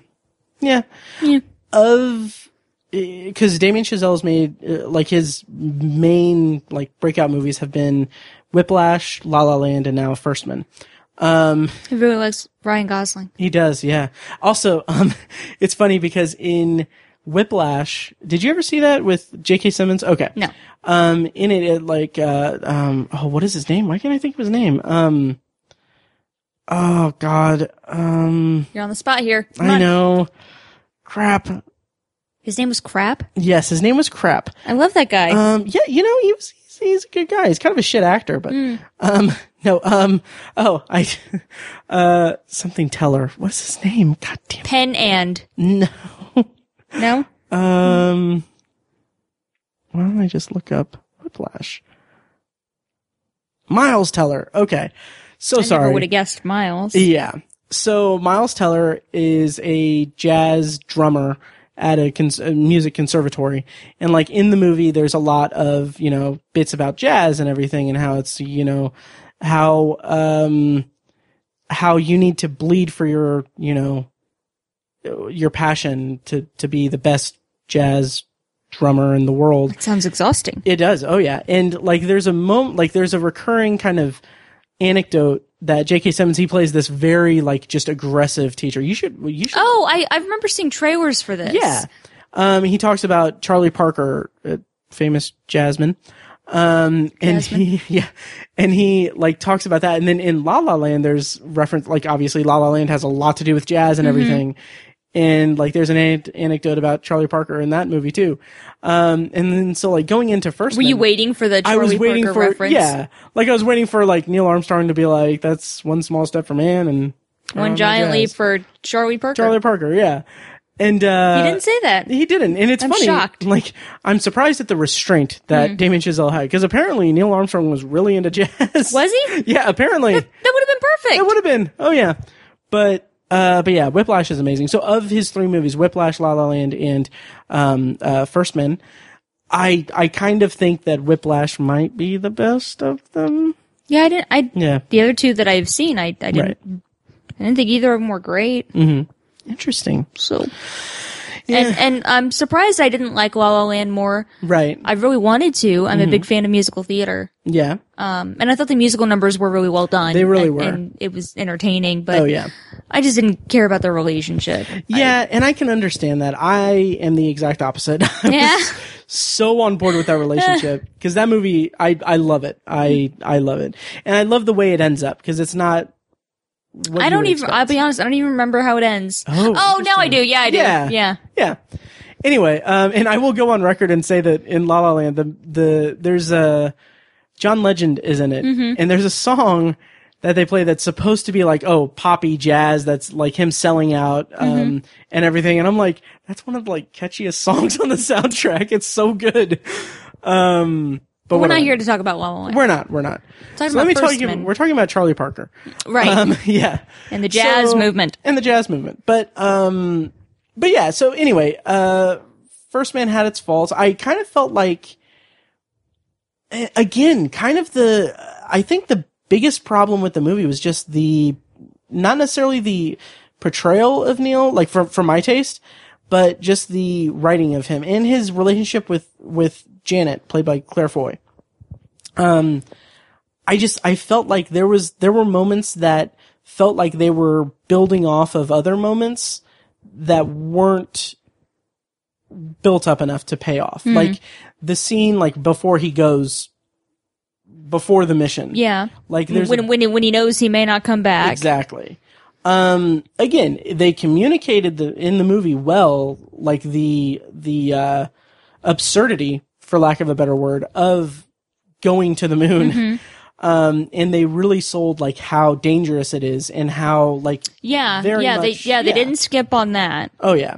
Speaker 1: yeah.
Speaker 2: Yeah.
Speaker 1: Of because Damien Chazelle's made uh, like his main like breakout movies have been Whiplash, La La Land, and now First Man.
Speaker 9: He really likes Ryan Gosling.
Speaker 1: He does, yeah. Also, um, it's funny because in Whiplash, did you ever see that with J.K. Simmons? Okay.
Speaker 9: No.
Speaker 1: Um, in it, it like, uh, um, oh, what is his name? Why can't I think of his name? Um, oh God, um,
Speaker 9: You're on the spot here. Come
Speaker 1: I
Speaker 9: on.
Speaker 1: know. Crap.
Speaker 9: His name was Crap.
Speaker 1: Yes, his name was Crap.
Speaker 9: I love that guy.
Speaker 1: Um, yeah, you know, he was, he's, he's a good guy. He's kind of a shit actor, but,
Speaker 9: Hmm.
Speaker 1: um, no, um, oh, I, uh, something Teller. What's his name? God damn it.
Speaker 2: Pen and
Speaker 1: No. Oh,
Speaker 9: no?
Speaker 1: Um, why don't I just look up Whiplash? Miles Teller. Okay.
Speaker 9: I
Speaker 1: So
Speaker 9: never would
Speaker 1: sorry.
Speaker 9: have guessed Miles.
Speaker 1: Yeah. So Miles Teller is a jazz drummer at a, cons- a music conservatory. And like in the movie, there's a lot of, you know, bits about jazz and everything and how it's, you know, how, um, how you need to bleed for your, you know, your passion to, to be the best jazz drummer in the world.
Speaker 9: Sounds exhausting.
Speaker 1: It does. Oh yeah. And like there's a moment like there's a recurring kind of anecdote that J.K. Simmons he plays this very like just aggressive teacher. You should you should
Speaker 2: oh, I I remember seeing trailers for this.
Speaker 1: yeah. Um he talks about Charlie Parker, uh, famous jazzman. Um and he yeah and he like talks about that and then in La La Land there's reference like obviously La La Land has a lot to do with jazz and
Speaker 2: Mm-hmm.
Speaker 1: everything. And like there's an an- anecdote about Charlie Parker in that movie too. Um and then so like going into first
Speaker 2: Were you waiting for the
Speaker 1: I
Speaker 2: Charlie
Speaker 1: was waiting
Speaker 2: Parker
Speaker 1: for
Speaker 2: reference?
Speaker 1: yeah, like I was waiting for like Neil Armstrong to be like, "That's one small step for man and
Speaker 2: One
Speaker 1: Oh,
Speaker 2: giant
Speaker 1: yes.
Speaker 2: leap for Charlie Parker.
Speaker 1: Charlie Parker." Yeah, and uh,
Speaker 9: He didn't say that.
Speaker 1: he didn't, and it's
Speaker 9: I'm
Speaker 1: funny.
Speaker 9: shocked.
Speaker 1: Like I'm surprised at the restraint
Speaker 2: Mm-hmm.
Speaker 1: that Damon Chazelle had because apparently Neil Armstrong was really into jazz.
Speaker 2: Was he?
Speaker 1: yeah, apparently
Speaker 2: That would have been perfect.
Speaker 1: it would have been. Oh yeah, but uh, but yeah, Whiplash is amazing. So of his three movies, Whiplash, La La Land, and um, uh, First Men, I I kind of think that Whiplash might be the best of them.
Speaker 9: Yeah, I didn't. I
Speaker 1: Yeah.
Speaker 9: the other two that I've seen, I, I didn't.
Speaker 1: Right.
Speaker 9: I didn't think either of them were great.
Speaker 1: Interesting.
Speaker 9: So,
Speaker 2: and and I'm surprised I didn't like La La Land more.
Speaker 1: Right.
Speaker 2: I really wanted to. I'm a big
Speaker 1: Mm-hmm.
Speaker 2: fan of musical theater.
Speaker 1: yeah.
Speaker 2: Um, and I thought the musical numbers were really well done.
Speaker 1: They really
Speaker 2: and,
Speaker 1: were.
Speaker 2: and it was entertaining. But
Speaker 1: Oh yeah.
Speaker 2: I just didn't care about their relationship.
Speaker 1: Yeah, and I can understand that. I am the exact opposite. I
Speaker 2: Yeah.
Speaker 1: was so on board with that relationship because that movie, I I love it. I I love it, and I love the way it ends up because it's not. what
Speaker 2: I
Speaker 1: you
Speaker 2: don't
Speaker 1: would
Speaker 2: even. I'll
Speaker 1: expect.
Speaker 2: be honest. I don't even remember how it ends.
Speaker 1: Oh,
Speaker 2: now I
Speaker 1: interesting.
Speaker 2: do. Yeah, I do.
Speaker 1: Yeah.
Speaker 2: Yeah.
Speaker 1: Yeah. Anyway, um, and I will go on record and say that in La La Land, the the there's a John Legend is in it,
Speaker 2: Mm-hmm.
Speaker 1: and there's a song that they play that's supposed to be like oh poppy jazz that's like him selling out um,
Speaker 2: Mm-hmm.
Speaker 1: and everything, and I'm like that's one of the, like catchiest songs on the soundtrack. It's so good. Um, but
Speaker 2: We're not
Speaker 1: whatever.
Speaker 2: here to talk about La La Land.
Speaker 1: We're not. We're not.
Speaker 2: Talking
Speaker 1: So let
Speaker 2: about
Speaker 1: me tell
Speaker 2: First
Speaker 1: you.
Speaker 2: Men.
Speaker 1: We're talking about Charlie Parker.
Speaker 2: right.
Speaker 1: Um, yeah.
Speaker 2: and the jazz
Speaker 1: So-
Speaker 2: movement.
Speaker 1: And the jazz movement. But um but yeah, so anyway, uh First Man had its faults. I kind of felt like a- again, kind of the I think the biggest problem with the movie was just the not necessarily the portrayal of Neil, like for for my taste, but just the writing of him and his relationship with with Janet, played by Claire Foy. Um, I just I felt like there was there were moments that felt like they were building off of other moments that weren't built up enough to pay off.
Speaker 2: Hmm.
Speaker 1: Like the scene like before he goes before the mission.
Speaker 2: Yeah.
Speaker 1: Like there's a
Speaker 2: when when when he knows he may not come back.
Speaker 1: Exactly. Um, again, they communicated the in the movie well, like the the uh, absurdity, for lack of a better word, of going to the moon.
Speaker 2: Mm-hmm.
Speaker 1: Um, and they really sold like how dangerous it is and how like
Speaker 2: Yeah.
Speaker 1: Very
Speaker 2: yeah.
Speaker 1: much-
Speaker 2: they yeah, they
Speaker 1: yeah.
Speaker 2: didn't skip on that.
Speaker 1: oh yeah.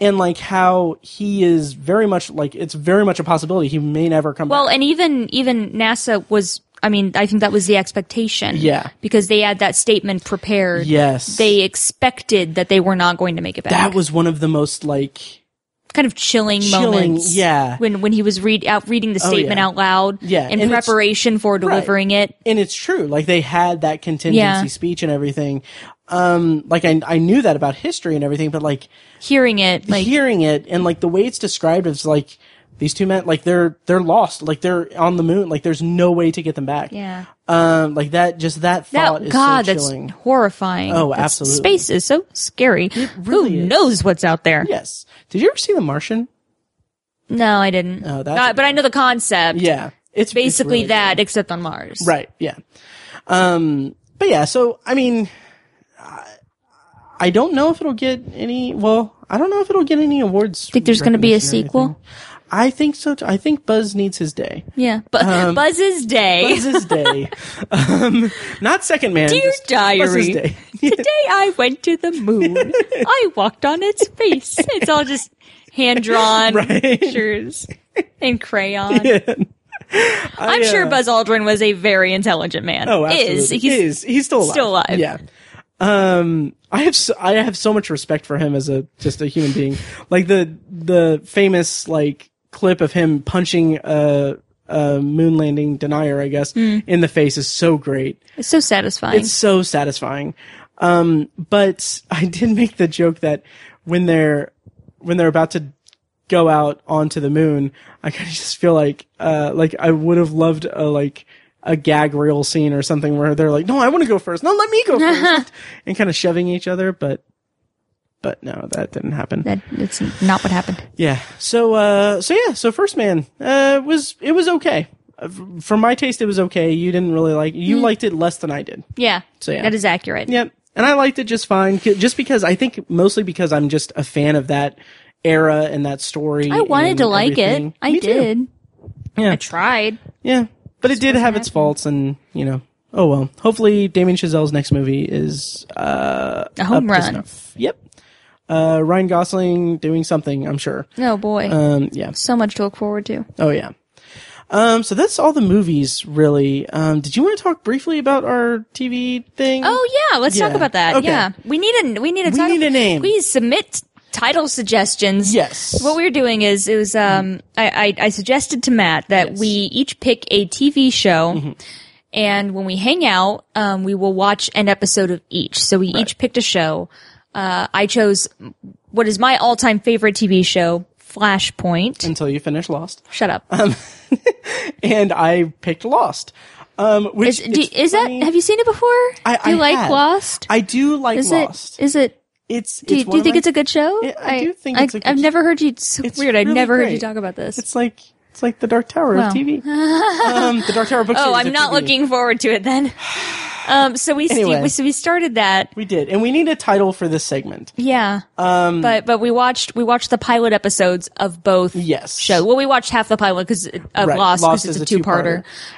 Speaker 1: And like how he is very much like it's very much a possibility he may never come
Speaker 2: Well,
Speaker 1: back.
Speaker 2: and even even NASA was. I mean, I think that was the expectation.
Speaker 1: Yeah.
Speaker 2: Because they had that statement prepared.
Speaker 1: Yes.
Speaker 2: They expected that they were not going to make it back.
Speaker 1: that was one of the most like
Speaker 2: kind of chilling,
Speaker 1: Chilling,
Speaker 2: moments.
Speaker 1: yeah. Oh,
Speaker 2: When when he was read out reading the statement
Speaker 1: yeah.
Speaker 2: out loud.
Speaker 1: Yeah,
Speaker 2: In
Speaker 1: and it's-
Speaker 2: preparation for delivering it.
Speaker 1: and it's true. Like they had that contingency
Speaker 2: Yeah.
Speaker 1: speech and everything. Um, like I, I knew that about history and everything, but like,
Speaker 2: hearing it like
Speaker 1: hearing it and like the way it's described is like These two men, like they're they're lost, like they're on the moon, like there's no way to get them back.
Speaker 2: Yeah.
Speaker 1: Um, like that, just that thought
Speaker 2: That
Speaker 1: is
Speaker 2: God,
Speaker 1: so
Speaker 2: that's
Speaker 1: chilling.
Speaker 2: horrifying.
Speaker 1: Oh,
Speaker 2: That's-
Speaker 1: absolutely.
Speaker 2: Space is so scary.
Speaker 1: really
Speaker 2: Who
Speaker 1: is.
Speaker 2: knows what's out there?
Speaker 1: yes. Did you ever see The Martian?
Speaker 2: No, I didn't.
Speaker 1: Oh, that's-
Speaker 2: Not- but I know the concept.
Speaker 1: Yeah, it's it's
Speaker 2: Basically
Speaker 1: really
Speaker 2: that, except on Mars.
Speaker 1: Right. Yeah. Um, but yeah, so I mean, I, I don't know if it'll get any. Well, I don't know if it'll get any awards.
Speaker 2: Think there's gonna be a
Speaker 1: recognition or
Speaker 2: sequel?
Speaker 1: anything. I think so. Too. I think Buzz needs his day.
Speaker 2: Yeah. But
Speaker 1: Um,
Speaker 2: Buzz's day.
Speaker 1: Buzz his day. um, not second man.
Speaker 2: Dear
Speaker 1: just Buzz his
Speaker 2: diary,
Speaker 1: day.
Speaker 2: today I went to the moon. I walked on its face. It's all just hand drawn
Speaker 1: Right.
Speaker 2: pictures in crayon.
Speaker 1: I,
Speaker 2: I'm sure
Speaker 1: uh,
Speaker 2: Buzz Aldrin was a very intelligent man.
Speaker 1: Oh, absolutely.
Speaker 2: is he's
Speaker 1: He is. He's still alive.
Speaker 2: still alive.
Speaker 1: Yeah. Um, I have so, I have so much respect for him as a just a human being. Like the the famous like clip of him punching a, a moon landing denier, I guess,
Speaker 2: Mm.
Speaker 1: in the face is so great.
Speaker 2: it's so satisfying.
Speaker 1: It's so satisfying. Um, but I did make the joke that when they're when they're about to go out onto the moon, I kind of just feel like uh, like I would have loved a like a gag reel scene or something where they're like, "No, I want to go first. No, let me go first. and kind of shoving each other, but but no, that didn't happen.
Speaker 2: that it's not what happened.
Speaker 1: Yeah. So uh so yeah, so first man uh was it was okay. Uh, f- For my taste it was okay. You didn't really like you liked it less than I did.
Speaker 2: Yeah.
Speaker 1: So, yeah.
Speaker 2: That is accurate.
Speaker 1: Yep. And I liked it just fine, c- just because I think mostly because I'm just a fan of that era and that story.
Speaker 2: I wanted
Speaker 1: and
Speaker 2: to like
Speaker 1: everything.
Speaker 2: it. I
Speaker 1: Me too.
Speaker 2: did.
Speaker 1: Yeah.
Speaker 2: I tried.
Speaker 1: Yeah. But it did have its faults and, you know, oh well. Hopefully Damien Chazelle's next movie is uh,
Speaker 2: A
Speaker 1: up
Speaker 2: home
Speaker 1: to
Speaker 2: run.
Speaker 1: snuff. Yep. Uh, Ryan Gosling doing something, I'm sure.
Speaker 2: Oh boy.
Speaker 1: Um, yeah.
Speaker 2: so much to look forward to.
Speaker 1: Oh yeah. Um, so that's all the movies, really. Um, did you want to talk briefly about our TV thing?
Speaker 2: Oh yeah, let's
Speaker 1: Yeah.
Speaker 2: talk about that.
Speaker 1: Okay.
Speaker 2: Yeah, we need a we need a
Speaker 1: We
Speaker 2: title.
Speaker 1: need a name.
Speaker 2: Please submit title suggestions.
Speaker 1: Yes.
Speaker 2: What we were doing is it was um I I, I suggested to Matt that we each pick a TV show.
Speaker 1: Mm-hmm.
Speaker 2: And when we hang out, um, we will watch an episode of each. So we each picked a show. Uh, I chose what is my all-time favorite TV show, Flashpoint.
Speaker 1: Until you finish Lost.
Speaker 2: Shut up.
Speaker 1: and I picked Lost. Um, which
Speaker 2: is do,
Speaker 1: it's
Speaker 2: is that?
Speaker 1: funny.
Speaker 2: Have you seen it before?
Speaker 1: I,
Speaker 2: do you
Speaker 1: I
Speaker 2: like
Speaker 1: have.
Speaker 2: Lost?
Speaker 1: I do like
Speaker 2: is
Speaker 1: Lost.
Speaker 2: it? Is it?
Speaker 1: it's,
Speaker 2: Do you,
Speaker 1: it's
Speaker 2: do
Speaker 1: one
Speaker 2: you
Speaker 1: of
Speaker 2: think
Speaker 1: my-
Speaker 2: it's a good show?
Speaker 1: Yeah, I do think it's a good
Speaker 2: I've
Speaker 1: show.
Speaker 2: never heard you. It's,
Speaker 1: It's
Speaker 2: weird. I've
Speaker 1: really
Speaker 2: never heard
Speaker 1: great.
Speaker 2: you talk about this.
Speaker 1: It's like it's like the Dark Tower
Speaker 2: Wow.
Speaker 1: of TV. um, the Dark Tower book.
Speaker 2: oh,
Speaker 1: series
Speaker 2: I'm
Speaker 1: of
Speaker 2: not
Speaker 1: TV.
Speaker 2: looking forward to it then. Um, so we
Speaker 1: Anyway.
Speaker 2: so we started that.
Speaker 1: We did, and we need a title for this segment.
Speaker 2: Yeah. Um, but but we watched we watched the pilot episodes of both
Speaker 1: Yes.
Speaker 2: show. Well, we watched half the pilot because of
Speaker 1: Right.
Speaker 2: Lost
Speaker 1: Lost
Speaker 2: because it's a two parter.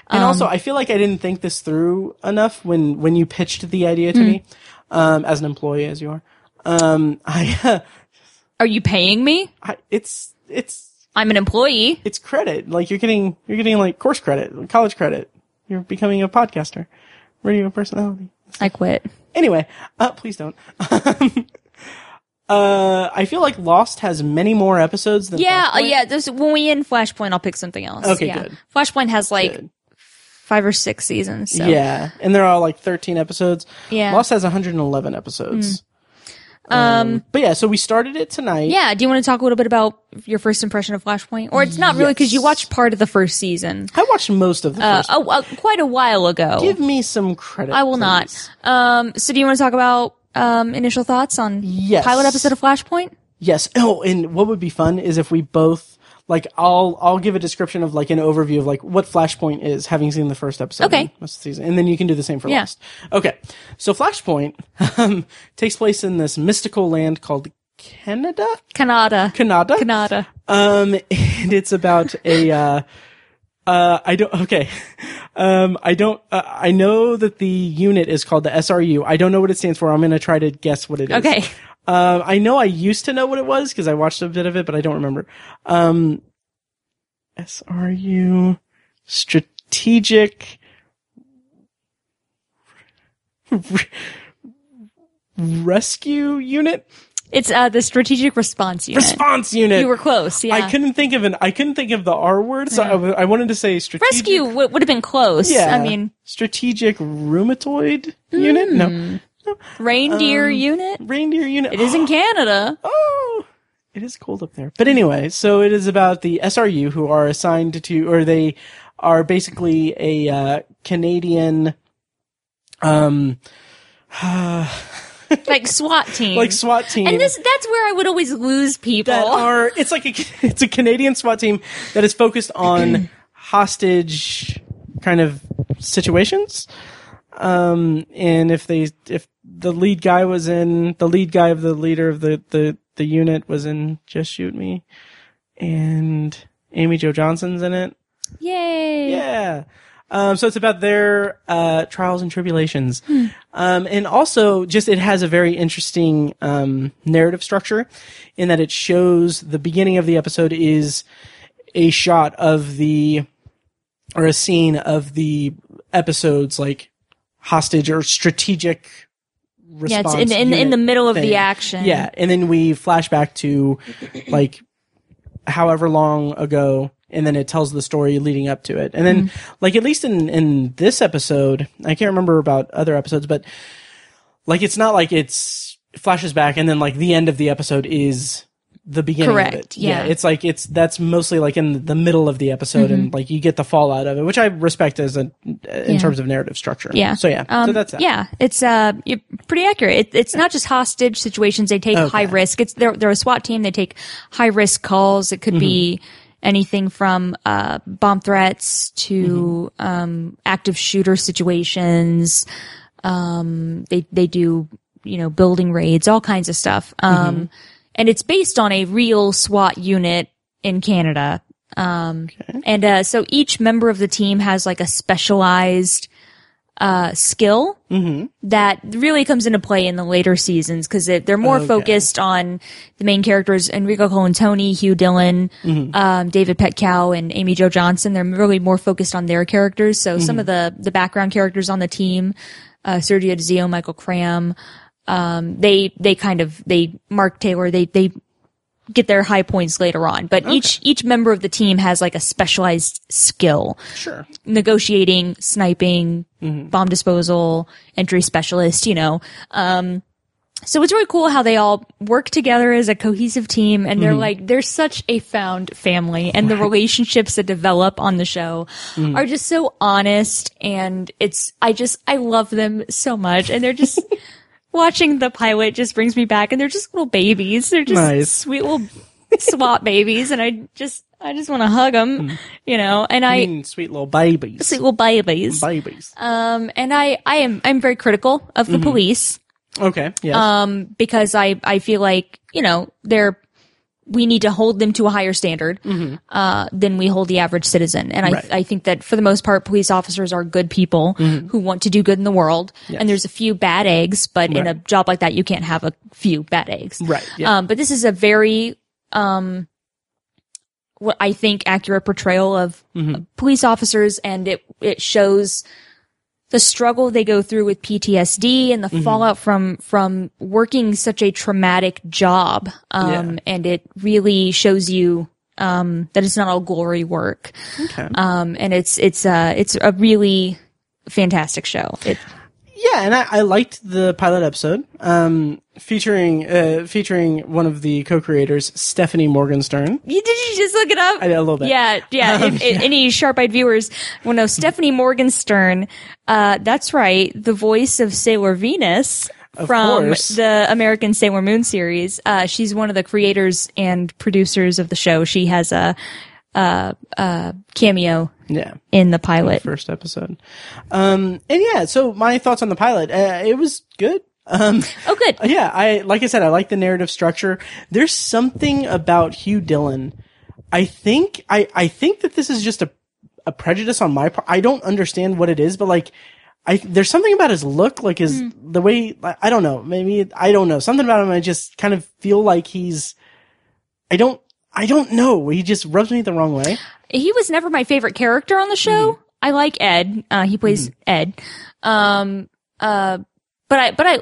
Speaker 1: And
Speaker 2: um,
Speaker 1: also, I feel like I didn't think this through enough when when you pitched the idea
Speaker 2: Hmm.
Speaker 1: to me, um, as an employee as you are. Um, I,
Speaker 2: Are you paying me?
Speaker 1: I it's it's
Speaker 2: I'm an employee.
Speaker 1: it's credit. Like you're getting you're getting like course credit, college credit. You're becoming a podcaster, radio personality.
Speaker 2: I quit.
Speaker 1: Anyway, uh, please don't. uh, I feel like Lost has many more episodes than
Speaker 2: Yeah, uh,
Speaker 1: Flashpoint.
Speaker 2: yeah. There's, when we end Flashpoint, I'll pick something else.
Speaker 1: Okay,
Speaker 2: yeah.
Speaker 1: good.
Speaker 2: Flashpoint has like
Speaker 1: Good.
Speaker 2: five or six seasons. So.
Speaker 1: yeah. And they're all like 13 episodes.
Speaker 2: Yeah. Mm.
Speaker 1: Lost has 111 episodes. Um, but yeah, so we started it tonight.
Speaker 2: Yeah. Do you want to talk a little bit about your first impression of Flashpoint? Or it's not really because you
Speaker 1: Yes.
Speaker 2: watched part of the first season
Speaker 1: I watched most of the
Speaker 2: uh,
Speaker 1: first.
Speaker 2: oh, uh, quite a while ago.
Speaker 1: Give me some credit.
Speaker 2: I will not.
Speaker 1: please.
Speaker 2: Um, so do you want to talk about um, initial thoughts on
Speaker 1: Yes.
Speaker 2: pilot episode of Flashpoint?
Speaker 1: Yes. Oh, and what would be fun is if we both like I'll I'll give a description of like an overview of like what Flashpoint is, having seen the first episode.
Speaker 2: Okay.
Speaker 1: and Most of the season, and then you can do the same for
Speaker 2: Yeah.
Speaker 1: Lost. Okay. So Flashpoint um, takes place in this mystical land called Canada.
Speaker 2: Canada.
Speaker 1: Canada.
Speaker 2: Canada.
Speaker 1: Um, and it's about a, uh, uh, I don't, okay. Um, I don't, uh, I know that the unit is called the SRU. I don't know what it stands for. I'm going to try to guess what it is.
Speaker 2: Okay.
Speaker 1: Um, I know I used to know what it was because I watched a bit of it, but I don't remember. Um, SRU strategic rescue unit
Speaker 2: It's uh, the Strategic Response Unit.
Speaker 1: response unit.
Speaker 2: You were close. Yeah.
Speaker 1: I couldn't think of an. I couldn't think of the R word, so I w I I, wanted to say strategic.
Speaker 2: Rescue w- would have been close.
Speaker 1: Yeah.
Speaker 2: I mean,
Speaker 1: strategic rheumatoid unit. No,
Speaker 2: Hmm.
Speaker 1: Um,
Speaker 2: reindeer unit.
Speaker 1: reindeer unit.
Speaker 2: It is in Canada.
Speaker 1: Oh, It is cold up there. But anyway, so it is about the SRU who are assigned to, or they are basically a uh, Canadian, um,
Speaker 2: like SWAT team.
Speaker 1: like SWAT team.
Speaker 2: And this that's where I would always lose people.
Speaker 1: that are it's like a it's a Canadian SWAT team that is focused on hostage kind of situations. Um, and if they if the lead guy was in the lead guy of the leader of the the the unit was in Just Shoot Me, and Amy Jo Johnson's in it.
Speaker 2: Yay.
Speaker 1: Yeah. Um, so it's about their uh, trials and tribulations,
Speaker 2: Hmm.
Speaker 1: um, and also just it has a very interesting um, narrative structure, in that it shows the beginning of the episode is a shot of the or a scene of the episodes like hostage or strategic
Speaker 2: Yeah,
Speaker 1: response.
Speaker 2: it's in, in, in
Speaker 1: unit
Speaker 2: the middle of
Speaker 1: thing.
Speaker 2: the action.
Speaker 1: Yeah, and then we flash back to like however long ago, and then it tells the story leading up to it. And then,
Speaker 2: Mm-hmm.
Speaker 1: like at least in in this episode, I can't remember about other episodes, but like it's not like it's flashes back and then like the end of the episode is the beginning of it.
Speaker 2: Correct, yeah.
Speaker 1: it's like it's that's mostly like in the middle of the episode
Speaker 2: Mm-hmm.
Speaker 1: and like you get the fallout of it, which I respect as a in terms of narrative structure.
Speaker 2: Yeah.
Speaker 1: So yeah. so
Speaker 2: Um,
Speaker 1: that's that.
Speaker 2: Yeah, it's uh, you're pretty accurate. It, it's not just hostage situations; they take high risk. It's they're they're a SWAT team. They take high risk calls. It could be anything from uh, bomb threats to um, active shooter situations. Um, they they do you know building raids, all kinds of stuff. Um, and it's based on a real SWAT unit in Canada. Um, and uh, so each member of the team has like a specialized uh, skill that really comes into play in the later seasons because they're more focused on the main characters Enrico Colantoni, Hugh Dillon, um, David Petcow, and Amy Jo Johnson. They're really more focused on their characters. So some of the the background characters on the team, uh, Sergio Dzio, Michael Cram, um, they they kind of they Mark Taylor they they get their high points later on. But each each member of the team has like a specialized skill
Speaker 1: Sure. Mm-hmm.
Speaker 2: negotiating, sniping, bomb disposal, entry specialist, you know. Um, so it's really cool how they all work together as a cohesive team and they're
Speaker 1: Mm-hmm.
Speaker 2: like, they're such a found family and the relationships that develop on the show
Speaker 1: Mm.
Speaker 2: are just so honest and it's, I just, I love them so much and they're just, watching the pilot just brings me back and they're just little babies. They're just
Speaker 1: Nice.
Speaker 2: sweet little swap babies and I just, I just want to hug them, you know, and I,
Speaker 1: I mean, sweet little babies.
Speaker 2: sweet little babies.
Speaker 1: babies.
Speaker 2: Um, and I, I am, I'm very critical of the police
Speaker 1: okay. Yes.
Speaker 2: um, because I, I feel like, you know, they're, we need to hold them to a higher standard, uh, than we hold the average citizen. And I,
Speaker 1: Mm-hmm. Right. Mm-hmm.
Speaker 2: I think that for the most part, police officers are good people who want to do good in the world. And there's a few bad eggs, but in a job like that, you can't have a few bad eggs.
Speaker 1: Right, yeah.
Speaker 2: Um, but this is a very, um, what I think accurate portrayal of
Speaker 1: Mm-hmm.
Speaker 2: uh, police officers and it, it shows, the struggle they go through with PTSD and the fallout from from working such a traumatic job. Um, and it really shows you um, that it's not all glory work. Okay. Um, and it's it's uh it's a really fantastic show. It,
Speaker 1: Yeah, and I, I liked the pilot episode um, featuring uh, featuring one of the co-creators, Stephanie Morgenstern.
Speaker 2: you, did you just look it up?
Speaker 1: I did a little bit.
Speaker 2: Yeah, yeah. if, if Any sharp-eyed viewers will know Stephanie Morgenstern. Uh, that's right, the voice of Sailor Venus from
Speaker 1: course.
Speaker 2: the American Sailor Moon series. Uh, she's one of the creators and producers of the show. She has a, uh a cameo
Speaker 1: Yeah,
Speaker 2: in the pilot.
Speaker 1: first episode. Um, and yeah, so my thoughts on the pilot. Uh, it was good. Um,
Speaker 2: Oh, good.
Speaker 1: yeah, I like I said, I like the narrative structure. There's something about Hugh Dillon. I think I I think that this is just a a prejudice on my part. I don't understand what it is, but like I there's something about his look, like his
Speaker 2: Hmm.
Speaker 1: the way I, I don't know. Maybe I don't know something about him. I just kind of feel like he's I don't. I don't know. He just rubs me the wrong way.
Speaker 2: he was never my favorite character on the show.
Speaker 1: Mm-hmm.
Speaker 2: I like Ed. Uh, he plays Ed. Um, uh, but I, but I,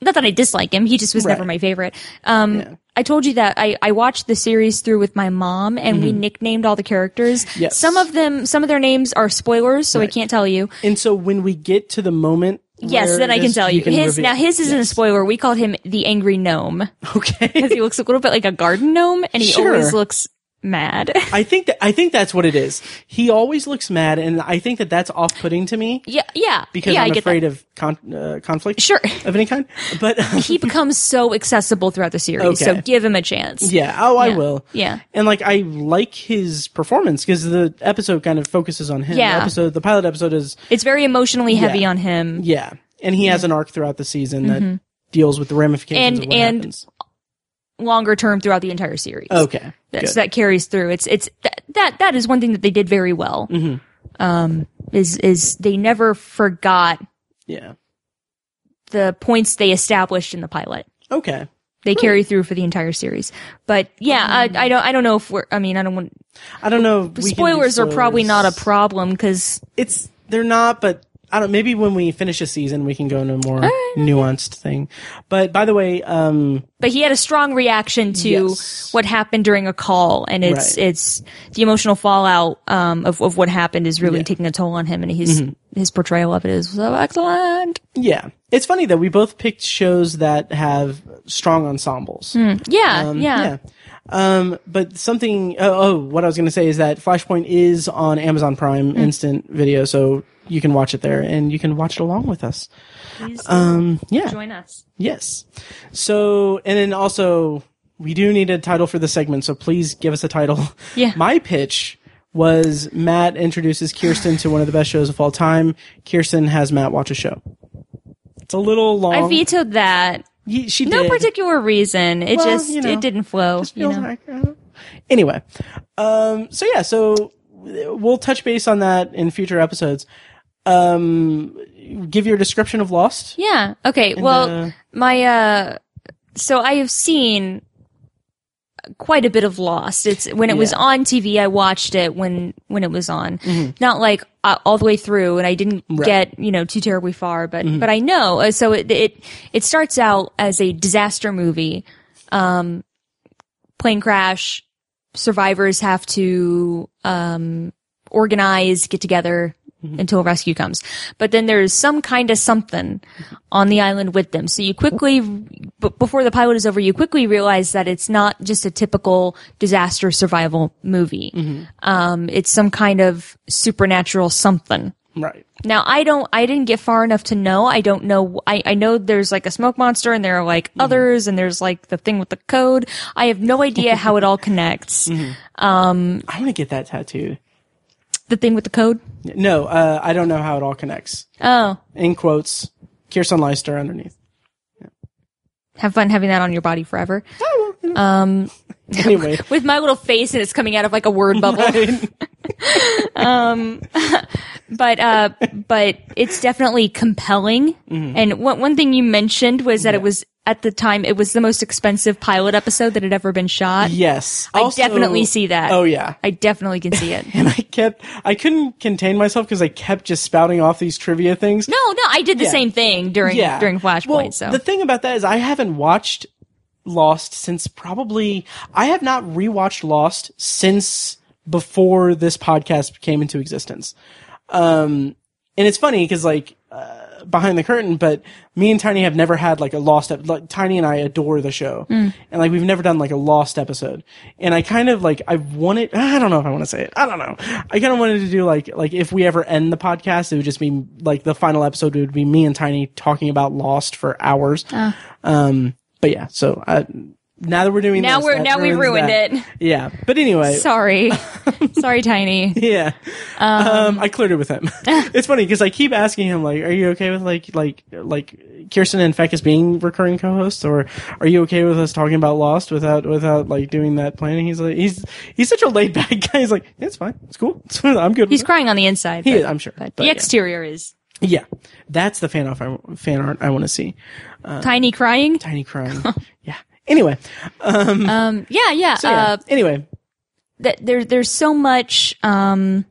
Speaker 2: not that I dislike him. He just was never
Speaker 1: Right.
Speaker 2: my favorite. Um, I told you that I, I watched the series through with my mom and we nicknamed all the characters.
Speaker 1: Mm-hmm. Yes.
Speaker 2: Some of them, some of their names are spoilers, so I can't tell you.
Speaker 1: And so when we get to the moment
Speaker 2: Yes,
Speaker 1: where
Speaker 2: then I can
Speaker 1: this
Speaker 2: tell
Speaker 1: you
Speaker 2: you.
Speaker 1: can
Speaker 2: his
Speaker 1: reveal-
Speaker 2: now his isn't a spoiler. We called him the angry gnome because
Speaker 1: Okay.
Speaker 2: he looks a little bit like a garden gnome, and he
Speaker 1: Sure.
Speaker 2: always looks mad.
Speaker 1: I think that I think that's what it is. He always looks mad, and I think that that's off-putting to me
Speaker 2: yeah, yeah,
Speaker 1: because
Speaker 2: yeah,
Speaker 1: I'm
Speaker 2: I get
Speaker 1: afraid
Speaker 2: that.
Speaker 1: of con- uh, conflict.
Speaker 2: Sure.
Speaker 1: Of any kind, but
Speaker 2: he becomes so accessible throughout the series,
Speaker 1: Okay.
Speaker 2: so give him a chance.
Speaker 1: yeah. Oh, I
Speaker 2: Yeah.
Speaker 1: will.
Speaker 2: Yeah.
Speaker 1: And like I like his performance because the episode kind of focuses on him.
Speaker 2: Yeah.
Speaker 1: The episode, the pilot episode is
Speaker 2: It's very emotionally heavy
Speaker 1: Yeah.
Speaker 2: on him.
Speaker 1: yeah, and he has an arc throughout the season that deals with the ramifications
Speaker 2: Mm-hmm. And-
Speaker 1: of what
Speaker 2: and-
Speaker 1: happens.
Speaker 2: Longer term throughout the entire series.
Speaker 1: Okay.
Speaker 2: that,
Speaker 1: Oh,
Speaker 2: so
Speaker 1: good.
Speaker 2: that carries through. It's it's that that, that is one thing that they did very well.
Speaker 1: Mm-hmm.
Speaker 2: Um, is is they never forgot
Speaker 1: yeah.
Speaker 2: the points they established in the pilot.
Speaker 1: Okay.
Speaker 2: They carry through for the entire series. But yeah, I, I don't I don't know if we're. I mean, I don't want
Speaker 1: I don't know. Um, we can do
Speaker 2: spoilers are probably not a
Speaker 1: spoilers.
Speaker 2: problem because
Speaker 1: it's they're not, but I don't. Maybe when we finish a season, we can go into a more nuanced thing. But by the way, um,
Speaker 2: but he had a strong reaction to
Speaker 1: Yes.
Speaker 2: what happened during a call and it's
Speaker 1: Right.
Speaker 2: it's the emotional fallout um, of, of what happened is really taking a toll on him and his
Speaker 1: Mm-hmm.
Speaker 2: his portrayal of it is so excellent
Speaker 1: yeah, it's funny that we both picked shows that have strong ensembles.
Speaker 2: yeah, yeah
Speaker 1: Yeah. Um, but something. Oh, oh, what I was going to say is that Flashpoint is on Amazon Prime Instant Video, so you can watch it there, and you can watch it along with us. Um, yeah.
Speaker 2: join us
Speaker 1: Yes. So, and then also, we do need a title for the segment, so please give us a title.
Speaker 2: Yeah.
Speaker 1: My pitch was Matt introduces Kirsten to one of the best shows of all time. Kirsten has Matt watch a show. It's a little long.
Speaker 2: I vetoed that.
Speaker 1: Ye- she
Speaker 2: No
Speaker 1: did.
Speaker 2: particular reason. It
Speaker 1: Well,
Speaker 2: just
Speaker 1: you know,
Speaker 2: it didn't flow. you
Speaker 1: Feels
Speaker 2: know.
Speaker 1: like, I don't- anyway, um, so yeah, so we'll touch base on that in future episodes. Um, give your description of Lost.
Speaker 2: yeah. Okay. well,
Speaker 1: uh,
Speaker 2: my uh so I have seen quite a bit of Lost. It's when it was
Speaker 1: Yeah.
Speaker 2: on TV, I watched it when when it was on. Not like uh, all the way through and I didn't get, you know, too terribly far, but but I know. Uh, So it it it starts out as a disaster movie. Um plane crash, survivors have to um, organize, get together until rescue comes. But then there's some kind of something on the island with them. So you quickly, b- before the pilot is over, you quickly realize that it's not just a typical disaster survival movie. Um, it's some kind of supernatural something.
Speaker 1: Right.
Speaker 2: Now I don't I didn't get far enough to know. I don't know I, I know there's like a smoke monster and there are like others and there's like the thing with the code. I have no idea how it all connects.
Speaker 1: I want to get that tattooed.
Speaker 2: The thing with the code?
Speaker 1: No, uh, I don't know how it all connects.
Speaker 2: Oh.
Speaker 1: in quotes, Kirsten Leister underneath.
Speaker 2: Have fun having that on your body forever.
Speaker 1: Anyway,
Speaker 2: With my little face and it's coming out of like a word bubble. but uh but it's definitely compelling.
Speaker 1: Mm-hmm.
Speaker 2: And one one thing you mentioned was that it was at the time it was the most expensive pilot episode that had ever been shot.
Speaker 1: yes,
Speaker 2: I definitely see that.
Speaker 1: Oh yeah,
Speaker 2: I definitely can see it.
Speaker 1: and I kept, I couldn't contain myself because I kept just spouting off these trivia things.
Speaker 2: No, no, I did the
Speaker 1: Yeah.
Speaker 2: same thing during
Speaker 1: yeah,
Speaker 2: during Flashpoint.
Speaker 1: Well,
Speaker 2: so
Speaker 1: the thing about that is I haven't watched Lost since probably I have not rewatched Lost since before this podcast came into existence. Um, and it's funny because like uh, behind the curtain, but me and Tiny have never had like a Lost. Ep- like Tiny and I adore the show,
Speaker 2: Mm.
Speaker 1: and like we've never done like a Lost episode. And I kind of like I wanted. I don't know if I want to say it. I don't know. I kind of wanted to do like like if we ever end the podcast, it would just be like the final episode would be me and Tiny talking about Lost for hours.
Speaker 2: Ah.
Speaker 1: Um, but yeah, so I, now that we're doing
Speaker 2: now
Speaker 1: this,
Speaker 2: we're
Speaker 1: that
Speaker 2: now we
Speaker 1: ruins
Speaker 2: ruined
Speaker 1: that.
Speaker 2: it.
Speaker 1: Yeah, but anyway,
Speaker 2: Sorry, sorry, Tiny.
Speaker 1: yeah. Um, I cleared it with him. it's funny because I keep asking him, like, are you okay with like, like, like Kirsten and Fekus being recurring co-hosts, or are you okay with us talking about Lost without, without like doing that planning? He's like, he's he's such a laid back guy. He's like, it's fine, it's cool, I'm good.
Speaker 2: He's
Speaker 1: with
Speaker 2: crying on the inside.
Speaker 1: He
Speaker 2: but-
Speaker 1: is, I'm sure,
Speaker 2: but
Speaker 1: but
Speaker 2: the
Speaker 1: yeah.
Speaker 2: exterior is
Speaker 1: it. yeah, that's the fan off I, fan art I want to see. Uh.
Speaker 2: Tiny crying.
Speaker 1: Tiny crying. yeah. Anyway,
Speaker 2: Um, yeah, yeah.
Speaker 1: so yeah.
Speaker 2: Uh,
Speaker 1: anyway,
Speaker 2: that there there's so much um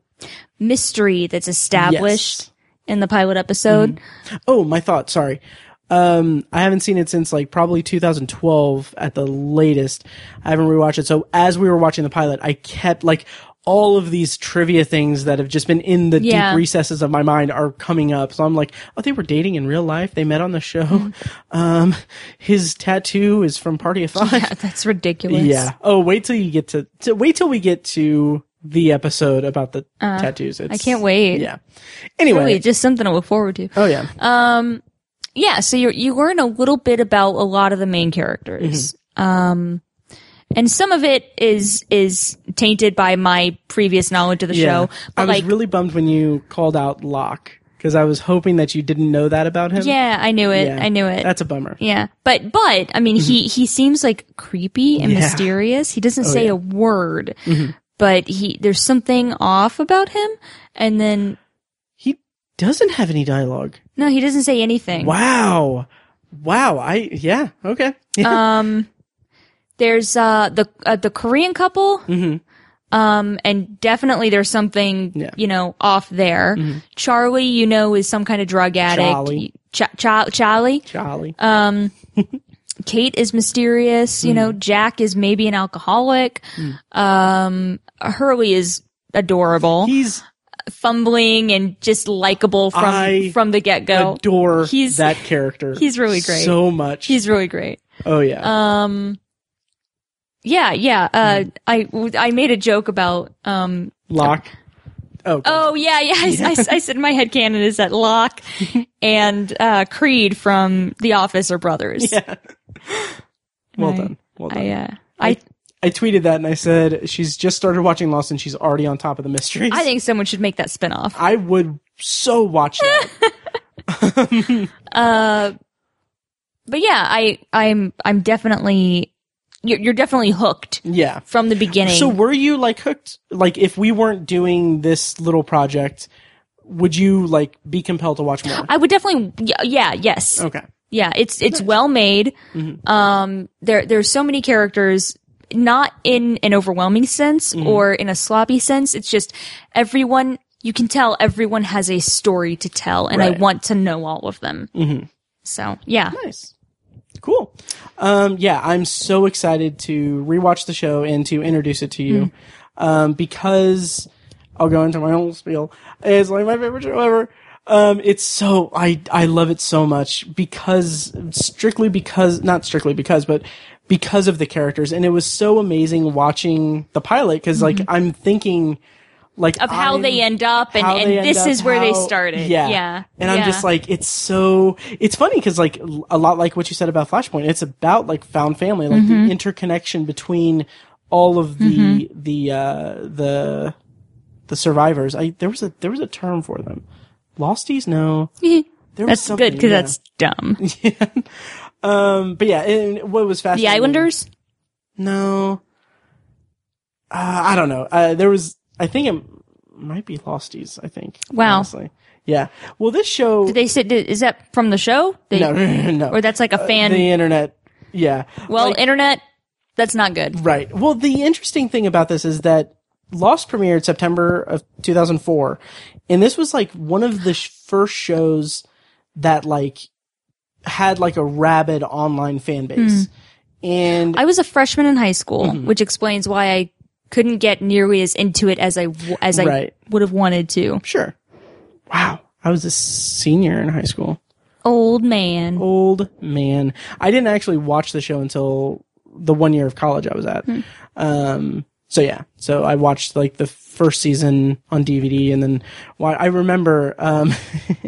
Speaker 2: mystery that's established
Speaker 1: yes.
Speaker 2: in the pilot episode.
Speaker 1: Oh, my thought. Sorry. Um, I haven't seen it since like probably 2012 at the latest. I haven't rewatched it. So as we were watching the pilot, I kept like all of these trivia things that have just been in the
Speaker 2: Yeah.
Speaker 1: deep recesses of my mind are coming up. So I'm like, oh, they were dating in real life. They met on the show.
Speaker 2: Mm-hmm.
Speaker 1: Um, his tattoo is from Party of Five.
Speaker 2: That's ridiculous.
Speaker 1: Yeah. Oh, wait till you get to, to wait till we get to the episode about the tattoos. It's,
Speaker 2: Uh, I can't wait.
Speaker 1: Yeah. Anyway.
Speaker 2: Really, just something to look forward to.
Speaker 1: oh yeah.
Speaker 2: yeah, so you you learn a little bit about a lot of the main characters.
Speaker 1: Mm-hmm.
Speaker 2: Um and some of it is is tainted by my previous knowledge of the
Speaker 1: yeah.
Speaker 2: show. But
Speaker 1: I was
Speaker 2: like
Speaker 1: really bummed when you called out Locke because I was hoping that you didn't know that about him.
Speaker 2: yeah, I knew it. I knew it.
Speaker 1: That's a bummer.
Speaker 2: yeah. But but I mean he he seems like creepy and
Speaker 1: Yeah. Oh, Mm-hmm.
Speaker 2: mysterious. He doesn't say a word. But he there's something off about him and then
Speaker 1: He doesn't have any dialogue.
Speaker 2: no, he doesn't say anything.
Speaker 1: Wow. Wow. I, yeah. Okay.
Speaker 2: Uh,
Speaker 1: Yeah.
Speaker 2: There's uh the uh, the Korean couple. Um and definitely there's something
Speaker 1: Mm-hmm. Yeah. Mm-hmm.
Speaker 2: you know off there. Charlie, you know, is some kind of drug addict.
Speaker 1: Charlie.
Speaker 2: Ch- Ch- Charlie.
Speaker 1: Jolly.
Speaker 2: uh, Kate is mysterious. You
Speaker 1: Mm-hmm.
Speaker 2: know, Jack is maybe an alcoholic.
Speaker 1: Mm.
Speaker 2: Um, Hurley is adorable,
Speaker 1: He's
Speaker 2: fumbling and just likable from
Speaker 1: I
Speaker 2: from the get go.
Speaker 1: adore
Speaker 2: he's-
Speaker 1: that character.
Speaker 2: he's really great.
Speaker 1: So much.
Speaker 2: He's really great.
Speaker 1: oh yeah.
Speaker 2: Um, yeah, yeah.
Speaker 1: Hmm.
Speaker 2: Uh, I I made a joke about um
Speaker 1: Locke. Oh.
Speaker 2: Oh yeah, yeah. I, I, I said my head canon is that Locke and uh, Creed from The Office are brothers.
Speaker 1: Yeah. Well
Speaker 2: I-
Speaker 1: done. Well done.
Speaker 2: I, uh, I
Speaker 1: I tweeted that and I said she's just started watching Lost and she's already on top of the mysteries.
Speaker 2: I think someone should make that spinoff.
Speaker 1: I would so watch that.
Speaker 2: But yeah, I I'm I'm definitely you're, you're definitely hooked
Speaker 1: yeah.
Speaker 2: from the beginning.
Speaker 1: So were you like hooked? Like if we weren't doing this little project, would you like be compelled to watch more?
Speaker 2: I would definitely yeah, yeah yes
Speaker 1: okay. Mm-hmm.
Speaker 2: yeah it's it's well made. Um, there there's so many characters. Not in an overwhelming sense
Speaker 1: Mm-hmm.
Speaker 2: or in a sloppy sense. It's just everyone, you can tell everyone has a story to tell and I
Speaker 1: Right.
Speaker 2: want to know all of them. Mm-hmm. So yeah.
Speaker 1: Nice. Cool. Um, yeah, I'm so excited to rewatch the show and to introduce it to you
Speaker 2: Mm.
Speaker 1: um, because I'll go into my own spiel. It's like my favorite show ever. Um, it's so I I love it so much because strictly because not strictly because but because of the characters and it was so amazing watching the pilot because like I'm thinking like
Speaker 2: Mm-hmm. Of how
Speaker 1: I'm-
Speaker 2: they end up and,
Speaker 1: how they
Speaker 2: and
Speaker 1: end
Speaker 2: this
Speaker 1: up,
Speaker 2: is where they
Speaker 1: how-
Speaker 2: started.
Speaker 1: Yeah.
Speaker 2: Yeah. yeah.
Speaker 1: And I'm just like, it's so, it's funny because like l- a lot like what you said about Flashpoint, it's about like found family, like
Speaker 2: Mm-hmm.
Speaker 1: the interconnection between all of the, the, uh, the, the survivors. I, there was a, there was a term for them. Losties? No. There was
Speaker 2: that's good because
Speaker 1: yeah.
Speaker 2: that's dumb.
Speaker 1: um, but yeah, and what was
Speaker 2: The
Speaker 1: fascinating?
Speaker 2: Islanders?
Speaker 1: No. Uh, I don't know. Uh, there was, I think it might be Losties, I think.
Speaker 2: Wow.
Speaker 1: Honestly. Yeah. Well, this show.
Speaker 2: Did they say, did, is that from the show? They,
Speaker 1: no, Uh, no, no.
Speaker 2: Or that's like a fan.
Speaker 1: the internet. Yeah.
Speaker 2: well, internet, that's not good.
Speaker 1: Right. Well, the interesting thing about this is that Lost premiered September of 2004, and this was like one of the sh- first shows that like had like a rabid online fan base. And
Speaker 2: Hmm. I was a freshman in high school,
Speaker 1: Mm-hmm.
Speaker 2: which explains why I couldn't get nearly as into it as I w- as I
Speaker 1: Right.
Speaker 2: would have wanted to.
Speaker 1: sure. Wow. I was a senior in high school.
Speaker 2: Old man.
Speaker 1: old man. I didn't actually watch the show until the one year of college I was at.
Speaker 2: Hmm.
Speaker 1: Um, so yeah, so I watched like the first season on DVD and then why I remember, um,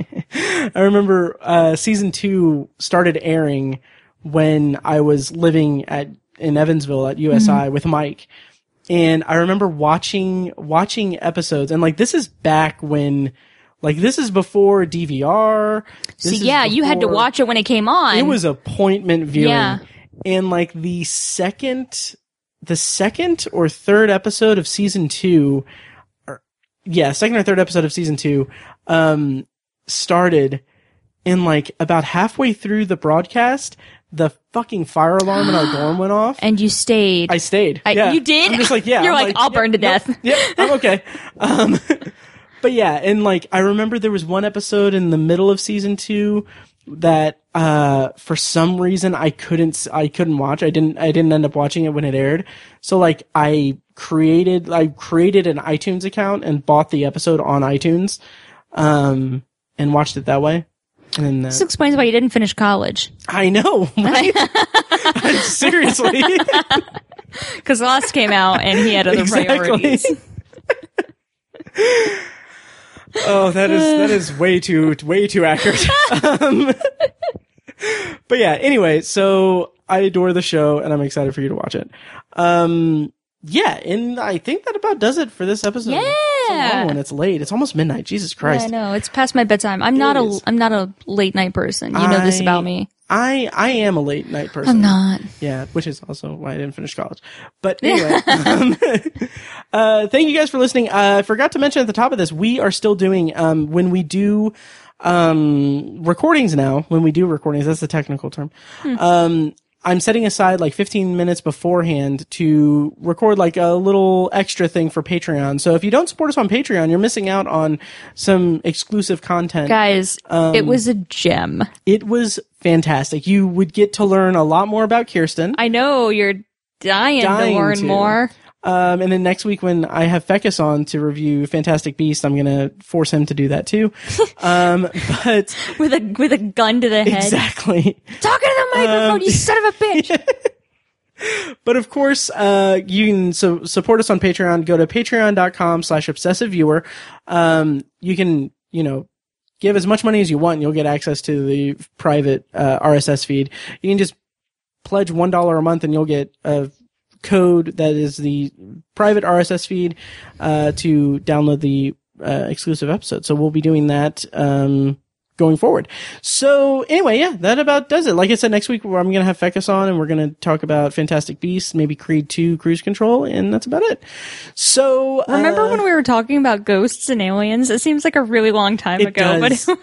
Speaker 1: I remember, uh, season two started airing when I was living at, in Evansville at USI
Speaker 2: Mm-hmm.
Speaker 1: with Mike. And I remember watching, watching episodes and like this is back when, like this is before DVR.
Speaker 2: so
Speaker 1: This is
Speaker 2: yeah, you had to
Speaker 1: before-
Speaker 2: watch it when it came on.
Speaker 1: it was appointment viewing.
Speaker 2: Yeah.
Speaker 1: And like the second, the second or third episode of season two, or yeah, second or third episode of season two, um, started and like about halfway through the broadcast, the fucking fire alarm in our dorm went off.
Speaker 2: and you stayed.
Speaker 1: I stayed.
Speaker 2: I-
Speaker 1: yeah.
Speaker 2: you did?
Speaker 1: I'm just like, yeah.
Speaker 2: You're
Speaker 1: I'm
Speaker 2: like, I'll burn to
Speaker 1: yep,
Speaker 2: death.
Speaker 1: nope, Yep, I'm okay. Um, but yeah, and like, I remember there was one episode in the middle of season two that uh, for some reason I couldn't s- I couldn't watch. I didn't I didn't end up watching it when it aired. So like I created I created an iTunes account and bought the episode on iTunes, um, and watched it that way. And then that-
Speaker 2: This explains why you didn't finish college.
Speaker 1: I know, right? Seriously,
Speaker 2: Because Lost came out and he had other priorities.
Speaker 1: oh, that is that is way too way too accurate. um, but yeah, anyway, so I adore the show and I'm excited for you to watch it. Um, yeah, and I think that about does it for this episode. It's a long
Speaker 2: Yeah.
Speaker 1: one. It's late. It's almost midnight. Jesus Christ.
Speaker 2: I know it's past my bedtime. I'm not a I'm not a late night person. You know this
Speaker 1: I-
Speaker 2: about me.
Speaker 1: I I am a late night person.
Speaker 2: I'm not.
Speaker 1: Yeah, which is also why I didn't finish college. But anyway, um, uh, thank you guys for listening. Uh, I forgot to mention at the top of this, we are still doing um, when we do um, recordings now. When we do recordings, that's the technical term. Um, I'm setting aside like 15 minutes beforehand to record like a little extra thing for Patreon. So if you don't support us on Patreon, you're missing out on some exclusive content.
Speaker 2: Guys,
Speaker 1: Um,
Speaker 2: it was a gem.
Speaker 1: It was fantastic. You would get to learn a lot more about Kirsten.
Speaker 2: I know you're dying,
Speaker 1: Dying
Speaker 2: to learn
Speaker 1: to.
Speaker 2: more.
Speaker 1: Um, and then next week when I have Fecus on to review Fantastic Beast, I'm gonna force him to do that too. Um, but
Speaker 2: With a with a gun to the head.
Speaker 1: exactly.
Speaker 2: Talking to
Speaker 1: Um,
Speaker 2: the microphone, you son of a bitch.
Speaker 1: But of course, uh, you can so support us on Patreon. Go to patreon.com slash obsessive viewer. Um, you can, you know, give as much money as you want. And you'll get access to the private, uh, RSS feed. You can just pledge $1 a month and you'll get a code that is the private RSS feed, uh, to download the, uh, exclusive episode. So we'll be doing that, um, going forward. So anyway, yeah, that about does it. Like I said, next week where I'm going to have Fecus on and we're going to talk about Fantastic Beasts, maybe Creed 2 Cruise Control, and that's about it. So
Speaker 2: Remember
Speaker 1: uh,
Speaker 2: when we were talking about ghosts and aliens? It seems like a really long time
Speaker 1: It
Speaker 2: ago,
Speaker 1: does.
Speaker 2: but it,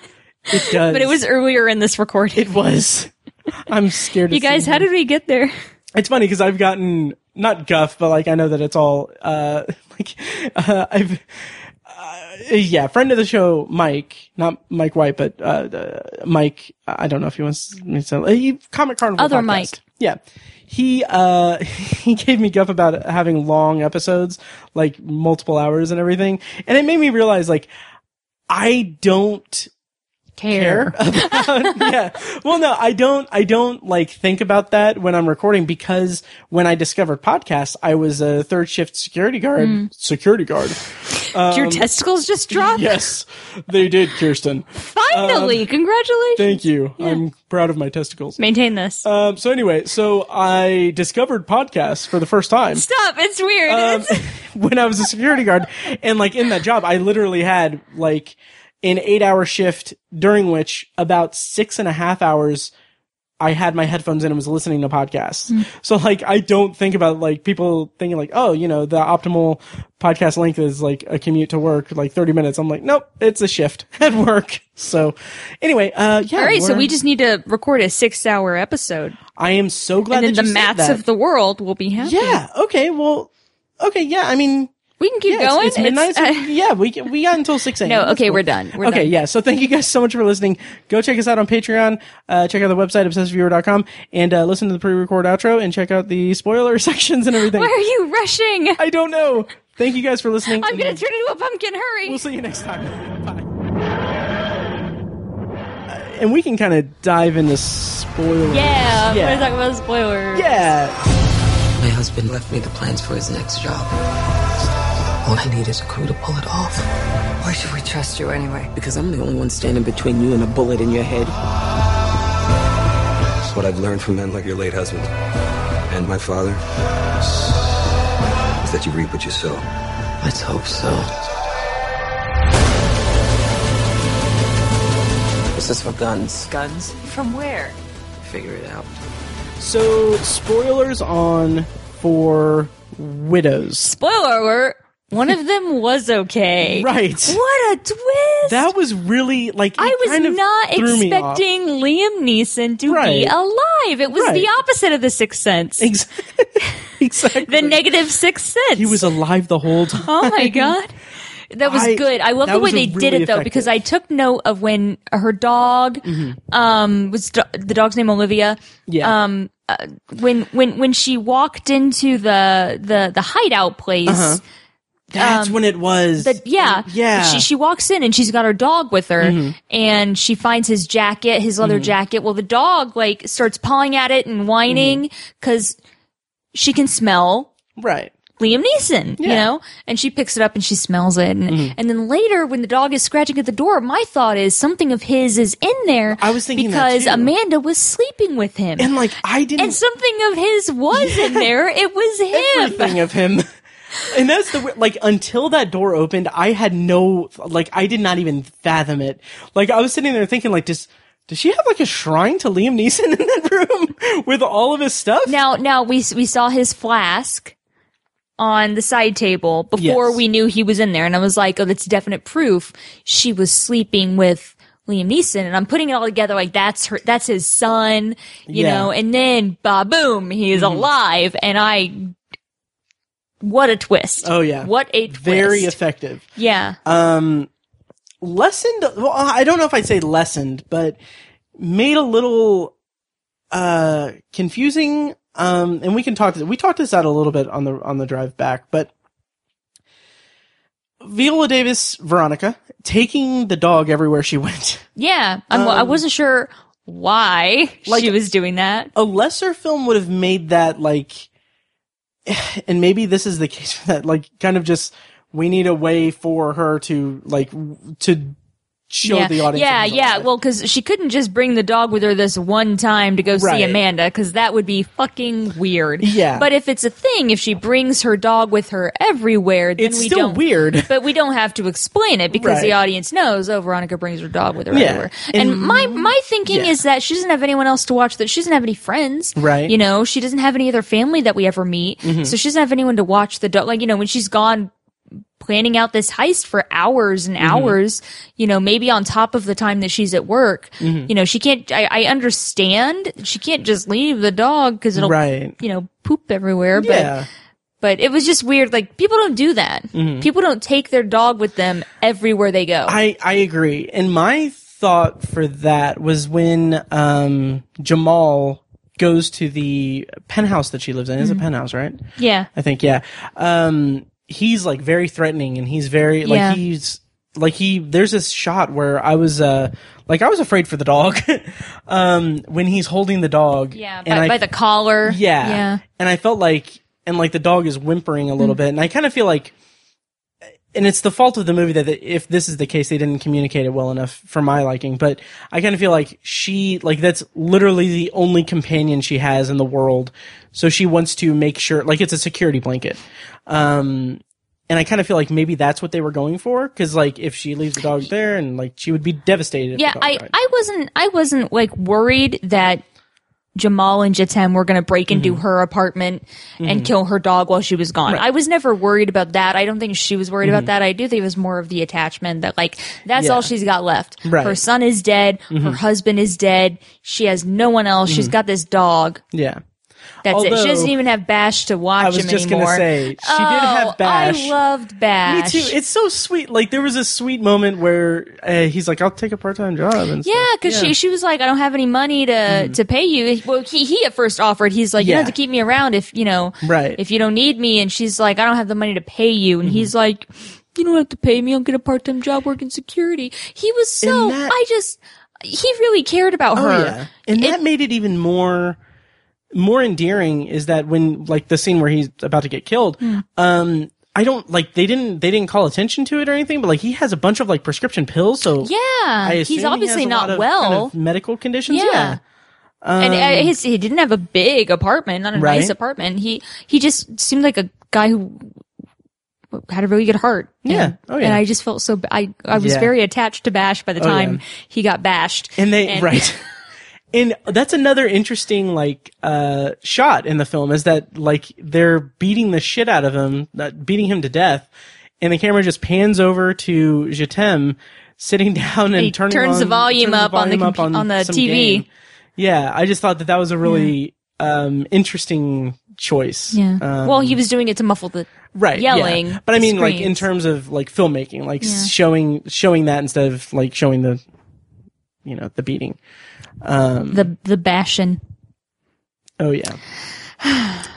Speaker 1: it does.
Speaker 2: but it was earlier in this recording.
Speaker 1: It was. I'm scared.
Speaker 2: you guys, how did we get there?
Speaker 1: It's funny because I've gotten not guff, but like I know that it's all uh like uh, I've. Uh, yeah, friend of the show, Mike, not Mike White, but uh, the- Mike. I don't know if he wants me to. Uh, he- Comic Carnival.
Speaker 2: Other
Speaker 1: podcast.
Speaker 2: Mike.
Speaker 1: Yeah, he uh he gave me guff about having long episodes, like multiple hours and everything, and it made me realize like I don't care about yeah well no i don't i don't like think about that when i'm recording because when i discovered podcasts i was a third shift security guard security guard
Speaker 2: Did your testicles just drop?
Speaker 1: Um, yes they did kirsten
Speaker 2: Finally, congratulations.
Speaker 1: thank you i'm proud of my testicles
Speaker 2: Maintain this.
Speaker 1: um, so anyway so i discovered podcasts for the first time
Speaker 2: Stop! It's weird.
Speaker 1: um,
Speaker 2: It's-
Speaker 1: when I was a security guard and like in that job, I literally had like an eight hour shift during which about six and a half hours I had my headphones in and was listening to podcasts.
Speaker 2: Hmm.
Speaker 1: So like I don't think about like people thinking like, oh, you know, the optimal podcast length is like a commute to work, like 30 minutes. I'm like, nope, it's a shift at work. So anyway, uh, yeah.
Speaker 2: All right, so
Speaker 1: we're-
Speaker 2: we just need to record a six-hour episode,
Speaker 1: I am so glad
Speaker 2: and
Speaker 1: that
Speaker 2: then the
Speaker 1: you said
Speaker 2: maths
Speaker 1: that.
Speaker 2: of the world will be happy.
Speaker 1: yeah. Okay. Well, okay. Yeah. I mean,
Speaker 2: we can keep
Speaker 1: yeah, it's-
Speaker 2: going.
Speaker 1: It's, midnight. so-
Speaker 2: uh,
Speaker 1: yeah, we can- we got until six a.m.
Speaker 2: no,
Speaker 1: That's
Speaker 2: okay,
Speaker 1: cool.
Speaker 2: we're done. We're
Speaker 1: okay,
Speaker 2: done.
Speaker 1: yeah. So thank you guys so much for listening. Go check us out on Patreon. Uh, check out the website obsessiveviewer.com and uh, listen to the pre-record outro and check out the spoiler sections and everything.
Speaker 2: Why are you rushing?
Speaker 1: I don't know. Thank you guys for listening.
Speaker 2: I'm
Speaker 1: and
Speaker 2: gonna turn into a pumpkin. Hurry!
Speaker 1: We'll see you next time. Bye. Uh, and we can kind of dive into spoilers.
Speaker 2: yeah, we're gonna
Speaker 1: Yeah.
Speaker 2: talk about spoilers.
Speaker 1: Yeah.
Speaker 4: My husband left me the plans for his next job. All I need is a crew to pull it off.
Speaker 10: Why should we trust you anyway?
Speaker 4: Because I'm the only one standing between you and a bullet in your head.
Speaker 11: It's what I've learned from men like your late husband and my father is that you reap what you sow.
Speaker 4: Let's hope so. This is for guns. Guns?
Speaker 10: From where?
Speaker 4: Figure it out.
Speaker 1: So spoilers on for widows.
Speaker 2: Spoiler alert: one of them was okay.
Speaker 1: Right.
Speaker 2: What a twist!
Speaker 1: That was really like it
Speaker 2: I was
Speaker 1: kind of
Speaker 2: not
Speaker 1: threw me off.
Speaker 2: expecting Liam Neeson to
Speaker 1: Right.
Speaker 2: be alive. It was
Speaker 1: Right.
Speaker 2: the opposite of the Sixth Sense.
Speaker 1: Ex- exactly.
Speaker 2: The negative Sixth Sense.
Speaker 1: he was alive the whole time.
Speaker 2: Oh my god. That was
Speaker 1: I-
Speaker 2: good. I love
Speaker 1: that
Speaker 2: the way
Speaker 1: was a
Speaker 2: they did
Speaker 1: really
Speaker 2: it though, because I took note of when her dog,
Speaker 1: Mm-hmm.
Speaker 2: um, was do- the dog's name Olivia.
Speaker 1: Yeah.
Speaker 2: Um, uh, when when when she walked into the the the hideout place,
Speaker 1: Uh-huh. That's when it was.
Speaker 2: um, the- yeah,
Speaker 1: Yeah. Mm-hmm.
Speaker 2: She she walks in and she's got her dog with her, and she finds his jacket, his leather jacket. Well, the dog like starts pawing at it and whining
Speaker 1: Mm-hmm.
Speaker 2: because she can smell
Speaker 1: right.
Speaker 2: Liam Neeson, you
Speaker 1: Yeah. Mm-hmm.
Speaker 2: know? And she picks it up and she smells it. And, and then later, when the dog is scratching at the door, my thought is something of his is in there.
Speaker 1: I was thinking that,
Speaker 2: because
Speaker 1: too.
Speaker 2: Amanda was sleeping with him.
Speaker 1: And like I didn't
Speaker 2: And something of his was in there. It was him.
Speaker 1: everything of him. And that's the weir- like until that door opened, I had no like I did not even fathom it. Like I was sitting there thinking like does does she have like a shrine to Liam Neeson in that room with all of his stuff?
Speaker 2: Now, now we we saw his flask on the side table before
Speaker 1: Yes.
Speaker 2: we knew he was in there, and I was like, "Oh, that's definite proof she was sleeping with Liam Neeson." And I'm putting it all together like that's her, that's his son, you
Speaker 1: Yeah. Mm-hmm.
Speaker 2: know. And then, ba boom, he is alive, and I. What a twist!
Speaker 1: Oh, yeah.
Speaker 2: what a twist!
Speaker 1: Very Uh, effective.
Speaker 2: yeah.
Speaker 1: lessened well i don't know if i'd say lessened but made a little uh confusing um and we can talk we talked this out a little bit on the on the drive back but viola davis veronica taking the dog everywhere she went
Speaker 2: yeah, I'm, I wasn't sure why
Speaker 1: um, Like-
Speaker 2: she was doing that.
Speaker 1: a lesser film would have made that like and maybe this is the case for that like kind of just we need a way for her to like w- to show
Speaker 2: yeah.
Speaker 1: the audience
Speaker 2: Yeah,
Speaker 1: that she's
Speaker 2: yeah.
Speaker 1: alive.
Speaker 2: Well, because she couldn't just bring the dog with her this one time to go see
Speaker 1: Right.
Speaker 2: Amanda, because that would be fucking weird.
Speaker 1: Yeah.
Speaker 2: But if it's a thing, if she brings her dog with her everywhere, then
Speaker 1: it's
Speaker 2: we
Speaker 1: still
Speaker 2: don't.
Speaker 1: weird
Speaker 2: But we don't have to explain it because the
Speaker 1: Right.
Speaker 2: audience knows. Oh, Veronica brings her dog with her
Speaker 1: Yeah.
Speaker 2: everywhere. And,
Speaker 1: And-
Speaker 2: my my thinking
Speaker 1: yeah.
Speaker 2: is that she doesn't have anyone else to watch. That she doesn't have any friends.
Speaker 1: Right. Mm-hmm.
Speaker 2: You know, she doesn't have any other family that we ever meet. So she doesn't have anyone to watch the dog. Like you know, when she's gone planning out this heist for hours
Speaker 1: Mm-hmm.
Speaker 2: and hours, you know, maybe on top of the time that she's at work.
Speaker 1: Mm-hmm.
Speaker 2: You know, she can't, I, I understand she can't just leave the dog because it'll,
Speaker 1: Right.
Speaker 2: you know, poop everywhere. But,
Speaker 1: yeah Mm-hmm.
Speaker 2: but it was just weird. Like people don't do that. People don't take their dog with them everywhere they go.
Speaker 1: I, I agree. And my thought for that was when um, Jamal goes to the penthouse that she lives in. It's
Speaker 2: Mm-hmm.
Speaker 1: a penthouse, right?
Speaker 2: yeah.
Speaker 1: I think, yeah. Um, he's like very threatening and he's very, like,
Speaker 2: Yeah.
Speaker 1: he's. Like he, there's this shot where I was, uh, like I was afraid for the dog, um, when he's holding the dog.
Speaker 2: Yeah.
Speaker 1: and
Speaker 2: By,
Speaker 1: I-
Speaker 2: by the collar.
Speaker 1: yeah.
Speaker 2: Yeah. Mm.
Speaker 1: And I felt like, and like the dog is whimpering a little bit, and I kind of feel like, and it's the fault of the movie that the- if this is the case, they didn't communicate it well enough for my liking. But I kind of feel like she, like that's literally the only companion she has in the world, so she wants to make sure, like it's a security blanket. Um, and I kind of feel like maybe that's what they were going for, because like if she leaves the dog there, and like she would be devastated. If
Speaker 2: Yeah,
Speaker 1: the dog
Speaker 2: I,
Speaker 1: died.
Speaker 2: I wasn't I wasn't like worried that Jamal and Jatem were going to break into
Speaker 1: Mm-hmm.
Speaker 2: her apartment and kill her dog while she was gone. I was never worried about that. I don't think she was worried about that. I do think it was more of the attachment that like
Speaker 1: Mm-hmm.
Speaker 2: that's
Speaker 1: Yeah.
Speaker 2: all she's got left.
Speaker 1: Right. Mm-hmm.
Speaker 2: Her son is dead. Her husband is dead. She has no one else. She's got this dog.
Speaker 1: yeah.
Speaker 2: That's it.
Speaker 1: Mm-hmm. Although-
Speaker 2: She doesn't even have Bash to watch
Speaker 1: I was
Speaker 2: him
Speaker 1: just gonna
Speaker 2: anymore.
Speaker 1: say, she did have
Speaker 2: Oh,
Speaker 1: Bash.
Speaker 2: I loved Bash.
Speaker 1: Me too. It's so sweet. Like there was a sweet moment where uh, he's like, "I'll take a part-time job." And stuff.
Speaker 2: Yeah, because she she was like, I don't have any money to to pay you. Well, he he at first offered. He's like, you
Speaker 1: Mm-hmm. Yeah.
Speaker 2: don't have to keep me around if you know,
Speaker 1: Right.
Speaker 2: If you don't need me, and she's like, I don't have the money to pay you, and
Speaker 1: Mm-hmm.
Speaker 2: he's like, you don't have to pay me. I'll get a part time job working security. He was so
Speaker 1: And that-
Speaker 2: I just he really cared about
Speaker 1: Oh,
Speaker 2: her.
Speaker 1: yeah. And that made it even more more endearing is that when like the scene where he's about to get killed, um I don't like they didn't they didn't call attention to it or anything, but like he has a bunch of like prescription pills, so
Speaker 2: Yeah,
Speaker 1: I assume he has
Speaker 2: he's obviously
Speaker 1: a
Speaker 2: not
Speaker 1: lot of
Speaker 2: well.
Speaker 1: kind of medical conditions.
Speaker 2: Yeah.
Speaker 1: Yeah. Um,
Speaker 2: and uh, his, he didn't have a big apartment, not a
Speaker 1: Right.
Speaker 2: nice apartment. He he just seemed like a guy who had a really good heart.
Speaker 1: Yeah.
Speaker 2: And,
Speaker 1: Oh, yeah.
Speaker 2: and I just felt so b- I I was
Speaker 1: Yeah. Oh,
Speaker 2: very attached to Bash by the
Speaker 1: yeah.
Speaker 2: time he got bashed.
Speaker 1: And they right. And that's another interesting like uh shot in the film is that like they're beating the shit out of him, not beating him to death, and the camera just pans over to Jatem sitting down and
Speaker 2: He
Speaker 1: turning
Speaker 2: turns
Speaker 1: on-
Speaker 2: the volume
Speaker 1: turns
Speaker 2: up on the
Speaker 1: volume
Speaker 2: compu- on the
Speaker 1: some
Speaker 2: TV.
Speaker 1: game. Yeah, I just thought that that was a really um, interesting choice.
Speaker 2: Yeah.
Speaker 1: Um,
Speaker 2: well, he was doing it to muffle the
Speaker 1: right yeah.
Speaker 2: yelling.
Speaker 1: But I mean, like in
Speaker 2: screams.
Speaker 1: terms of like filmmaking, like s- showing showing that instead of like showing the, you know, the beating.
Speaker 2: the the bashing.
Speaker 1: Oh yeah.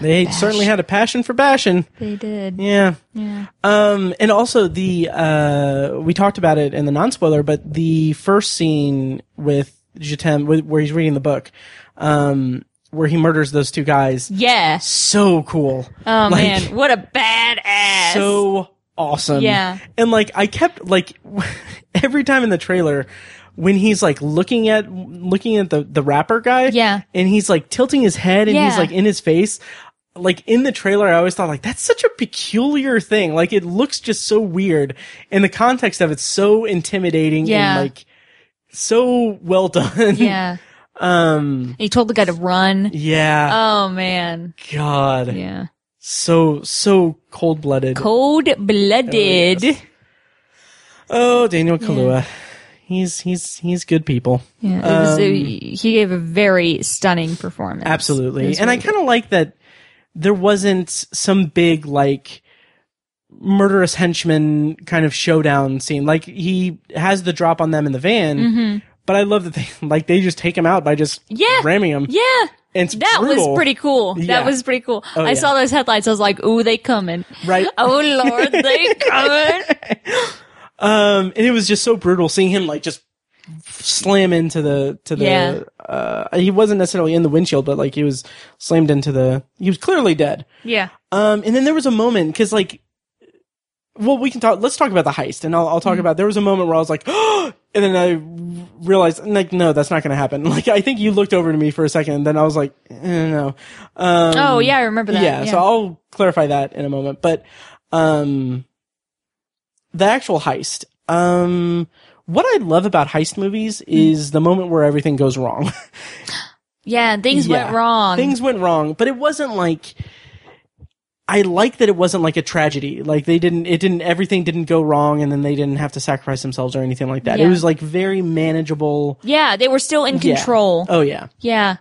Speaker 1: They certainly had a passion for bashing.
Speaker 2: They did.
Speaker 1: Yeah.
Speaker 2: Yeah.
Speaker 1: Um, and also the uh, we talked about it in the non spoiler, but the first scene with Jatem, wh- where he's reading the book, um, where he murders those two guys,
Speaker 2: Yeah.
Speaker 1: so cool.
Speaker 2: Oh
Speaker 1: Like,
Speaker 2: man, what a badass.
Speaker 1: so awesome.
Speaker 2: Yeah.
Speaker 1: And like I kept like every time in the trailer when he's like looking at looking at the the rapper guy.
Speaker 2: Yeah.
Speaker 1: And he's like tilting his head and he's
Speaker 2: Yeah.
Speaker 1: like in his face. Like in the trailer, I always thought like that's such a peculiar thing. Like it looks just so weird, and the context of it's so intimidating
Speaker 2: Yeah.
Speaker 1: and like so well done.
Speaker 2: yeah.
Speaker 1: Um.
Speaker 2: He told the guy to run.
Speaker 1: Yeah.
Speaker 2: Oh man.
Speaker 1: God.
Speaker 2: Yeah.
Speaker 1: So so cold blooded.
Speaker 2: Cold blooded.
Speaker 1: Oh, yes. Oh, Daniel Kaluuya. He's he's he's good people.
Speaker 2: Yeah. It was,
Speaker 1: Um,
Speaker 2: it- he gave a very stunning performance. It
Speaker 1: Absolutely.
Speaker 2: was
Speaker 1: And I
Speaker 2: really
Speaker 1: kind of like that there wasn't some big like murderous henchman kind of showdown scene. Like he has the drop on them in the van, but I love that they like they just take him out by just
Speaker 2: Mm-hmm. Yeah.
Speaker 1: ramming him.
Speaker 2: good. Yeah.
Speaker 1: And it's
Speaker 2: That
Speaker 1: brutal,
Speaker 2: was pretty cool.
Speaker 1: Yeah.
Speaker 2: That was pretty cool.
Speaker 1: Oh,
Speaker 2: I
Speaker 1: yeah.
Speaker 2: saw those headlights. I was like, "Ooh, they coming!
Speaker 1: right?
Speaker 2: Oh Lord, they coming!"
Speaker 1: Um, and it was just so brutal seeing him like just slam into the to the
Speaker 2: Yeah.
Speaker 1: uh he wasn't necessarily in the windshield but like he was slammed into the he was clearly dead
Speaker 2: Yeah,
Speaker 1: Um, and then there was a moment because like, well, we can talk. Let's talk about the heist, and I'll, I'll talk about. There was a moment where I was like, and then I realized, like, no, that's not going to happen. Like, I think you looked over to me for a second, and then I was like, eh, no. Um,
Speaker 2: Oh, yeah, I remember that,
Speaker 1: Yeah, so
Speaker 2: yeah.
Speaker 1: I'll clarify that in a moment. But um, the actual heist. Um, what I love about heist movies is the moment where everything goes wrong.
Speaker 2: yeah. Things went
Speaker 1: Yeah.
Speaker 2: wrong.
Speaker 1: Things went wrong, but it wasn't like I like that it wasn't like a tragedy. Like they didn't it didn't everything didn't go wrong and then they didn't have to sacrifice themselves or anything like that. It
Speaker 2: Yeah.
Speaker 1: was like very manageable
Speaker 2: yeah, they were still in
Speaker 1: Yeah.
Speaker 2: control.
Speaker 1: Oh yeah.
Speaker 2: Yeah,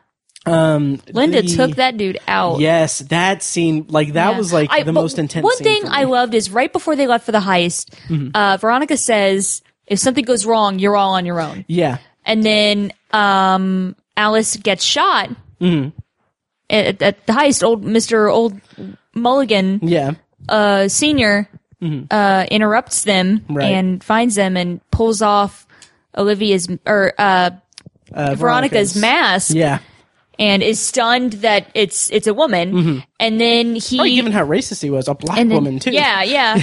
Speaker 1: Um
Speaker 2: Linda
Speaker 1: the-
Speaker 2: took that dude out.
Speaker 1: Yes, that scene like that
Speaker 2: Yeah.
Speaker 1: was like
Speaker 2: I-
Speaker 1: the
Speaker 2: but
Speaker 1: most intense
Speaker 2: One
Speaker 1: scene
Speaker 2: thing
Speaker 1: for me. Mm-hmm.
Speaker 2: I loved is right before they left for the heist, uh, Veronica says, "If something goes wrong, you're all on your own."
Speaker 1: Yeah.
Speaker 2: And then um, Alice gets shot
Speaker 1: Mm-hmm.
Speaker 2: at, at the heist. Old Mister Old Mulligan,
Speaker 1: Yeah.
Speaker 2: uh, senior, uh, interrupts them
Speaker 1: Mm-hmm. Right.
Speaker 2: and finds them and pulls off Olivia's or uh,
Speaker 1: Uh,
Speaker 2: Veronica's mask
Speaker 1: Yeah.
Speaker 2: and is stunned that it's it's a woman. And then he
Speaker 1: Mm-hmm. Probably given how racist he was, a black
Speaker 2: and then-
Speaker 1: woman too.
Speaker 2: Yeah, yeah.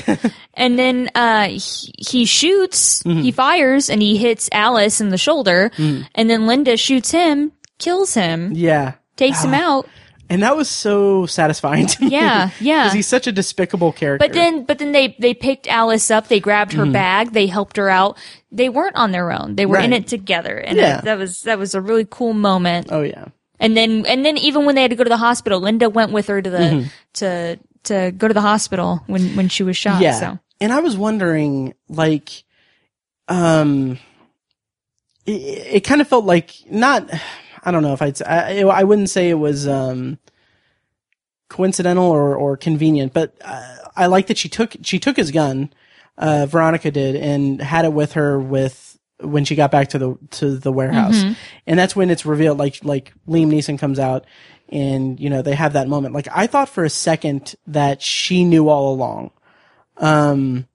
Speaker 2: and then uh, he, he shoots,
Speaker 1: Mm-hmm.
Speaker 2: he fires, and he hits Alice in the shoulder. And then Linda shoots him, kills him,
Speaker 1: Mm. Yeah.
Speaker 2: takes him out.
Speaker 1: And that was so satisfying to me.
Speaker 2: Yeah, yeah.
Speaker 1: Because he's such a despicable character.
Speaker 2: But then, but then they they picked Alice up. They grabbed
Speaker 1: Mm-hmm.
Speaker 2: her bag. They helped her out. They weren't on their own. They were in
Speaker 1: Right.
Speaker 2: it together, and
Speaker 1: Yeah.
Speaker 2: that, that was that was a really cool moment.
Speaker 1: Oh yeah.
Speaker 2: And then, and then even when they had to go to the hospital, Linda went with her to the
Speaker 1: Mm-hmm.
Speaker 2: to to go to the hospital when when she was shot.
Speaker 1: Yeah.
Speaker 2: So
Speaker 1: And I was wondering, like, um, it, it kind of felt like not, I don't know if I'd, I, I wouldn't say it was, um, coincidental or, or convenient, but uh, I like that she took, she took his gun, uh, Veronica did and had it with her with, when she got back to the, to the warehouse.
Speaker 2: Mm-hmm.
Speaker 1: And that's when it's revealed, like, like Liam Neeson comes out and, you know, they have that moment. Like, I thought for a second that she knew all along. Um,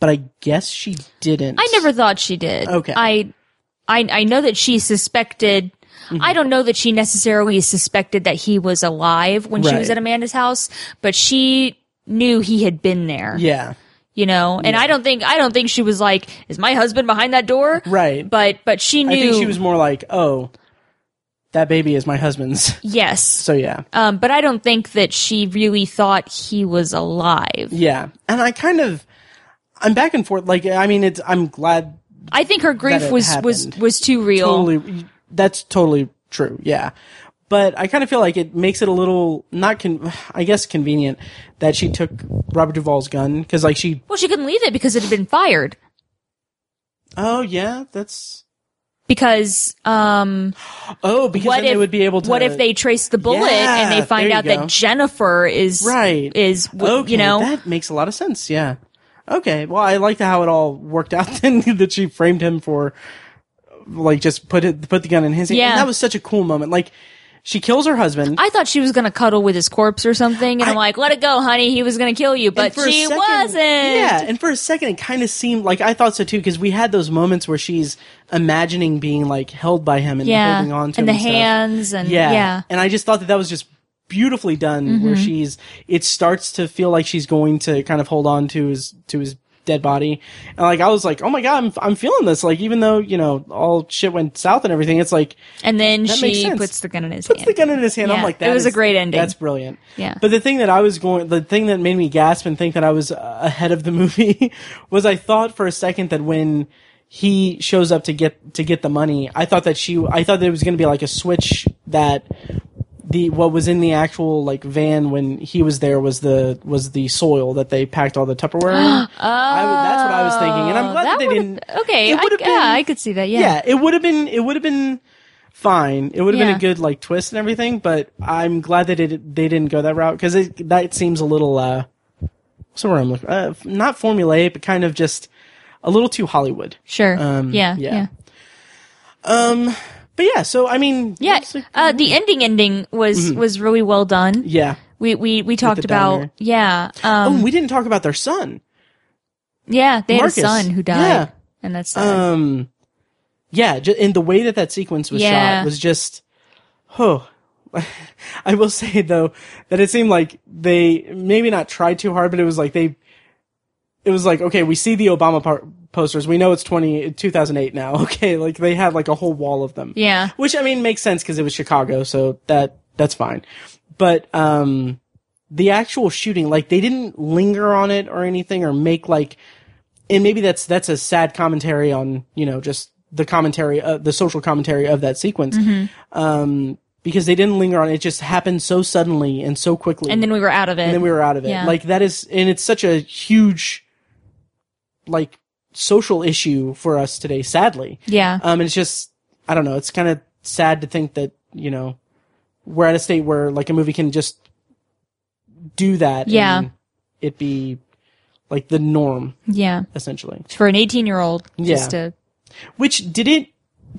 Speaker 1: but I guess she didn't.
Speaker 2: I never thought she did.
Speaker 1: Okay.
Speaker 2: I I I know that she suspected.
Speaker 1: Mm-hmm.
Speaker 2: I don't know that she necessarily suspected that he was alive when she was
Speaker 1: Right.
Speaker 2: at Amanda's house, but she knew he had been there.
Speaker 1: Yeah.
Speaker 2: you know and i don't think i don't think she was like is my husband behind that door
Speaker 1: Right.
Speaker 2: but but she knew
Speaker 1: I think she was more like, oh, that baby is my husband's.
Speaker 2: yes
Speaker 1: So yeah,
Speaker 2: um but i don't think that she really thought he was alive
Speaker 1: yeah. And I kind of, I'm back and forth. Like, I mean, it's. I'm glad.
Speaker 2: i think her grief
Speaker 1: it
Speaker 2: was was
Speaker 1: happened.
Speaker 2: was too real
Speaker 1: Totally. That's totally true. Yeah. But I kind of feel like it makes it a little not con- I guess convenient that she took Robert Duvall's gun because like she
Speaker 2: well she couldn't leave it because it had been fired
Speaker 1: oh yeah that's
Speaker 2: because um,
Speaker 1: Oh, because
Speaker 2: what
Speaker 1: then
Speaker 2: if
Speaker 1: they would be able to.
Speaker 2: what if they trace the bullet and
Speaker 1: Yeah,
Speaker 2: they find
Speaker 1: there you
Speaker 2: out
Speaker 1: go.
Speaker 2: that Jennifer is
Speaker 1: right
Speaker 2: is w-
Speaker 1: okay,
Speaker 2: you know
Speaker 1: that makes a lot of sense. Yeah. Okay. Well, I liked how it all worked out. Then that she framed him for like just put it put the gun in his hand.
Speaker 2: Yeah.
Speaker 1: And that was such a cool moment. Like she kills her husband.
Speaker 2: I thought she was gonna cuddle with his corpse or something, and I, am like, let it go, honey. He was gonna kill you,
Speaker 1: And
Speaker 2: but
Speaker 1: for a
Speaker 2: she
Speaker 1: second-
Speaker 2: wasn't.
Speaker 1: Yeah, and for a second, it kind of seemed like I thought so too because we had those moments where she's imagining being like held by him and
Speaker 2: Yeah,
Speaker 1: holding on to
Speaker 2: and
Speaker 1: him
Speaker 2: the
Speaker 1: stuff.
Speaker 2: hands, and
Speaker 1: Yeah.
Speaker 2: yeah. Mm-hmm.
Speaker 1: and I just thought that that was just beautifully done. Where she's, it starts to feel like she's going to kind of hold on to his to his dead body, and like I was like, oh my god, I'm I'm feeling this. Like even though you know all shit went south and everything, it's like
Speaker 2: And then
Speaker 1: That makes
Speaker 2: she
Speaker 1: sense.
Speaker 2: puts the gun in his
Speaker 1: puts
Speaker 2: hand.
Speaker 1: the gun in his hand. I'm
Speaker 2: Yeah,
Speaker 1: like, that
Speaker 2: it was
Speaker 1: is-
Speaker 2: a great ending.
Speaker 1: That's brilliant.
Speaker 2: Yeah.
Speaker 1: But the thing that I was going, the thing that made me gasp and think that I was uh, ahead of the movie was I thought for a second that when he shows up to get to get the money, I thought that she, I thought that it was going to be like a switch that the what was in the actual like van when he was there was the was the soil that they packed all the Tupperware. in. oh, I, would- that's what I was thinking, and I'm glad that,
Speaker 2: Oh, that
Speaker 1: they
Speaker 2: would've-
Speaker 1: didn't.
Speaker 2: okay,
Speaker 1: it
Speaker 2: I,
Speaker 1: would've been-
Speaker 2: yeah, I could see that. Yeah,
Speaker 1: yeah, it would have been it would have been fine. It would have been
Speaker 2: Yeah.
Speaker 1: a good like twist and everything, but I'm glad that it they didn't go that route because that seems a little uh what's the word I'm looking uh, not formulaic, but kind of just a little too Hollywood.
Speaker 2: sure.
Speaker 1: Um,
Speaker 2: yeah, yeah, yeah.
Speaker 1: But yeah, so I mean, that's a-
Speaker 2: uh, the ending ending was was really well done.
Speaker 1: Mm-hmm. yeah.
Speaker 2: We we we talked
Speaker 1: the diner.
Speaker 2: about yeah um,
Speaker 1: oh, we didn't talk about their son.
Speaker 2: yeah they
Speaker 1: Marcus.
Speaker 2: had a son who died,
Speaker 1: Yeah.
Speaker 2: and that's
Speaker 1: Um, yeah, ju- and the way that that sequence was
Speaker 2: Yeah.
Speaker 1: shot was just, oh, I will say though that it seemed like they maybe not tried too hard, but it was like they, it was like okay, we see the Obama par- posters, we know it's 20, 2008 now, okay, like they had like a whole wall of them,
Speaker 2: Yeah.
Speaker 1: which I mean makes sense because it was Chicago, so that that's fine, but um. The actual shooting, like they didn't linger on it or anything, or make like and maybe that's that's a sad commentary on you know just the commentary uh, the social commentary of that sequence
Speaker 2: Mm-hmm.
Speaker 1: um because they didn't linger on it. it just happened so suddenly and so quickly
Speaker 2: and then we were out of it.
Speaker 1: and then we were out of it
Speaker 2: Yeah.
Speaker 1: like that is and it's such a huge like social issue for us today sadly
Speaker 2: yeah.
Speaker 1: um, and it's just, I don't know. It's kind of sad to think that, you know, we're at a state where like a movie can just do that.
Speaker 2: Yeah.
Speaker 1: And it be like the norm
Speaker 2: yeah.
Speaker 1: essentially,
Speaker 2: For an 18 year old, just
Speaker 1: Yeah.
Speaker 2: to,
Speaker 1: which did it.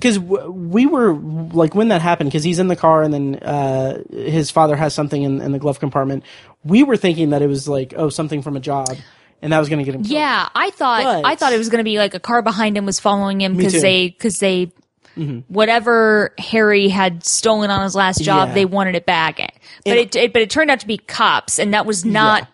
Speaker 1: Cause w- we were like when that happened, cause he's in the car and then, uh, his father has something in, in the glove compartment. We were thinking that it was like, oh, something from a job and that was going to get him. killed.
Speaker 2: yeah, I thought,
Speaker 1: But-
Speaker 2: I thought it was going to be like a car behind him was following him because
Speaker 1: too. Mm-hmm.
Speaker 2: they, because they, whatever Harry had stolen on his last job,
Speaker 1: Yeah.
Speaker 2: they wanted it back. But
Speaker 1: And-
Speaker 2: it, it, but it turned out to be cops and that was not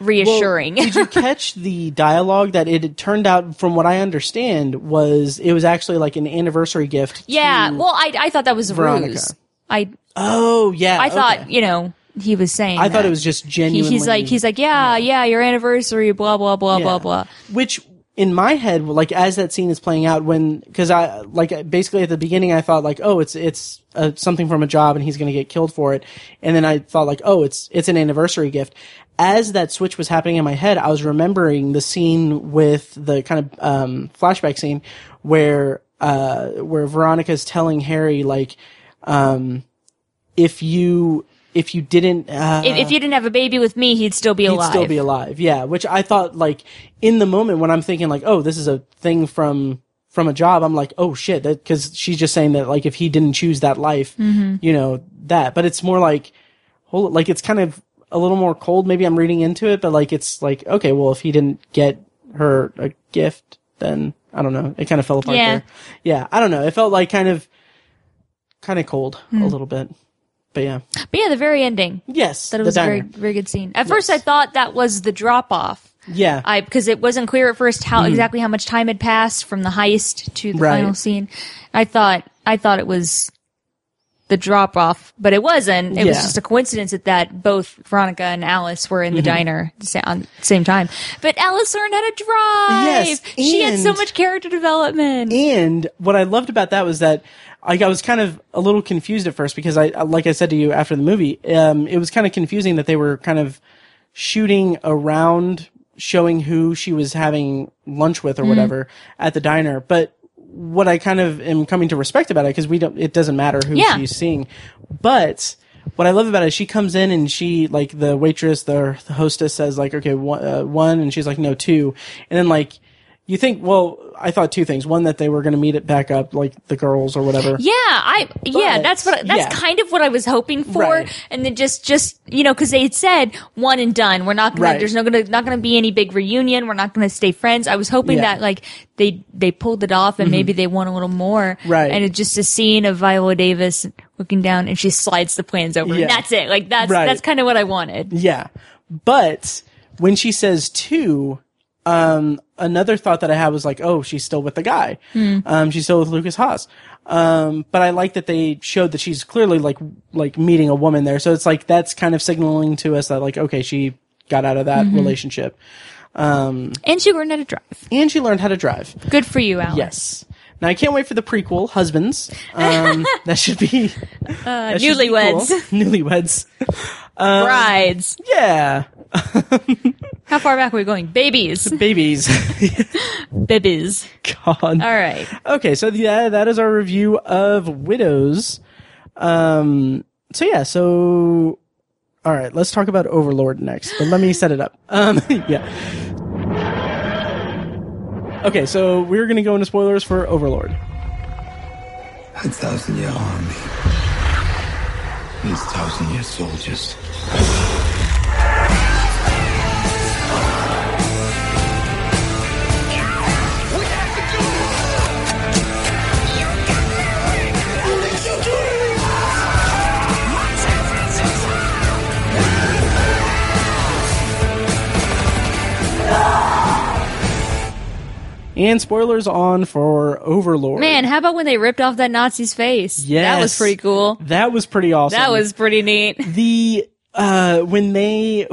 Speaker 2: reassuring.
Speaker 1: Well, did you catch the dialogue that it had turned out, from what I understand, was it was actually like an anniversary gift?
Speaker 2: yeah.
Speaker 1: to-
Speaker 2: Well, I, I thought that was a
Speaker 1: Veronica.
Speaker 2: ruse. I,
Speaker 1: oh yeah.
Speaker 2: I thought,
Speaker 1: okay.
Speaker 2: you know, he was saying,
Speaker 1: I thought
Speaker 2: that.
Speaker 1: it was just
Speaker 2: He,
Speaker 1: genuinely.
Speaker 2: he's like, he's like, yeah, yeah, your anniversary, blah, blah, blah, blah, blah.
Speaker 1: Which in my head, like as that scene is playing out, when because I like basically at the beginning, I thought like, oh, it's it's uh, something from a job, and he's going to get killed for it, and then I thought like, oh, it's it's an anniversary gift. As that switch was happening in my head, I was remembering the scene with the kind of um, flashback scene where uh, where Veronica's telling Harry like, um, if you if you didn't uh,
Speaker 2: if, if you didn't have a baby with me, he'd still be alive.
Speaker 1: He'd still be alive. Yeah, which I thought like in the moment when I'm thinking like, oh, this is a thing from from a job. I'm like, oh shit, because she's just saying that like if he didn't choose that life,
Speaker 2: Mm-hmm.
Speaker 1: you know that. But it's more like, hold, like it's kind of a little more cold. Maybe I'm reading into it, but like it's like okay, well if he didn't get her a gift, then I don't know. It kind of fell apart
Speaker 2: Yeah.
Speaker 1: there. Yeah, I don't know. It felt like kind of kind of cold
Speaker 2: Hmm.
Speaker 1: a little bit. But yeah,
Speaker 2: But yeah, the very ending.
Speaker 1: yes,
Speaker 2: That it
Speaker 1: the
Speaker 2: was a very,
Speaker 1: diner.
Speaker 2: very good scene. At first, I thought that was the drop off.
Speaker 1: yeah.
Speaker 2: I because it wasn't clear at first how exactly how much time had passed from the heist to the
Speaker 1: Mm. Right.
Speaker 2: final scene. I thought I thought it was the drop off, but it wasn't. It was
Speaker 1: Yeah.
Speaker 2: just a coincidence that, that both Veronica and Alice were
Speaker 1: Mm-hmm.
Speaker 2: in the diner at the sa- on the same time. But Alice learned how to drive.
Speaker 1: Yes,
Speaker 2: she had so
Speaker 1: and-
Speaker 2: much character development.
Speaker 1: And what I loved about that was that I, I was kind of a little confused at first because I, I- like I said to you after the movie, um, it was kind of confusing that they were kind of shooting around showing who she was having lunch with or whatever at the diner. But what I kind of am coming to respect about it because we don't. It doesn't matter who
Speaker 2: Yeah.
Speaker 1: she's seeing, but. What I love about it is she comes in and she like the waitress, the, the hostess says like, okay, one, uh, one, and she's like, no, two, and then like you think, well, I thought two things: one that they were going to meet it back up, like the girls or whatever.
Speaker 2: Yeah, I yeah,
Speaker 1: But-
Speaker 2: that's what that's
Speaker 1: yeah.
Speaker 2: kind of what I was hoping for,
Speaker 1: Right.
Speaker 2: and then just just you know because they had said one and done. We're not gonna
Speaker 1: Right.
Speaker 2: there's no gonna not gonna be any big reunion. We're not gonna stay friends. I was hoping
Speaker 1: Yeah. Mm-hmm.
Speaker 2: that like they they pulled it off and maybe they want a little more.
Speaker 1: Right.
Speaker 2: and it's just a scene of Viola Davis looking down and she slides the plans over.
Speaker 1: Yeah.
Speaker 2: And that's it. Like that's
Speaker 1: Right.
Speaker 2: that's kind of what I wanted.
Speaker 1: Yeah. But when she says two, um, another thought that I had was like, oh, she's still with the guy. Um, she's still with Lucas Haas. Um, but I like that they showed that she's clearly like, like meeting a woman there. So it's like, that's kind of signaling to us that like, okay, she got out of that relationship
Speaker 2: And she learned how to drive.
Speaker 1: and she learned how to drive.
Speaker 2: Good for you, Alan.
Speaker 1: Yes. Now I can't wait for the prequel, Husbands. Um, that should be,
Speaker 2: uh,
Speaker 1: that should be cool.
Speaker 2: newlyweds,
Speaker 1: Newlyweds.
Speaker 2: brides.
Speaker 1: Yeah.
Speaker 2: How far back are we going? Babies,
Speaker 1: Babies.
Speaker 2: babies.
Speaker 1: God.
Speaker 2: All right.
Speaker 1: Okay, so yeah, that is our review of Widows. Um, so yeah, so all right, let's talk about Overlord next, but let me set it up. Um, yeah. Okay, so we're gonna go into spoilers for Overlord.
Speaker 6: A thousand year army. These thousand year soldiers.
Speaker 1: And spoilers on for Overlord.
Speaker 2: Man, how about when they ripped off that Nazi's face?
Speaker 1: Yes.
Speaker 2: That was pretty cool.
Speaker 1: That was pretty awesome.
Speaker 2: That was pretty neat.
Speaker 1: the uh when they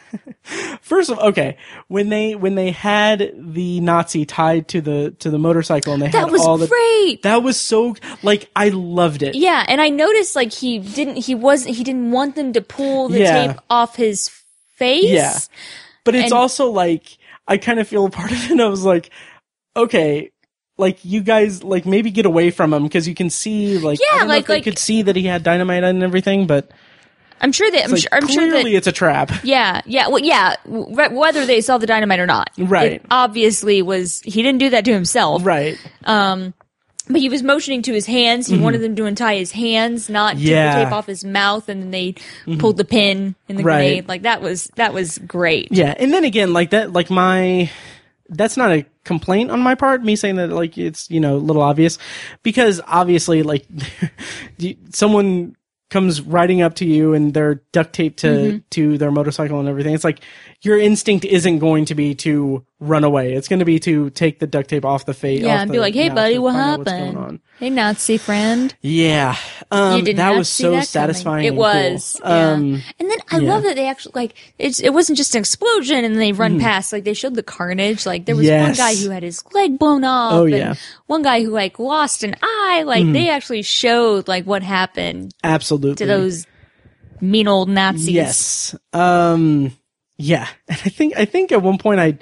Speaker 1: first of okay when they when they had the nazi tied to the to the motorcycle and they
Speaker 2: That
Speaker 1: had
Speaker 2: was
Speaker 1: all the
Speaker 2: great.
Speaker 1: that was so like i loved it
Speaker 2: Yeah, and I noticed like he didn't he wasn't he didn't want them to pull the
Speaker 1: Yeah.
Speaker 2: tape off his face.
Speaker 1: Yeah. but it's
Speaker 2: and-
Speaker 1: also like i kind of feel a part of it and i was like okay like you guys like maybe get away from him because you can see like I
Speaker 2: Yeah,
Speaker 1: don't know
Speaker 2: like-
Speaker 1: if they
Speaker 2: like-
Speaker 1: could see that he had dynamite and everything but
Speaker 2: I'm sure that I'm,
Speaker 1: like,
Speaker 2: sure, I'm sure
Speaker 1: clearly
Speaker 2: that
Speaker 1: it's a trap
Speaker 2: yeah, yeah, well, yeah. w- re- Whether they saw the dynamite or not,
Speaker 1: Right.
Speaker 2: It obviously, was he didn't do that to himself,
Speaker 1: right
Speaker 2: But he was motioning to his hands. He wanted them to untie his hands, not
Speaker 1: Mm-hmm. Yeah. Mm-hmm.
Speaker 2: take the tape off his mouth, and then they pulled the pin in the
Speaker 1: Right.
Speaker 2: grenade. Like that was that was great.
Speaker 1: Yeah, and then again, like that, like my, that's not a complaint on my part. Me saying that, like it's you know a little obvious, because obviously, like you- someone comes riding up to you and they're duct taped to
Speaker 2: Mm-hmm.
Speaker 1: to their motorcycle and everything. It's like your instinct isn't going to be to run away. It's going to be to take the duct tape off the face.
Speaker 2: Yeah, and be like, "Hey, buddy, what happened?
Speaker 1: on.
Speaker 2: Hey, Nazi friend.
Speaker 1: Yeah, um,
Speaker 2: you did
Speaker 1: that
Speaker 2: not
Speaker 1: was
Speaker 2: see
Speaker 1: so
Speaker 2: that coming.
Speaker 1: satisfying.
Speaker 2: It
Speaker 1: and cool.
Speaker 2: was.
Speaker 1: Um,
Speaker 2: yeah. And then I love that they actually like it's, it wasn't just an explosion and they run past like they showed the carnage. Like there was one
Speaker 1: Hmm. Yes.
Speaker 2: guy who had his leg blown off.
Speaker 1: Oh,
Speaker 2: and
Speaker 1: yeah. Hmm.
Speaker 2: One guy who like lost an eye. Like they actually showed like what happened
Speaker 1: absolutely
Speaker 2: to those mean old Nazis.
Speaker 1: Hmm. Yes. Um yeah. And I think I think at one point I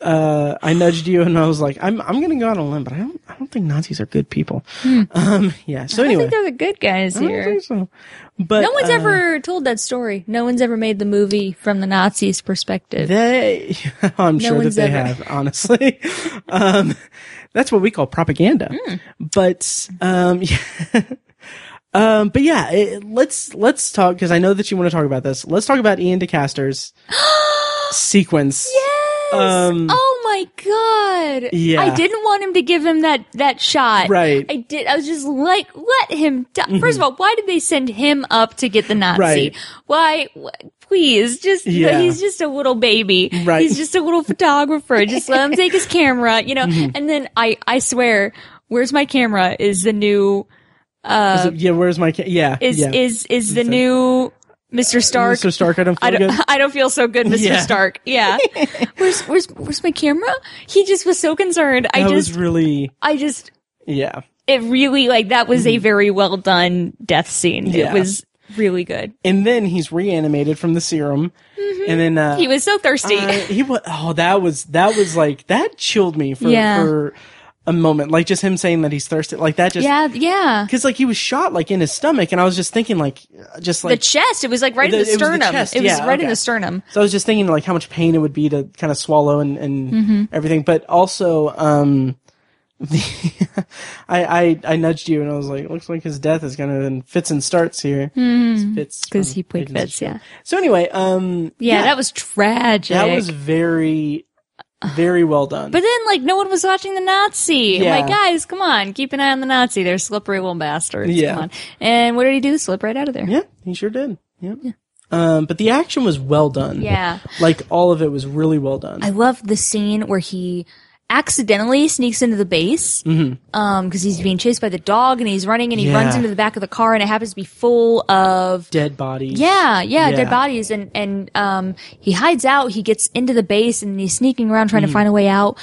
Speaker 1: uh I nudged you and I was like, I'm I'm gonna go out on a limb, but I don't I don't think Nazis are good people. Um yeah. So
Speaker 2: Hmm. I
Speaker 1: anyway.
Speaker 2: think they're the good guys
Speaker 1: I don't
Speaker 2: here.
Speaker 1: think so. But
Speaker 2: No one's
Speaker 1: uh,
Speaker 2: ever told that story. No one's ever made the movie from the Nazis' perspective.
Speaker 1: they I'm sure that
Speaker 2: one's
Speaker 1: they
Speaker 2: ever-
Speaker 1: have, honestly. um that's what we call propaganda.
Speaker 2: Hmm.
Speaker 1: But um Um, but yeah, it, let's let's talk because I know that you want to talk about this. Let's talk about Ian DeCaster's sequence.
Speaker 2: Yes.
Speaker 1: Um,
Speaker 2: oh my god.
Speaker 1: Yeah.
Speaker 2: I didn't want him to give him that that shot.
Speaker 1: Right. Mm-hmm.
Speaker 2: I did. I was just like, let him. Die. First of all, why did they send him up to get the Nazi?
Speaker 1: Right.
Speaker 2: Why? wh- Please, just
Speaker 1: Yeah.
Speaker 2: he's just a little baby.
Speaker 1: Right.
Speaker 2: He's just a little photographer. Just let him take his camera. You know.
Speaker 1: Mm-hmm.
Speaker 2: And then I I swear, where's my camera? Is the new
Speaker 1: Is it- yeah, where's my ca- yeah
Speaker 2: is
Speaker 1: yeah.
Speaker 2: is is the new Mr. Stark?
Speaker 1: Mr. Stark, I don't feel
Speaker 2: I don't,
Speaker 1: good.
Speaker 2: I don't feel so good, Mr.
Speaker 1: Yeah.
Speaker 2: Stark. Yeah. where's where's where's my camera? He just was so concerned. I
Speaker 1: That
Speaker 2: just
Speaker 1: was really
Speaker 2: I just
Speaker 1: yeah.
Speaker 2: it really like that was a very well done death scene.
Speaker 1: Mm. Yeah.
Speaker 2: It was really good.
Speaker 1: And then he's reanimated from the serum, and then uh,
Speaker 2: Mm-hmm. He was so thirsty.
Speaker 1: I- he was. Oh, that was that was like that chilled me for
Speaker 2: Yeah.
Speaker 1: for a moment, like just him saying that he's thirsty, like that just
Speaker 2: Yeah, yeah.
Speaker 1: because like he was shot like in his stomach, and I was just thinking like just
Speaker 2: The
Speaker 1: like
Speaker 2: chest. It was like right
Speaker 1: The-
Speaker 2: in the
Speaker 1: it was the
Speaker 2: sternum.
Speaker 1: chest,
Speaker 2: it was
Speaker 1: yeah,
Speaker 2: right in
Speaker 1: okay.
Speaker 2: the sternum.
Speaker 1: So I was just thinking like how much pain it would be to kind of swallow and, and
Speaker 2: Mm-hmm.
Speaker 1: everything, but also, um, the, I, I, I nudged you and I was like, looks like his death is kind of in fits and starts here. Fits.
Speaker 2: Because
Speaker 1: from
Speaker 2: Mm-hmm. he played
Speaker 1: Pigeons and
Speaker 2: Fitz, yeah.
Speaker 1: So anyway, um,
Speaker 2: yeah. that was tragic.
Speaker 1: that was very, very well done.
Speaker 2: But then, like, no one was watching the Nazi.
Speaker 1: Yeah.
Speaker 2: I'm like, guys, come on, keep an eye on the Nazi. They're slippery little bastards.
Speaker 1: Yeah.
Speaker 2: Come on. And what did he do? Slip right out of there.
Speaker 1: yeah, he sure did. Yeah. Um, but the action was well done.
Speaker 2: Yeah.
Speaker 1: Like all of it was really well done.
Speaker 2: I love the scene where he accidentally sneaks into the base because he's being chased by the dog and he's running and he
Speaker 1: Mm-hmm. Yeah.
Speaker 2: runs into the back of the car and it happens to be full of
Speaker 1: Dead bodies.
Speaker 2: yeah, yeah,
Speaker 1: Yeah.
Speaker 2: dead bodies, and and um, he hides out. He gets into the base, and he's sneaking around
Speaker 1: Mm-hmm.
Speaker 2: trying to find a way out.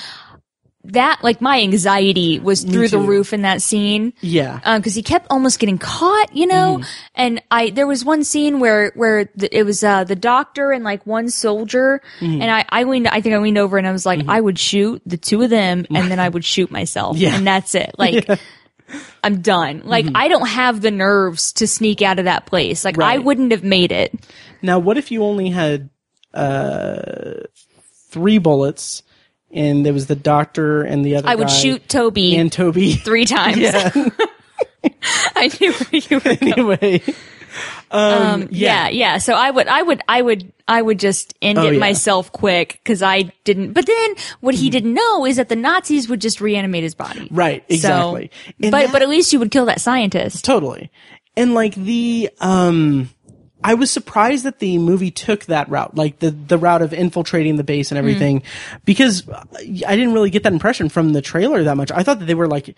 Speaker 2: That like my anxiety was through the
Speaker 1: too.
Speaker 2: roof in that scene.
Speaker 1: Yeah.
Speaker 2: because Um, he kept almost getting caught, you
Speaker 1: Mm-hmm.
Speaker 2: know. And I there was one scene where where the, it was uh, the doctor and like one soldier,
Speaker 1: Mm-hmm.
Speaker 2: and I I leaned I think I leaned over and I was like I would shoot the two of them, and then I would shoot myself,
Speaker 1: Yeah. Mm-hmm.
Speaker 2: and that's it. Like I'm done. Like I don't have the nerves to sneak out of that place. Like I
Speaker 1: Right.
Speaker 2: wouldn't have made it.
Speaker 1: Now, what if you only had uh, three bullets, and there was the doctor and the other?
Speaker 2: I would
Speaker 1: guy
Speaker 2: shoot Toby
Speaker 1: and Toby.
Speaker 2: three times. I knew where you were going.
Speaker 1: anyway,
Speaker 2: Um, yeah. yeah, So I would, I would, I would, I would just end
Speaker 1: Oh,
Speaker 2: it
Speaker 1: yeah. Hmm.
Speaker 2: myself quick because I didn't. But then what he didn't know is that the Nazis would just reanimate his body.
Speaker 1: Right,
Speaker 2: So-
Speaker 1: exactly. And
Speaker 2: but
Speaker 1: that-
Speaker 2: but at least you would kill that scientist.
Speaker 1: totally. And like the, um, I was surprised that the movie took that route, like the the route of infiltrating the base and everything, because I didn't really get that impression from the trailer that much. I thought that they were like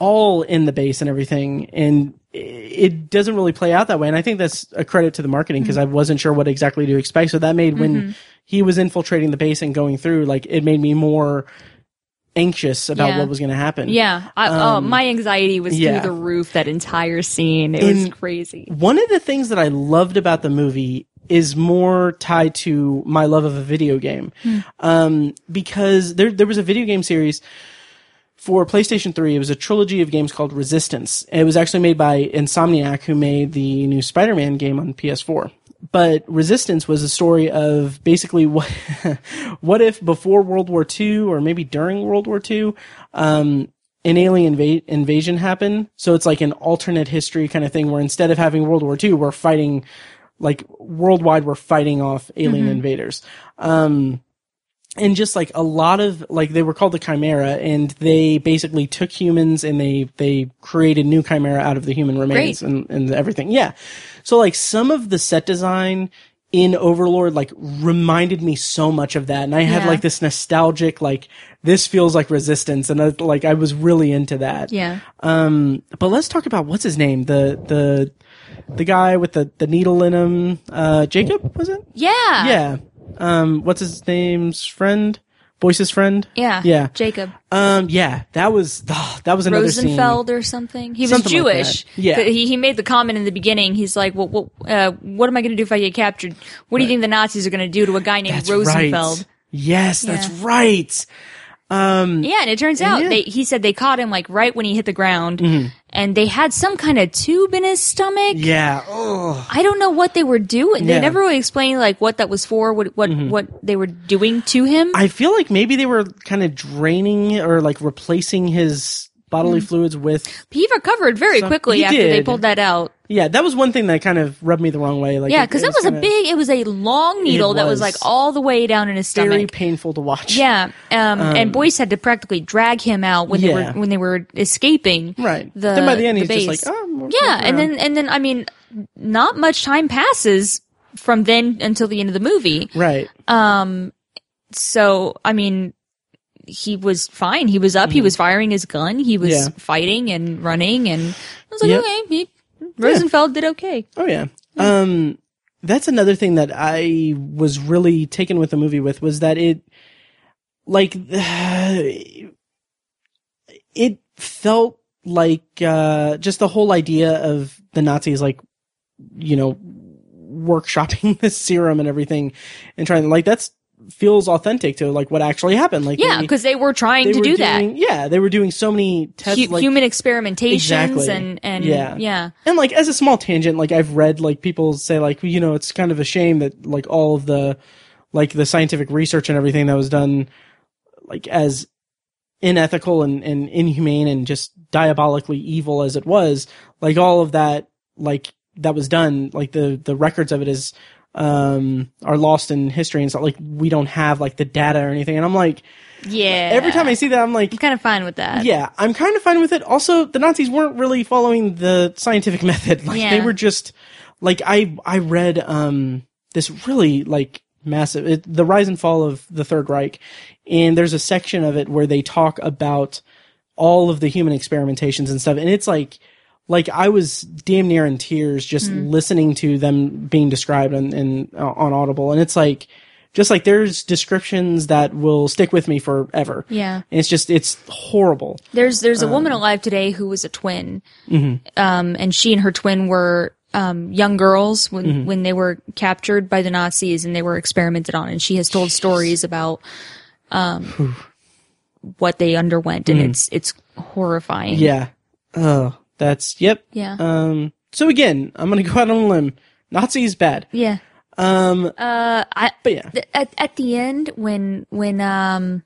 Speaker 1: all in the base and everything, and it doesn't really play out that way. And I think that's a credit to the marketing because I wasn't sure what exactly to expect. So that made when he was infiltrating the base and going through, like it made me more anxious about
Speaker 2: Yeah.
Speaker 1: what was going to happen.
Speaker 2: Yeah. I, oh, my anxiety was
Speaker 1: Um, yeah.
Speaker 2: through the roof that entire scene. It was
Speaker 1: In-
Speaker 2: crazy.
Speaker 1: One of the things that I loved about the movie is more tied to my love of a video game. Um, because there, there was a video game series for PlayStation 3. It was a trilogy of games called Resistance. It was actually made by Insomniac, who made the new Spider-Man game on PS4. But Resistance was a story of basically what, what if before World War II or maybe during World War II, um, an alien inva- invasion happened. So it's like an alternate history kind of thing where instead of having World War II, we're fighting, like worldwide, we're fighting off alien invaders. Um, and just like a lot of like they were called the chimera and they basically took humans and they they created new chimera out of the human remains and, and everything yeah so like some of the set design in overlord like reminded me so much of that and i had
Speaker 2: Yeah.
Speaker 1: like this nostalgic like this feels like resistance and I, like i was really into that
Speaker 2: Yeah.
Speaker 1: um but let's talk about what's his name the the the guy with the the needle in him uh jacob was it
Speaker 2: Yeah.
Speaker 1: yeah. Um, what's his name's friend? Boyce's friend?
Speaker 2: Yeah.
Speaker 1: Yeah.
Speaker 2: Jacob.
Speaker 1: Um, yeah, that was, oh, that was another scene.
Speaker 2: Rosenfeld or something. He
Speaker 1: Something
Speaker 2: was
Speaker 1: like that.
Speaker 2: Jewish.
Speaker 1: Yeah.
Speaker 2: Th- He, he made the comment in the beginning. He's like, well, well, uh, what am I going to do if I get captured? What do you think the Nazis are going to do to a guy named
Speaker 1: That's
Speaker 2: Rosenfeld?
Speaker 1: Right. Yes, that's
Speaker 2: Yeah.
Speaker 1: right.
Speaker 2: Yeah. And it turns out
Speaker 1: yeah. Mm-hmm.
Speaker 2: they, he said they caught him like right when he hit the ground and they had some kind of tube in his stomach.
Speaker 1: Yeah. Oh,
Speaker 2: I don't know what they were doing.
Speaker 1: Yeah. Mm-hmm.
Speaker 2: They never really explained like what that was for, what, what, what they were doing to him.
Speaker 1: I feel like maybe they were kind of draining or like replacing his
Speaker 2: Hmm.
Speaker 1: bodily fluids with,
Speaker 2: he recovered very
Speaker 1: Some-
Speaker 2: quickly
Speaker 1: he
Speaker 2: after they
Speaker 1: did.
Speaker 2: pulled that out.
Speaker 1: yeah, that was one thing that kind of rubbed me the wrong way. Like,
Speaker 2: Yeah,
Speaker 1: it-
Speaker 2: because
Speaker 1: it
Speaker 2: that was, a
Speaker 1: kinda
Speaker 2: big. It was a long needle that was
Speaker 1: was.
Speaker 2: like all the way down in his stomach.
Speaker 1: very painful to watch.
Speaker 2: Yeah, um, and Boyce had to practically drag him out when they
Speaker 1: Yeah.
Speaker 2: were when they were escaping.
Speaker 1: Right.
Speaker 2: The,
Speaker 1: Then by the end,
Speaker 2: the
Speaker 1: he's just
Speaker 2: base.
Speaker 1: like, "Oh, I'm
Speaker 2: yeah,
Speaker 1: walking
Speaker 2: and
Speaker 1: around."
Speaker 2: then and then I mean, not much time passes from then until the end of the movie.
Speaker 1: Right.
Speaker 2: Um, So I mean, he was fine. He was up. He was firing his gun. He was
Speaker 1: Mm-hmm. Yeah.
Speaker 2: fighting and running. And I was like,
Speaker 1: Yep.
Speaker 2: okay, he, Rosenfeld did okay.
Speaker 1: Oh yeah. Um, that's another thing that I was really taken with the movie with was that it, like, it felt like uh, just the whole idea of the Nazis, like, you know, workshopping the serum and everything, and trying like that's feels authentic to like what actually happened. Like
Speaker 2: Yeah,
Speaker 1: they-
Speaker 2: because they were trying
Speaker 1: they
Speaker 2: to
Speaker 1: were
Speaker 2: do
Speaker 1: doing- Yeah, they were doing so many
Speaker 2: that.
Speaker 1: tests,
Speaker 2: Hu-
Speaker 1: like,
Speaker 2: human experimentations
Speaker 1: Exactly.
Speaker 2: and and
Speaker 1: Yeah.
Speaker 2: yeah.
Speaker 1: And like as a small tangent, like I've read like people say like you know it's kind of a shame that like all of the like the scientific research and everything that was done like as unethical and, and inhumane and just diabolically evil as it was, like all of that like that was done, like the the records of it is um are lost in history and stuff like we don't have like the data or anything. And I'm like
Speaker 2: Yeah.
Speaker 1: every time I see that I'm like
Speaker 2: I'm kind of fine with that.
Speaker 1: yeah, I'm kind of fine with it. Also, the Nazis weren't really following the scientific method. Like they
Speaker 2: Yeah.
Speaker 1: were just like I I read um this really like massive it, the rise and fall of the Third Reich, and there's a section of it where they talk about all of the human experimentations and stuff, and it's like like I was damn near in tears just
Speaker 2: Mm.
Speaker 1: listening to them being described on in, on Audible, and it's like. Just like there's descriptions that will stick with me forever.
Speaker 2: Yeah.
Speaker 1: And it's just it's horrible.
Speaker 2: There's there's a
Speaker 1: Um,
Speaker 2: woman alive today who was a twin,
Speaker 1: Mm-hmm.
Speaker 2: um, and she and her twin were um, young girls when
Speaker 1: Mm-hmm.
Speaker 2: when they were captured by the Nazis and they were experimented on, and she has told stories about um, what they underwent, and it's it's horrifying.
Speaker 1: Mm. Yeah. Oh, that's yep.
Speaker 2: yeah,
Speaker 1: Um. So again, I'm gonna go out on a limb. Nazis bad.
Speaker 2: yeah.
Speaker 1: Um.
Speaker 2: Uh, I
Speaker 1: But yeah,
Speaker 2: th- at at the end when when um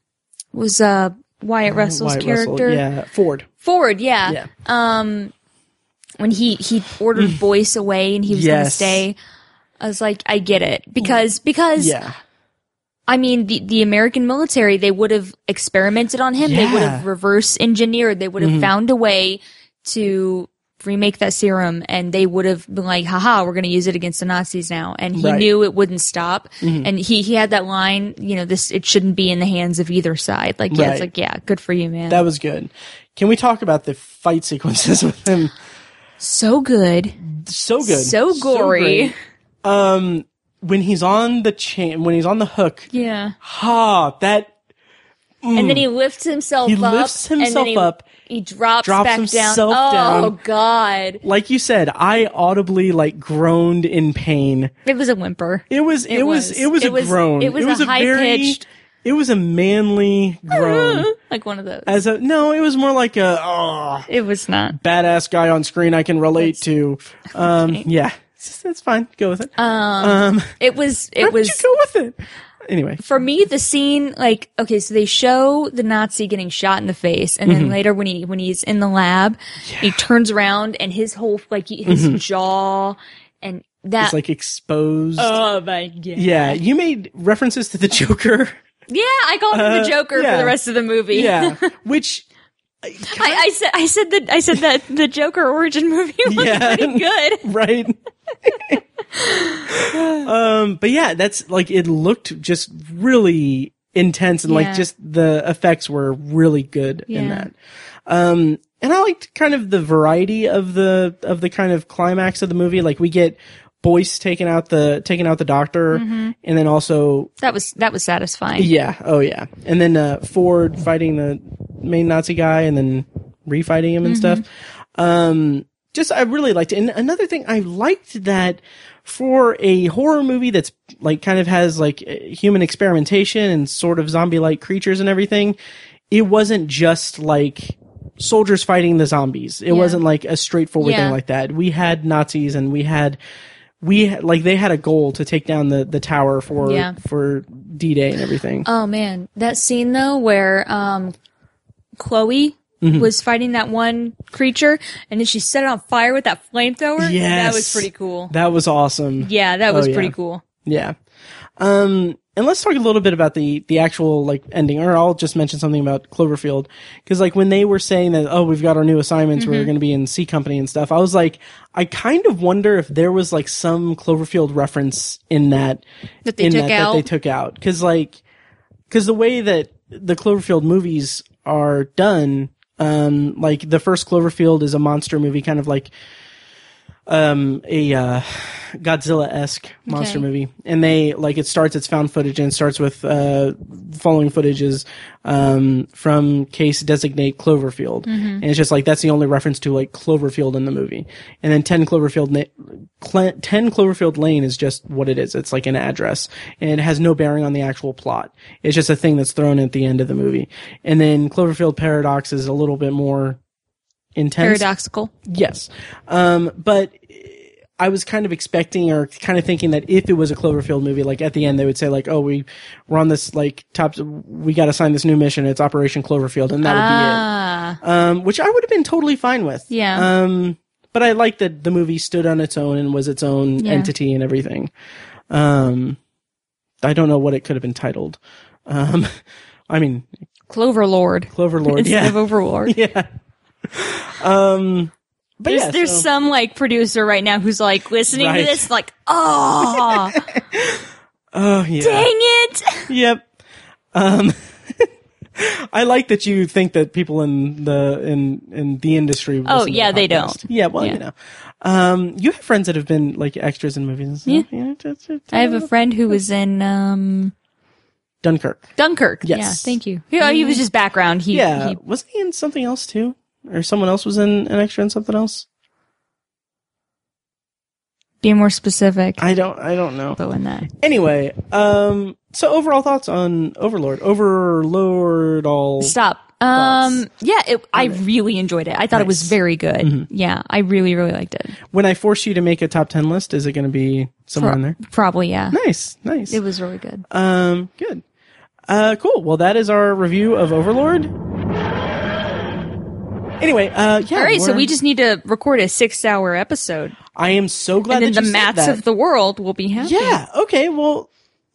Speaker 2: was uh Wyatt Russell's
Speaker 1: Wyatt
Speaker 2: character
Speaker 1: Russell, yeah, Ford.
Speaker 2: Ford, yeah.
Speaker 1: Yeah. Mm.
Speaker 2: Um, when he he ordered Boyce away and he was gonna
Speaker 1: Yes.
Speaker 2: stay, I was like, I get it because because
Speaker 1: Yeah.
Speaker 2: I mean the the American military they would have experimented on him, they would have
Speaker 1: Yeah. Mm-hmm.
Speaker 2: reverse engineered, they would have found a way to remake that serum and they would have been like haha we're going to use it against the nazis now and he
Speaker 1: Right. Mm-hmm.
Speaker 2: knew it wouldn't stop and he he had that line you know this it shouldn't be in the hands of either side like yeah
Speaker 1: Right.
Speaker 2: it's like yeah good for you man
Speaker 1: That was good. Can we talk about the fight sequences with him?
Speaker 2: so good
Speaker 1: So good.
Speaker 2: So gory.
Speaker 1: great. um. When he's on the chain, when he's on the hook,
Speaker 2: yeah
Speaker 1: ha! That
Speaker 2: And then he lifts himself
Speaker 1: He
Speaker 2: up.
Speaker 1: lifts
Speaker 2: and then
Speaker 1: himself
Speaker 2: he-
Speaker 1: up,
Speaker 2: He drops,
Speaker 1: drops
Speaker 2: back down.
Speaker 1: himself
Speaker 2: oh,
Speaker 1: down.
Speaker 2: God.
Speaker 1: like you said, I audibly like groaned in pain.
Speaker 2: It was a whimper.
Speaker 1: It was it, was,
Speaker 2: was.
Speaker 1: it was
Speaker 2: It
Speaker 1: a
Speaker 2: was-
Speaker 1: groan.
Speaker 2: it was a high-pitched-
Speaker 1: It was a manly groan.
Speaker 2: like one of those.
Speaker 1: As a no, it was more like a oh,
Speaker 2: It was not.
Speaker 1: badass guy on screen I can relate to. Um, yeah, it's, just- it's fine. Go with it.
Speaker 2: It was,
Speaker 1: Why
Speaker 2: it
Speaker 1: don't
Speaker 2: Uh, was.
Speaker 1: you go with it. Anyway,
Speaker 2: for me, the scene, like, okay, so they show the Nazi getting shot in the face, and
Speaker 1: Mm-hmm.
Speaker 2: then later when he when he's in the lab, he turns around and his whole like he- his jaw and that.
Speaker 1: Mm-hmm. it's like exposed.
Speaker 2: oh my god!
Speaker 1: yeah, you made references to the Joker.
Speaker 2: Yeah, I called him the Joker
Speaker 1: Uh, yeah.
Speaker 2: for the rest of the movie.
Speaker 1: Yeah, which
Speaker 2: I, I said I said that I said that the Joker origin movie was
Speaker 1: Yeah.
Speaker 2: pretty good.
Speaker 1: right. um, but yeah, that's like it looked just really intense and like
Speaker 2: Yeah.
Speaker 1: just the effects were really good in
Speaker 2: Yeah.
Speaker 1: that. Um, and I liked kind of the variety of the of the kind of climax of the movie. Like we get Boyce taking out the taking out the doctor,
Speaker 2: Mm-hmm.
Speaker 1: and then also
Speaker 2: That was that was satisfying.
Speaker 1: yeah, oh yeah, and then uh, Ford fighting the main Nazi guy, and then refighting him and
Speaker 2: Mm-hmm.
Speaker 1: stuff. Um, just I really liked it. And another thing I liked that for a horror movie that's like kind of has like uh, human experimentation and sort of zombie like creatures and everything, it wasn't just like soldiers fighting the zombies. It wasn't like a straightforward
Speaker 2: Yeah.
Speaker 1: thing like that. We had Nazis and we had we had- like they had a goal to take down the the tower for
Speaker 2: Yeah.
Speaker 1: for D Day and everything.
Speaker 2: Oh man, that scene though where um Chloe
Speaker 1: Mm-hmm.
Speaker 2: was fighting that one creature and then she set it on fire with that flamethrower.
Speaker 1: Yes.
Speaker 2: That was pretty cool.
Speaker 1: that was awesome.
Speaker 2: yeah, that was
Speaker 1: Oh, yeah.
Speaker 2: pretty cool.
Speaker 1: Yeah. Um, and let's talk a little bit about the, the actual like ending, or I'll just mention something about Cloverfield. Cause like when they were saying that, oh, we've got our new assignments, we're going to be in C company and stuff. I was like, I kind of wonder if there was like some Cloverfield reference in that,
Speaker 2: That they
Speaker 1: in
Speaker 2: took
Speaker 1: that,
Speaker 2: out.
Speaker 1: that they took out. Cause like, cause the way that the Cloverfield movies are done, um, like the first Cloverfield is a monster movie, kind of like, um, a, uh, Godzilla esque monster
Speaker 2: Okay.
Speaker 1: movie, and they like it starts. It's found footage and it starts with uh, following footages um, from case designate Cloverfield, and it's just like that's the only reference to like Cloverfield in the movie, and then ten Cloverfield na- Cle- 10 Cloverfield Lane is just what it is. It's like an address and it has no bearing on the actual plot. It's just a thing that's thrown at the end of the movie. And then Cloverfield Paradox is a little bit more intense.
Speaker 2: Paradoxical.
Speaker 1: Yes. Um, but I was kind of expecting or kind of thinking that if it was a Cloverfield movie, like at the end, they would say like, oh, we, we're on this like top, we got to sign this new mission. It's Operation Cloverfield and that would be it. Um, which I would have been totally fine with.
Speaker 2: Ah. Yeah.
Speaker 1: Um, but I like that the movie stood on its own and was its own
Speaker 2: Yeah.
Speaker 1: entity and everything. Um, I don't know what it could have been titled. Um, I mean,
Speaker 2: Clover Lord.
Speaker 1: Cloverlord.
Speaker 2: Instead of
Speaker 1: yeah.
Speaker 2: Overlord.
Speaker 1: yeah. Um, but
Speaker 2: There's,
Speaker 1: yeah,
Speaker 2: there's
Speaker 1: so-
Speaker 2: some like producer right now who's like listening
Speaker 1: Right.
Speaker 2: to this, like, oh, dang
Speaker 1: Oh yeah.
Speaker 2: it.
Speaker 1: Yep. Um, I like that you think that people in the in in the industry.
Speaker 2: Oh,
Speaker 1: listen to
Speaker 2: yeah,
Speaker 1: the
Speaker 2: they
Speaker 1: podcast.
Speaker 2: don't.
Speaker 1: Yeah, well,
Speaker 2: Yeah.
Speaker 1: you know, um, you have friends that have been like extras in movies and stuff. Yeah, just- just-
Speaker 2: I have a friend who was in um,
Speaker 1: Dunkirk.
Speaker 2: Dunkirk.
Speaker 1: Yes.
Speaker 2: Yeah, thank you. Mm-hmm. He, he was just background. He,
Speaker 1: Yeah,
Speaker 2: he-
Speaker 1: wasn't he in something else too, or someone else was in an extra in something else?
Speaker 2: be more specific.
Speaker 1: I don't, I don't know.
Speaker 2: though in that.
Speaker 1: Anyway, um, so overall thoughts on Overlord? Overlord all.
Speaker 2: Stop. Um, yeah, it, Mm-hmm. I really enjoyed it. I thought it was
Speaker 1: Nice.
Speaker 2: very good. Yeah, I really, really liked it.
Speaker 1: When I force you to make a top ten list, is it going to be somewhere
Speaker 2: Pro-
Speaker 1: in there?
Speaker 2: Probably, yeah.
Speaker 1: Nice, nice.
Speaker 2: It was really good.
Speaker 1: Um, good. Uh, cool. Well, that is our review of Overlord. Anyway, uh, yeah.
Speaker 2: All right, so
Speaker 1: we're-
Speaker 2: we just need to record a six-hour episode,
Speaker 1: I am so glad
Speaker 2: and then
Speaker 1: that
Speaker 2: the
Speaker 1: you said
Speaker 2: mats
Speaker 1: that.
Speaker 2: of the world will be happy.
Speaker 1: Yeah. Okay. Well.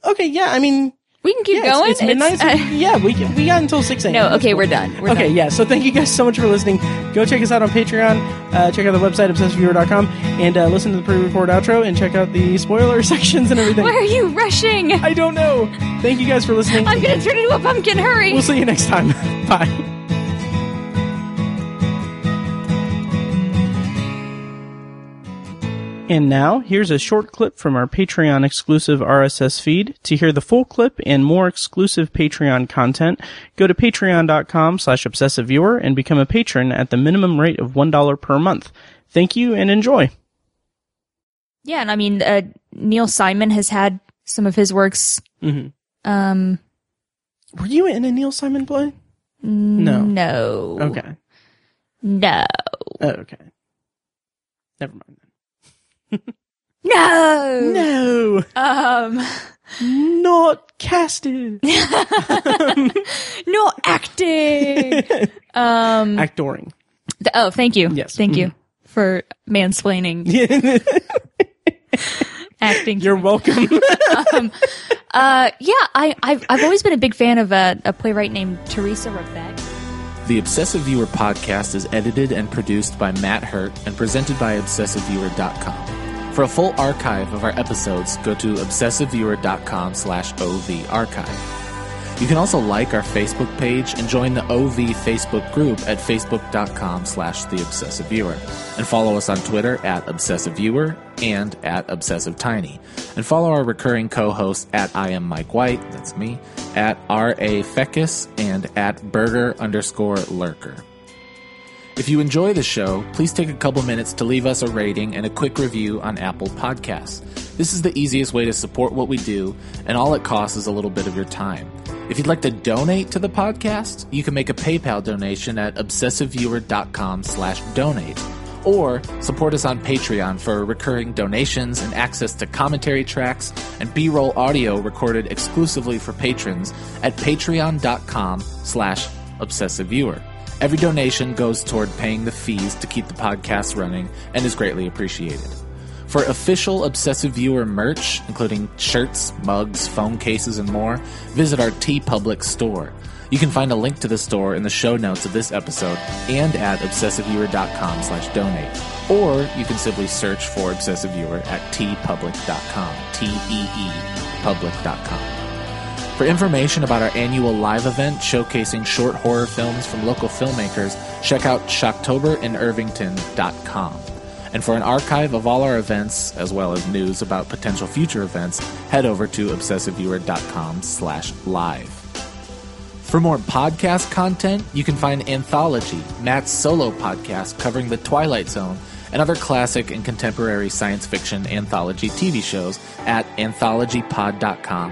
Speaker 1: Okay. Yeah. I mean.
Speaker 2: we can
Speaker 1: Yeah,
Speaker 2: keep
Speaker 1: it's-
Speaker 2: going.
Speaker 1: It's, midnight.
Speaker 2: uh,
Speaker 1: yeah. We we got until six a.m.
Speaker 2: no,
Speaker 1: That's
Speaker 2: okay,
Speaker 1: cool.
Speaker 2: we're done. We're
Speaker 1: okay,
Speaker 2: done.
Speaker 1: yeah. So thank you guys so much for listening. Go check us out on Patreon. Uh, check out the website, obsessiveviewer.com, and uh, listen to the pre-record outro and check out the spoiler sections and everything.
Speaker 2: Why are you rushing?
Speaker 1: I don't know. Thank you guys for listening.
Speaker 2: I'm gonna turn into a pumpkin. Hurry!
Speaker 1: We'll see you next time. Bye. And now, here's a short clip from our Patreon exclusive RSS feed. To hear the full clip and more exclusive Patreon content, go to patreon.com slash obsessiveviewer and become a patron at the minimum rate of $1 per month. Thank you and enjoy.
Speaker 2: Yeah, and I mean, uh, Neil Simon has had some of his works.
Speaker 1: Mm-hmm.
Speaker 2: Um,
Speaker 1: Were you in a Neil Simon play? Mm, No.
Speaker 2: no,
Speaker 1: Okay.
Speaker 2: no,
Speaker 1: Oh, okay. Never mind.
Speaker 2: no,
Speaker 1: No!
Speaker 2: Um,
Speaker 1: Not casted!
Speaker 2: no acting. um,
Speaker 1: Actoring.
Speaker 2: th- oh, thank you.
Speaker 1: Yes. Mm-hmm.
Speaker 2: thank you for mansplaining acting.
Speaker 1: You're welcome.
Speaker 2: uh, yeah, I, I've I've always been a big fan of uh, a, a playwright named Teresa Rebeck.
Speaker 12: The Obsessive Viewer podcast is edited and produced by Matt Hurt and presented by ObsessiveViewer.com. For a full archive of our episodes, go to ObsessiveViewer.com slash OV archive. You can also like our Facebook page and join the OV Facebook group at Facebook.com slash The Obsessive Viewer. And follow us on Twitter at Obsessive Viewer and at Obsessive Tiny. And follow our recurring co-hosts at I am Mike White, that's me, at R.A. Fecus and at Burger underscore Lurker. If you enjoy the show, please take a couple minutes to leave us a rating and a quick review on Apple Podcasts. This is the easiest way to support what we do, and all it costs is a little bit of your time. If you'd like to donate to the podcast, you can make a PayPal donation at obsessiveviewer.com slash donate, or support us on Patreon for recurring donations and access to commentary tracks and B-roll audio recorded exclusively for patrons at patreon.com slash obsessiveviewer. Every donation goes toward paying the fees to keep the podcast running and is greatly appreciated. For official Obsessive Viewer merch, including shirts, mugs, phone cases, and more, visit our T Public store. You can find a link to the store in the show notes of this episode and at obsessiveviewer.com slash donate. Or you can simply search for Obsessive Viewer at tpublic.com. T-E-E public.com. For information about our annual live event showcasing short horror films from local filmmakers, check out shocktoberinirvington.com. And for an archive of all our events, as well as news about potential future events, head over to obsessiveviewer.com slash live. For more podcast content, you can find Anthology, Matt's solo podcast covering the Twilight Zone, and other classic and contemporary science fiction anthology TV shows at anthologypod.com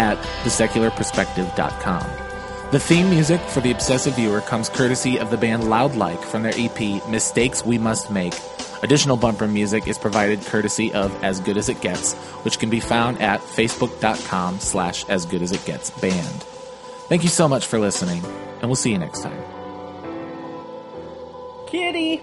Speaker 12: at thesecularperspective.com. The theme music for The Obsessive Viewer comes courtesy of the band Loud Like from their EP Mistakes We Must Make. Additional bumper music is provided courtesy of As Good As It Gets, which can be found at facebook.com slash as good as it gets band. Thank you so much for listening, and we'll see you next time.
Speaker 1: Kitty.